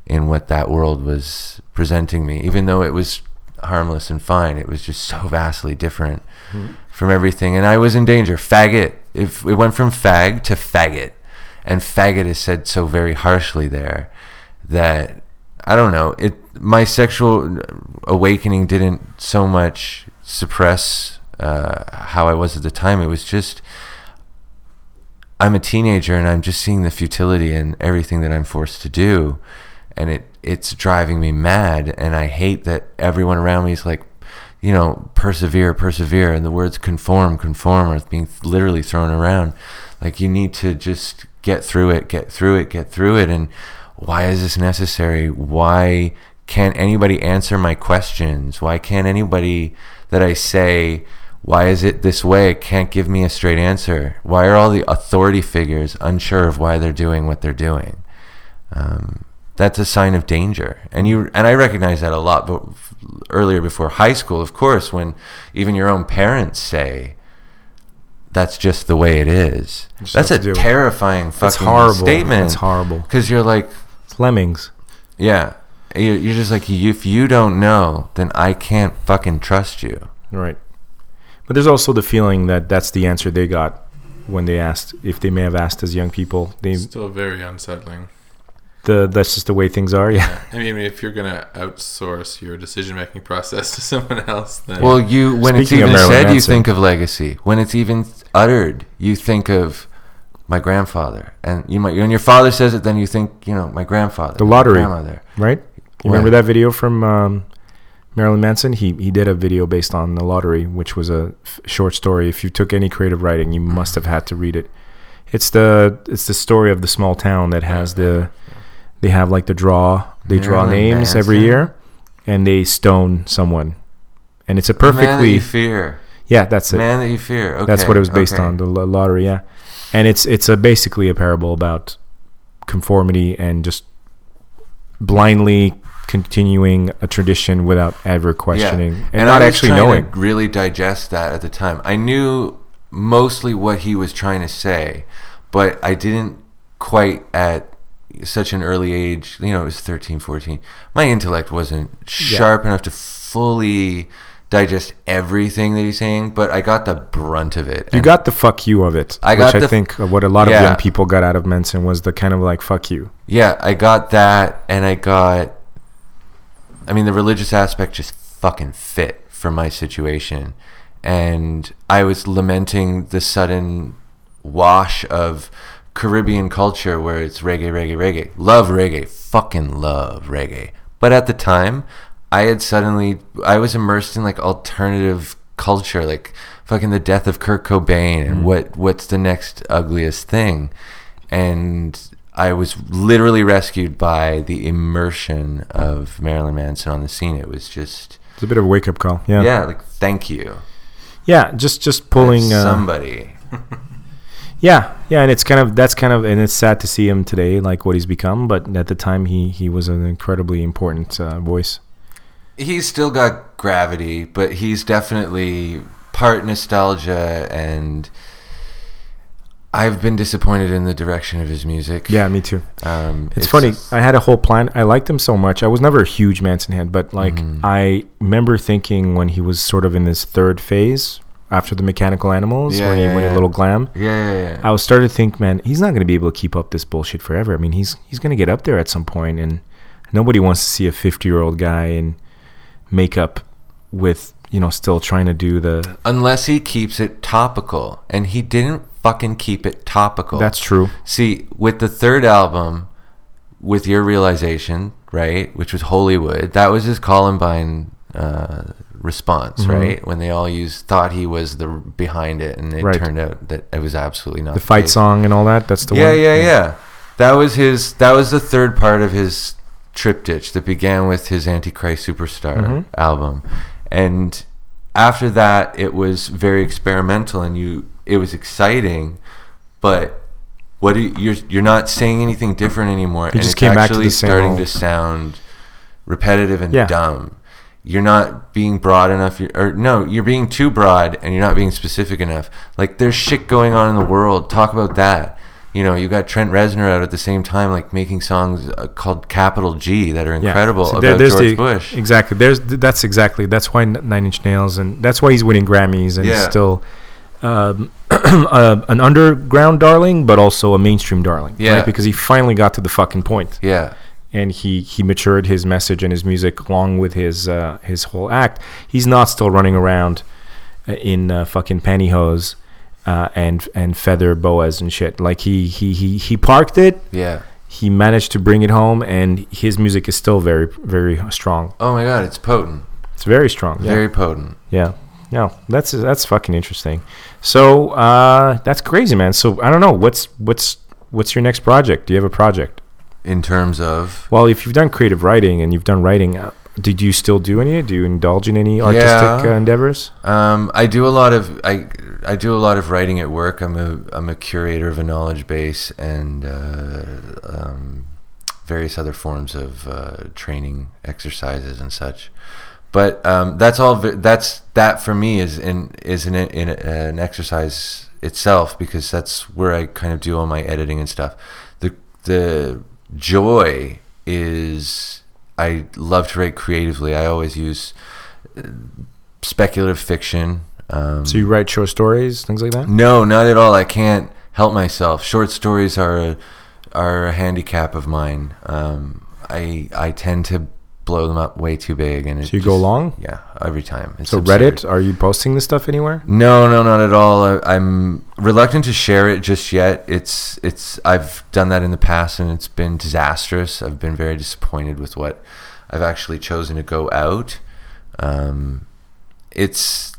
in what that world was presenting me, even though it was harmless and fine. It was just so vastly different from everything, and I was in danger. Faggot. If it went from fag to faggot, and faggot is said so very harshly there that I don't know. It my sexual awakening didn't so much suppress uh, how I was at the time. It was just I'm a teenager and I'm just seeing the futility in everything that I'm forced to do, and it it's driving me mad. And I hate that everyone around me is like, you know, persevere, persevere, and the words conform, conform are being literally thrown around. Like you need to just get through it, get through it, get through it. And why is this necessary? Why can't anybody answer my questions? Why can't anybody that I say, why is it this way, can't give me a straight answer? Why are all the authority figures unsure of why they're doing what they're doing? Um, that's a sign of danger, and you and I recognize that a lot. But earlier, before high school, of course, when even your own parents say, "That's just the way it is,"
just
that's
have
a
to do it.
terrifying fucking
horrible.
statement.
It's horrible.
because you're like,
Lemmings.
yeah, you- you're just like, if you don't know, then I can't fucking trust you.
Right. But there's also the feeling that that's the answer they got when they asked, if they may have asked as young people. They
Still very unsettling.
the that's just the way things are. Yeah.
I mean, if you're gonna outsource your decision making process to someone else, then
Well, you when
Speaking of
it's even
Marilyn
said, you
Manson.
think of legacy. When it's even uttered, you think of my grandfather, and you might. When your father says it, then you think, you know, my grandfather,
The lottery.
my grandmother.
Right. You remember
Right.
that video from um, Marilyn Manson? He he did a video based on the lottery, which was a f- short story. If you took any creative writing, you must have had to read it. It's the it's the story of the small town that has the they have like the draw they draw
Marilyn
names every
Manson.
year, and they stone someone, and it's a
The man that
perfectly
you fear,
yeah that's
the
it.
man that you fear. Okay,
That's what it was based
okay.
on the lo- lottery, yeah. And it's it's a basically a parable about conformity and just blindly continuing a tradition without ever questioning and,
I
not
was
actually
trying
knowing.
To really digest that at the time. I knew mostly what he was trying to say, but I didn't quite at such an early age, you know, it was 13, 14. My intellect wasn't sharp enough to fully digest everything that he's saying, but I got the brunt of it.
You
And
got the fuck you of it,
I
which
got
I
the-
think what a lot of
Yeah.
young people got out of Manson was the kind of like fuck you.
yeah, I got that, and I got. I mean, the religious aspect just fucking fit for my situation, and I was lamenting the sudden wash of Caribbean culture where it's reggae, reggae, reggae. Love reggae, fucking love reggae. But at the time, I had suddenly I was immersed in like alternative culture, like fucking the death of Kurt Cobain and what what's the next ugliest thing, and I was literally rescued by the immersion of Marilyn Manson on the scene. It was just
It's a bit of a wake up call. Yeah.
yeah, like thank you,
Yeah, just just pulling uh,
somebody.
Yeah, yeah, and it's kind of that's kind of and it's sad to see him today, like what he's become. But at the time, he he was an incredibly important uh, voice.
he's still got gravity, but he's definitely part nostalgia and I've been disappointed in the direction of his music.
Yeah, me too.
um,
It's, funny. I had a whole plan. I liked him so much. I was never a huge Manson head, but like
Mm-hmm.
I remember thinking when he was sort of in his third phase after the Mechanical Animals,
Yeah,
when he
yeah,
went
yeah.
a little glam.
Yeah, yeah, yeah.
I was starting to think, man, he's not going to be able to keep up this bullshit forever. I mean, he's he's going to get up there at some point, and nobody wants to see a fifty year old guy in makeup with you know still trying to do the.
Unless he keeps it topical, and he didn't fucking keep it topical.
That's true.
See, with the third album, with your realization, right, which was Hollywood, that was his Columbine uh, response,
Mm-hmm.
right? When they all used thought he was the behind it, and it
Right.
turned out that it was absolutely not
The fight
case.
song and all that. That's the
Yeah,
one.
yeah, yeah. That was his. That was the third part of his triptych that began with his Antichrist Superstar
Mm-hmm.
album, and after that, it was very experimental, and you. It was exciting, but what do you, you're you're not saying anything different anymore. and
just
it's
came back to
actually
the same
starting
old-
to sound repetitive and
Yeah.
dumb. You're not being broad enough, you're- or no, you're being too broad, and you're not being specific enough. Like there's shit going on in the world. Talk about that. You know, you got Trent Reznor out at the same time, like making songs uh, called Capital G that are
Yeah.
incredible
So there-
about George
the,
Bush.
Exactly. There's that's exactly that's why Nine Inch Nails and that's why he's winning Grammys and he's
Yeah.
still um, uh, an underground darling, but also a mainstream darling.
Yeah.
Because he finally got to the fucking point.
yeah,
and he he matured his message and his music along with his uh, his whole act. He's not still running around uh, in uh, fucking pantyhose uh, and and feather boas and shit. Like he he he he parked it.
yeah.
He managed to bring it home, and his music is still very very strong.
Oh my God, it's potent.
It's very strong. Yeah.
Very potent.
Yeah. No, that's that's fucking interesting. So uh, that's crazy, man. So I don't know what's what's what's your next project? Do you have a project?
In terms of
Well, if you've done creative writing and you've done writing, uh, did you still do any? Do you indulge in any artistic
Yeah.
uh, endeavors?
Um, I do a lot of I I do a lot of writing at work. I'm a I'm a curator of a knowledge base and uh, um, various other forms of uh, training exercises and such. But um, that's all. v- That's that for me is in is an in an exercise itself because that's where I kind of do all my editing and stuff. The the joy is I love to write creatively. I always use speculative fiction. Um,
So you write short stories, things like that.
no, not at all. I can't help myself. Short stories are a, are a handicap of mine. Um, I I tend to blow them up way too big, and it
So you go
just-
long?
Yeah, every time. It's
So
absurd.
Reddit, are you posting this stuff anywhere?
No, no, not at all. I, I'm reluctant to share it just yet. It's, it's. I've done that in the past, and it's been disastrous. I've been very disappointed with what I've actually chosen to go out. Um, it's.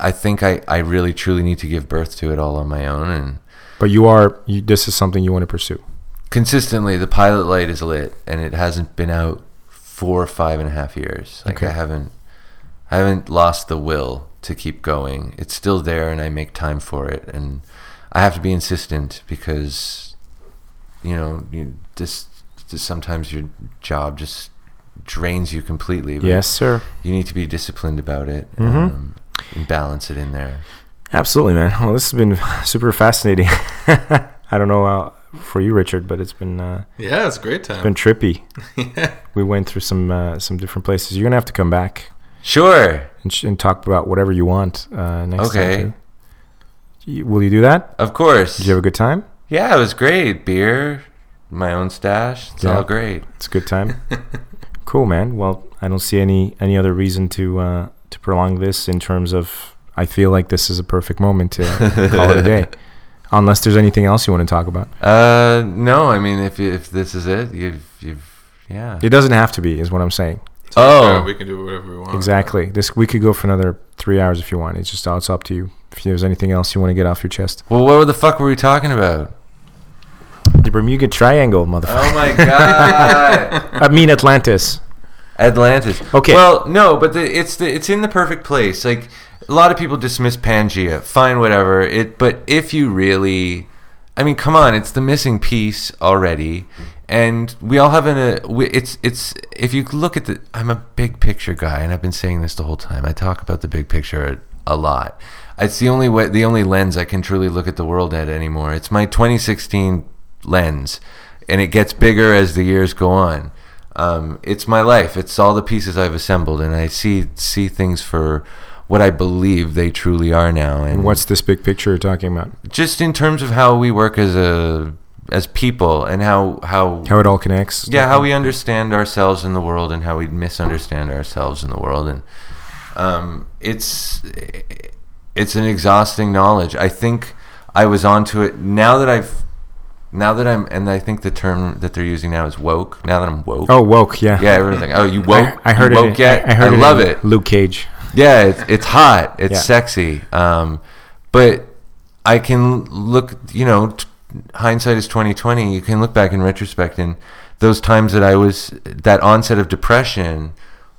I think I, I really truly need to give birth to it all on my own, and
But you are. You, this is something you want to pursue.
consistently, the pilot light is lit, and it hasn't been out four or five and a half years. Like I
Okay.
haven't, I haven't lost the will to keep going. It's still there, and I make time for it, and I have to be insistent because, you know, you, this, this sometimes your job just drains you completely. but
Yes, Mm-hmm. sir.
you need to be disciplined about it um, and balance it in there.
Absolutely, man. Well, this has been super fascinating. I don't know how, for you, Richard, but it's been uh,
Yeah, it's a great time.
been trippy.
yeah.
We went through some uh, some different places. You're gonna have to come back
Sure.
and, sh- and talk about whatever you want uh, next
Okay.
time. too. You- Will you do that?
Of course.
Did you have a good time?
Yeah, it was great. Beer, my own stash. It's
Yeah.
all great.
It's a good time. cool, man. Well, I don't see any any other reason to uh, to prolong this in terms of. I feel like this is a perfect moment to call it a day, unless there's anything else you want to talk about.
Uh, no, I mean, if you, if this is it, you've you've yeah.
It doesn't have to be, is what I'm saying.
Oh.
we can do whatever we want.
Exactly. This we could go for another three hours if you want. It's just all it's up to you. If there's anything else you want to get off your chest,
Well, what the fuck were we talking about?
the Bermuda Triangle, motherfucker.
Oh my god,
I mean Atlantis.
Atlantis.
Okay.
Well, no, but the, it's the it's in the perfect place. Like a lot of people dismiss Pangea. Fine, whatever. It. But if you really, I mean, come on, it's the missing piece already. And we all have an. A, we, it's it's if you look at the. I'm a big picture guy, and I've been saying this the whole time. I talk about the big picture a, a lot. It's the only way, the only lens I can truly look at the world at anymore. It's my 2016 lens, and it gets bigger as the years go on um, it's my life. It's all the pieces I've assembled, and I see see things for what I believe they truly are now. And
What's this big picture you're talking about?
just in terms of how we work as a as people, and how how,
How it all connects?
yeah how we understand ourselves in the world, and how we misunderstand ourselves in the world, and um, it's it's an exhausting knowledge. I think I was onto it now that I've now that I'm and I think the term that they're using now is woke. Now that I'm woke.
Oh, woke. Yeah.
Yeah, everything. Oh, you woke?
I, I heard
you woke
it.
Yet?
I, I heard it. in
love it.
Luke Cage.
Yeah, it's, it's hot. It's
Yeah.
sexy. Um, but I can look. You know, t- hindsight is twenty twenty. You can look back in retrospect, and those times that I was that onset of depression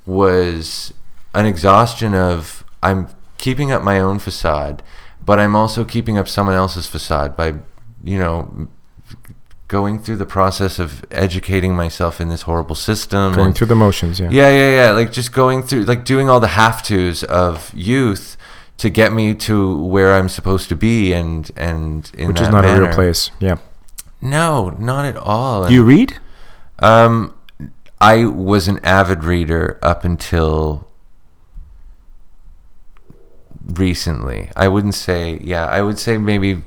was an exhaustion of I'm keeping up my own facade, but I'm also keeping up someone else's facade by you know going through the process of educating myself in this horrible system
Going
and-
through the motions. Yeah.
yeah, yeah, yeah. Like just going through, like doing all the have tos of youth to get me to where I'm supposed to be, and and in
Which is
that
not a real
manner.
place. Yeah.
No, not at all. And,
Do you read?
um, I was an avid reader up until recently. I wouldn't say, yeah, I would say maybe.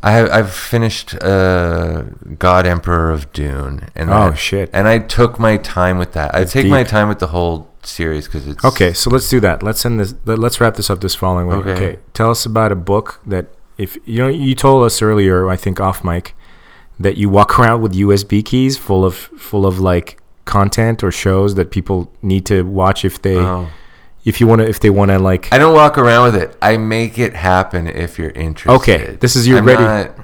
I have, I've finished uh, God Emperor of Dune, and
Oh,
that-
shit.
And I took my time with that. I take my
deep.
time with the whole series because it's
Okay, so let's do that. Let's end this. Let, us wrap this up this following week.
Okay.
Okay. Tell us about a book that if you know you told us earlier, I think off mic, that you walk around with USB keys full of full of like content or shows that people need to watch if they
Oh.
if you want to if they want to like.
I don't walk around with it. I make it happen if you're interested.
Okay, this is your
I'm
ready-
not-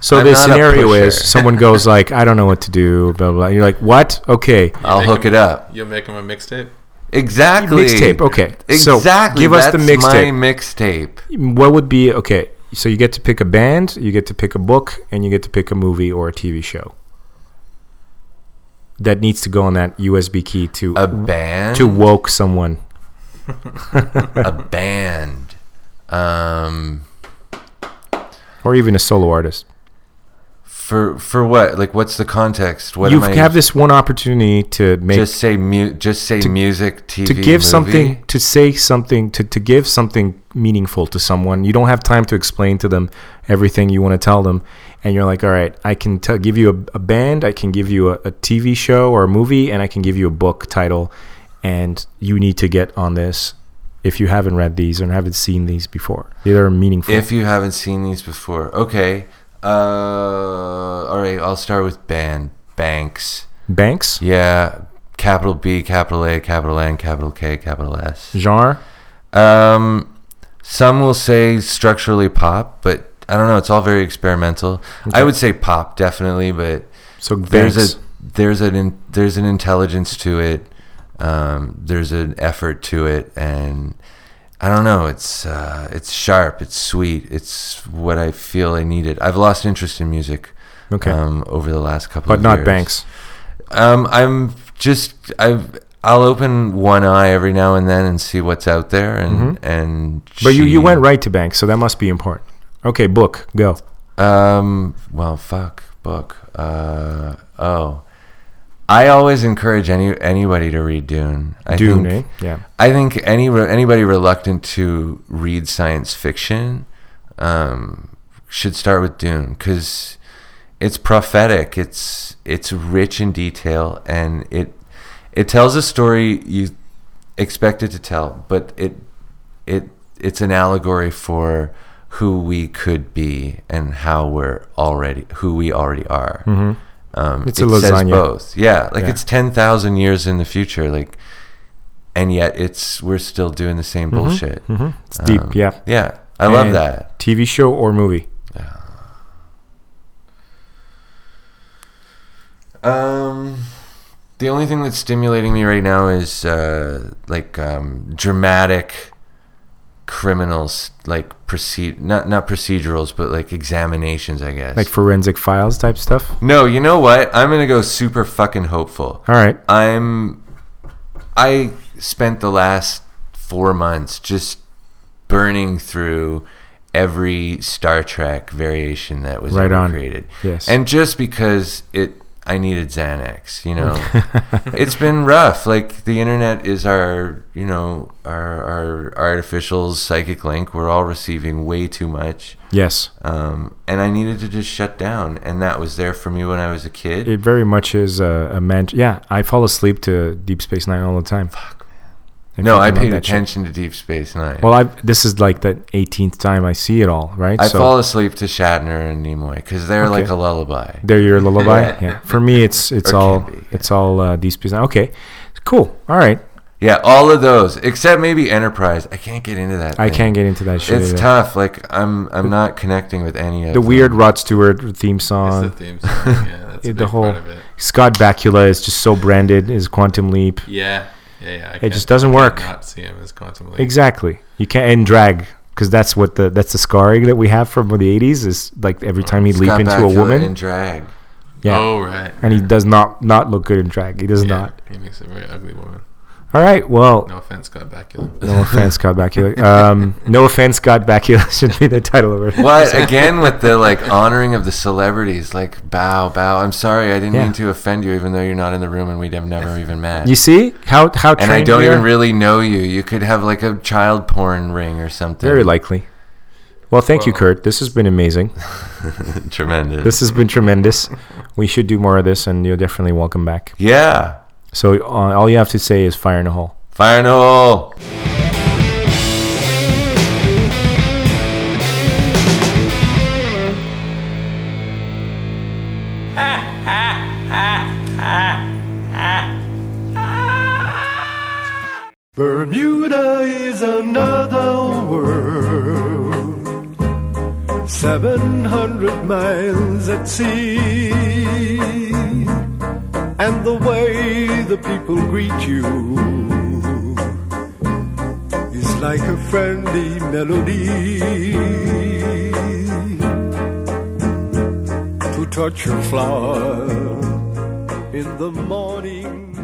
so
I'm
the
not a
scenario
pusher.
is someone goes like, I don't know what to do, blah blah. blah. You're like, what? Okay.
I'll hook it up.
You'll make him a mixtape?
Exactly.
Mixtape, okay. So,
Exactly.
give us the
that's my
mixtape.
mixtape.
What would be okay? So you get to pick a band, you get to pick a book, and you get to pick a movie or a TV show that needs to go on that USB key to
A band.
to woke someone.
a band. Um,
Or even a solo artist.
for for what? Like, what's the context? What
You
am I?
have this one opportunity to make
just say mu- Just say music. TV.
to give
movie?
something to say something to, to give something meaningful to someone you don't have time to explain to them everything you want to tell them and you're like all right i can tell give you a, a band i can give you a, a tv show or a movie and i can give you a book title and you need to get on this if you haven't read these and haven't seen these before they're meaningful
If you haven't seen these before, okay. Uh, all right. I'll start with band. Banks.
banks
Yeah. Capital B, capital A, capital N, capital K, capital S.
genre
Um, some will say structurally pop, but I don't know. It's all very experimental. I would say pop definitely, but
so banks
there's a there's an in, there's an intelligence to it. Um, there's an effort to it, and I don't know. It's uh, it's sharp. It's sweet. It's what I feel I needed. I've lost interest in music.
Okay.
Um, over the last couple,
but
of
not
years.
banks
Um, I'm just I've I'll open one eye every now and then and see what's out there, and and.
Mm-hmm. But you,
she-
you went right to bank, so that must be important. Okay, book, go.
Um. Well, fuck book. Uh. Oh. I always encourage any anybody to read Dune. I
Dune,
think,
eh? Yeah.
I think any anybody reluctant to read science fiction um, should start with Dune because it's prophetic. It's it's rich in detail and it it tells a story you expect it to tell, but it it it's an allegory for who we could be and how we're already who we already are. Um,
Mm-hmm. It's a
it says
lasagna.
both. Yeah, like
Yeah.
it's ten thousand years in the future. Like, and yet it's we're still doing the same bullshit.
It's deep,
Um,
yeah.
yeah, I
Mm-hmm.
love
And
that.
TV show or movie?
Um, the only thing that's stimulating me right now is uh, like um, dramatic criminals, like proceed not not procedurals, but like examinations, I guess.
Like forensic files type stuff?
no, you know what? I'm gonna go super fucking hopeful.
All right.
I'm I spent the last four months just burning through every Star Trek variation that was
Right
ever
on.
created.
Yes.
And just because it I needed Xanax, you know. it's been rough. Like the internet is our you know, our our artificial psychic link. We're all receiving way too much.
Yes.
Um, and I needed to just shut down and that was there for me when I was a kid.
It very much is a, a man. Yeah, I fall asleep to Deep Space Nine all the time. Fuck, man.
no, I paid attention to Deep Space Nine.
Well, I this is like the 18th time I see it all, right?
I fall asleep to Shatner and Nimoy because they're like a lullaby.
They're your lullaby. yeah.
Yeah.
For me, it's it's
Or can
all
be, yeah.
it's all uh, Deep Space Nine. Okay, cool. All right,
Yeah, all of those except maybe Enterprise. I can't get into that.
I
thing.
can't get into that shit.
It's
either.
tough. Like I'm, I'm not connecting with any of
The
them.
weird Rod Stewart theme
That's the
song.
theme song. Yeah, that's a
Um, The,
big
whole
part of it.
Scott Bakula is just so branded as Quantum Leap.
Yeah, yeah, yeah. I can't-
just doesn't
I
work.
Not see him as quantum leap.
Exactly. You can't and drag because that's what the that's the scarring that we have from the 80s is like every time he leap
Scott
into a
Bakula
woman.
in drag.
yeah.
Oh right.
and he does not not look good in drag. He does
Yeah,
not.
He makes a very ugly woman.
All right. Well,
No offense, Scott Bakula.
no, offense, Scott Bakula. Um, no offense, Scott Bakula should be the title of it.
What again with the like honoring of the celebrities? Like bow, bow. I'm sorry, I didn't
Yeah.
mean to offend you, even though you're not in the room and we'd have never even met.
You see how how
and I
trained
don't
we
even
are?
really know you. You could have like a child porn ring or something.
very likely. Well, thank you, Kurt. This has been amazing.
tremendous.
This has been tremendous. We should do more of this, and you're definitely welcome back.
yeah,
So uh, all you have to say is fire in a hole.
fire in the hole.
Bermuda is another world. 700 miles at sea. And the way the people greet you is like a friendly melody. To touch your flower in the morning.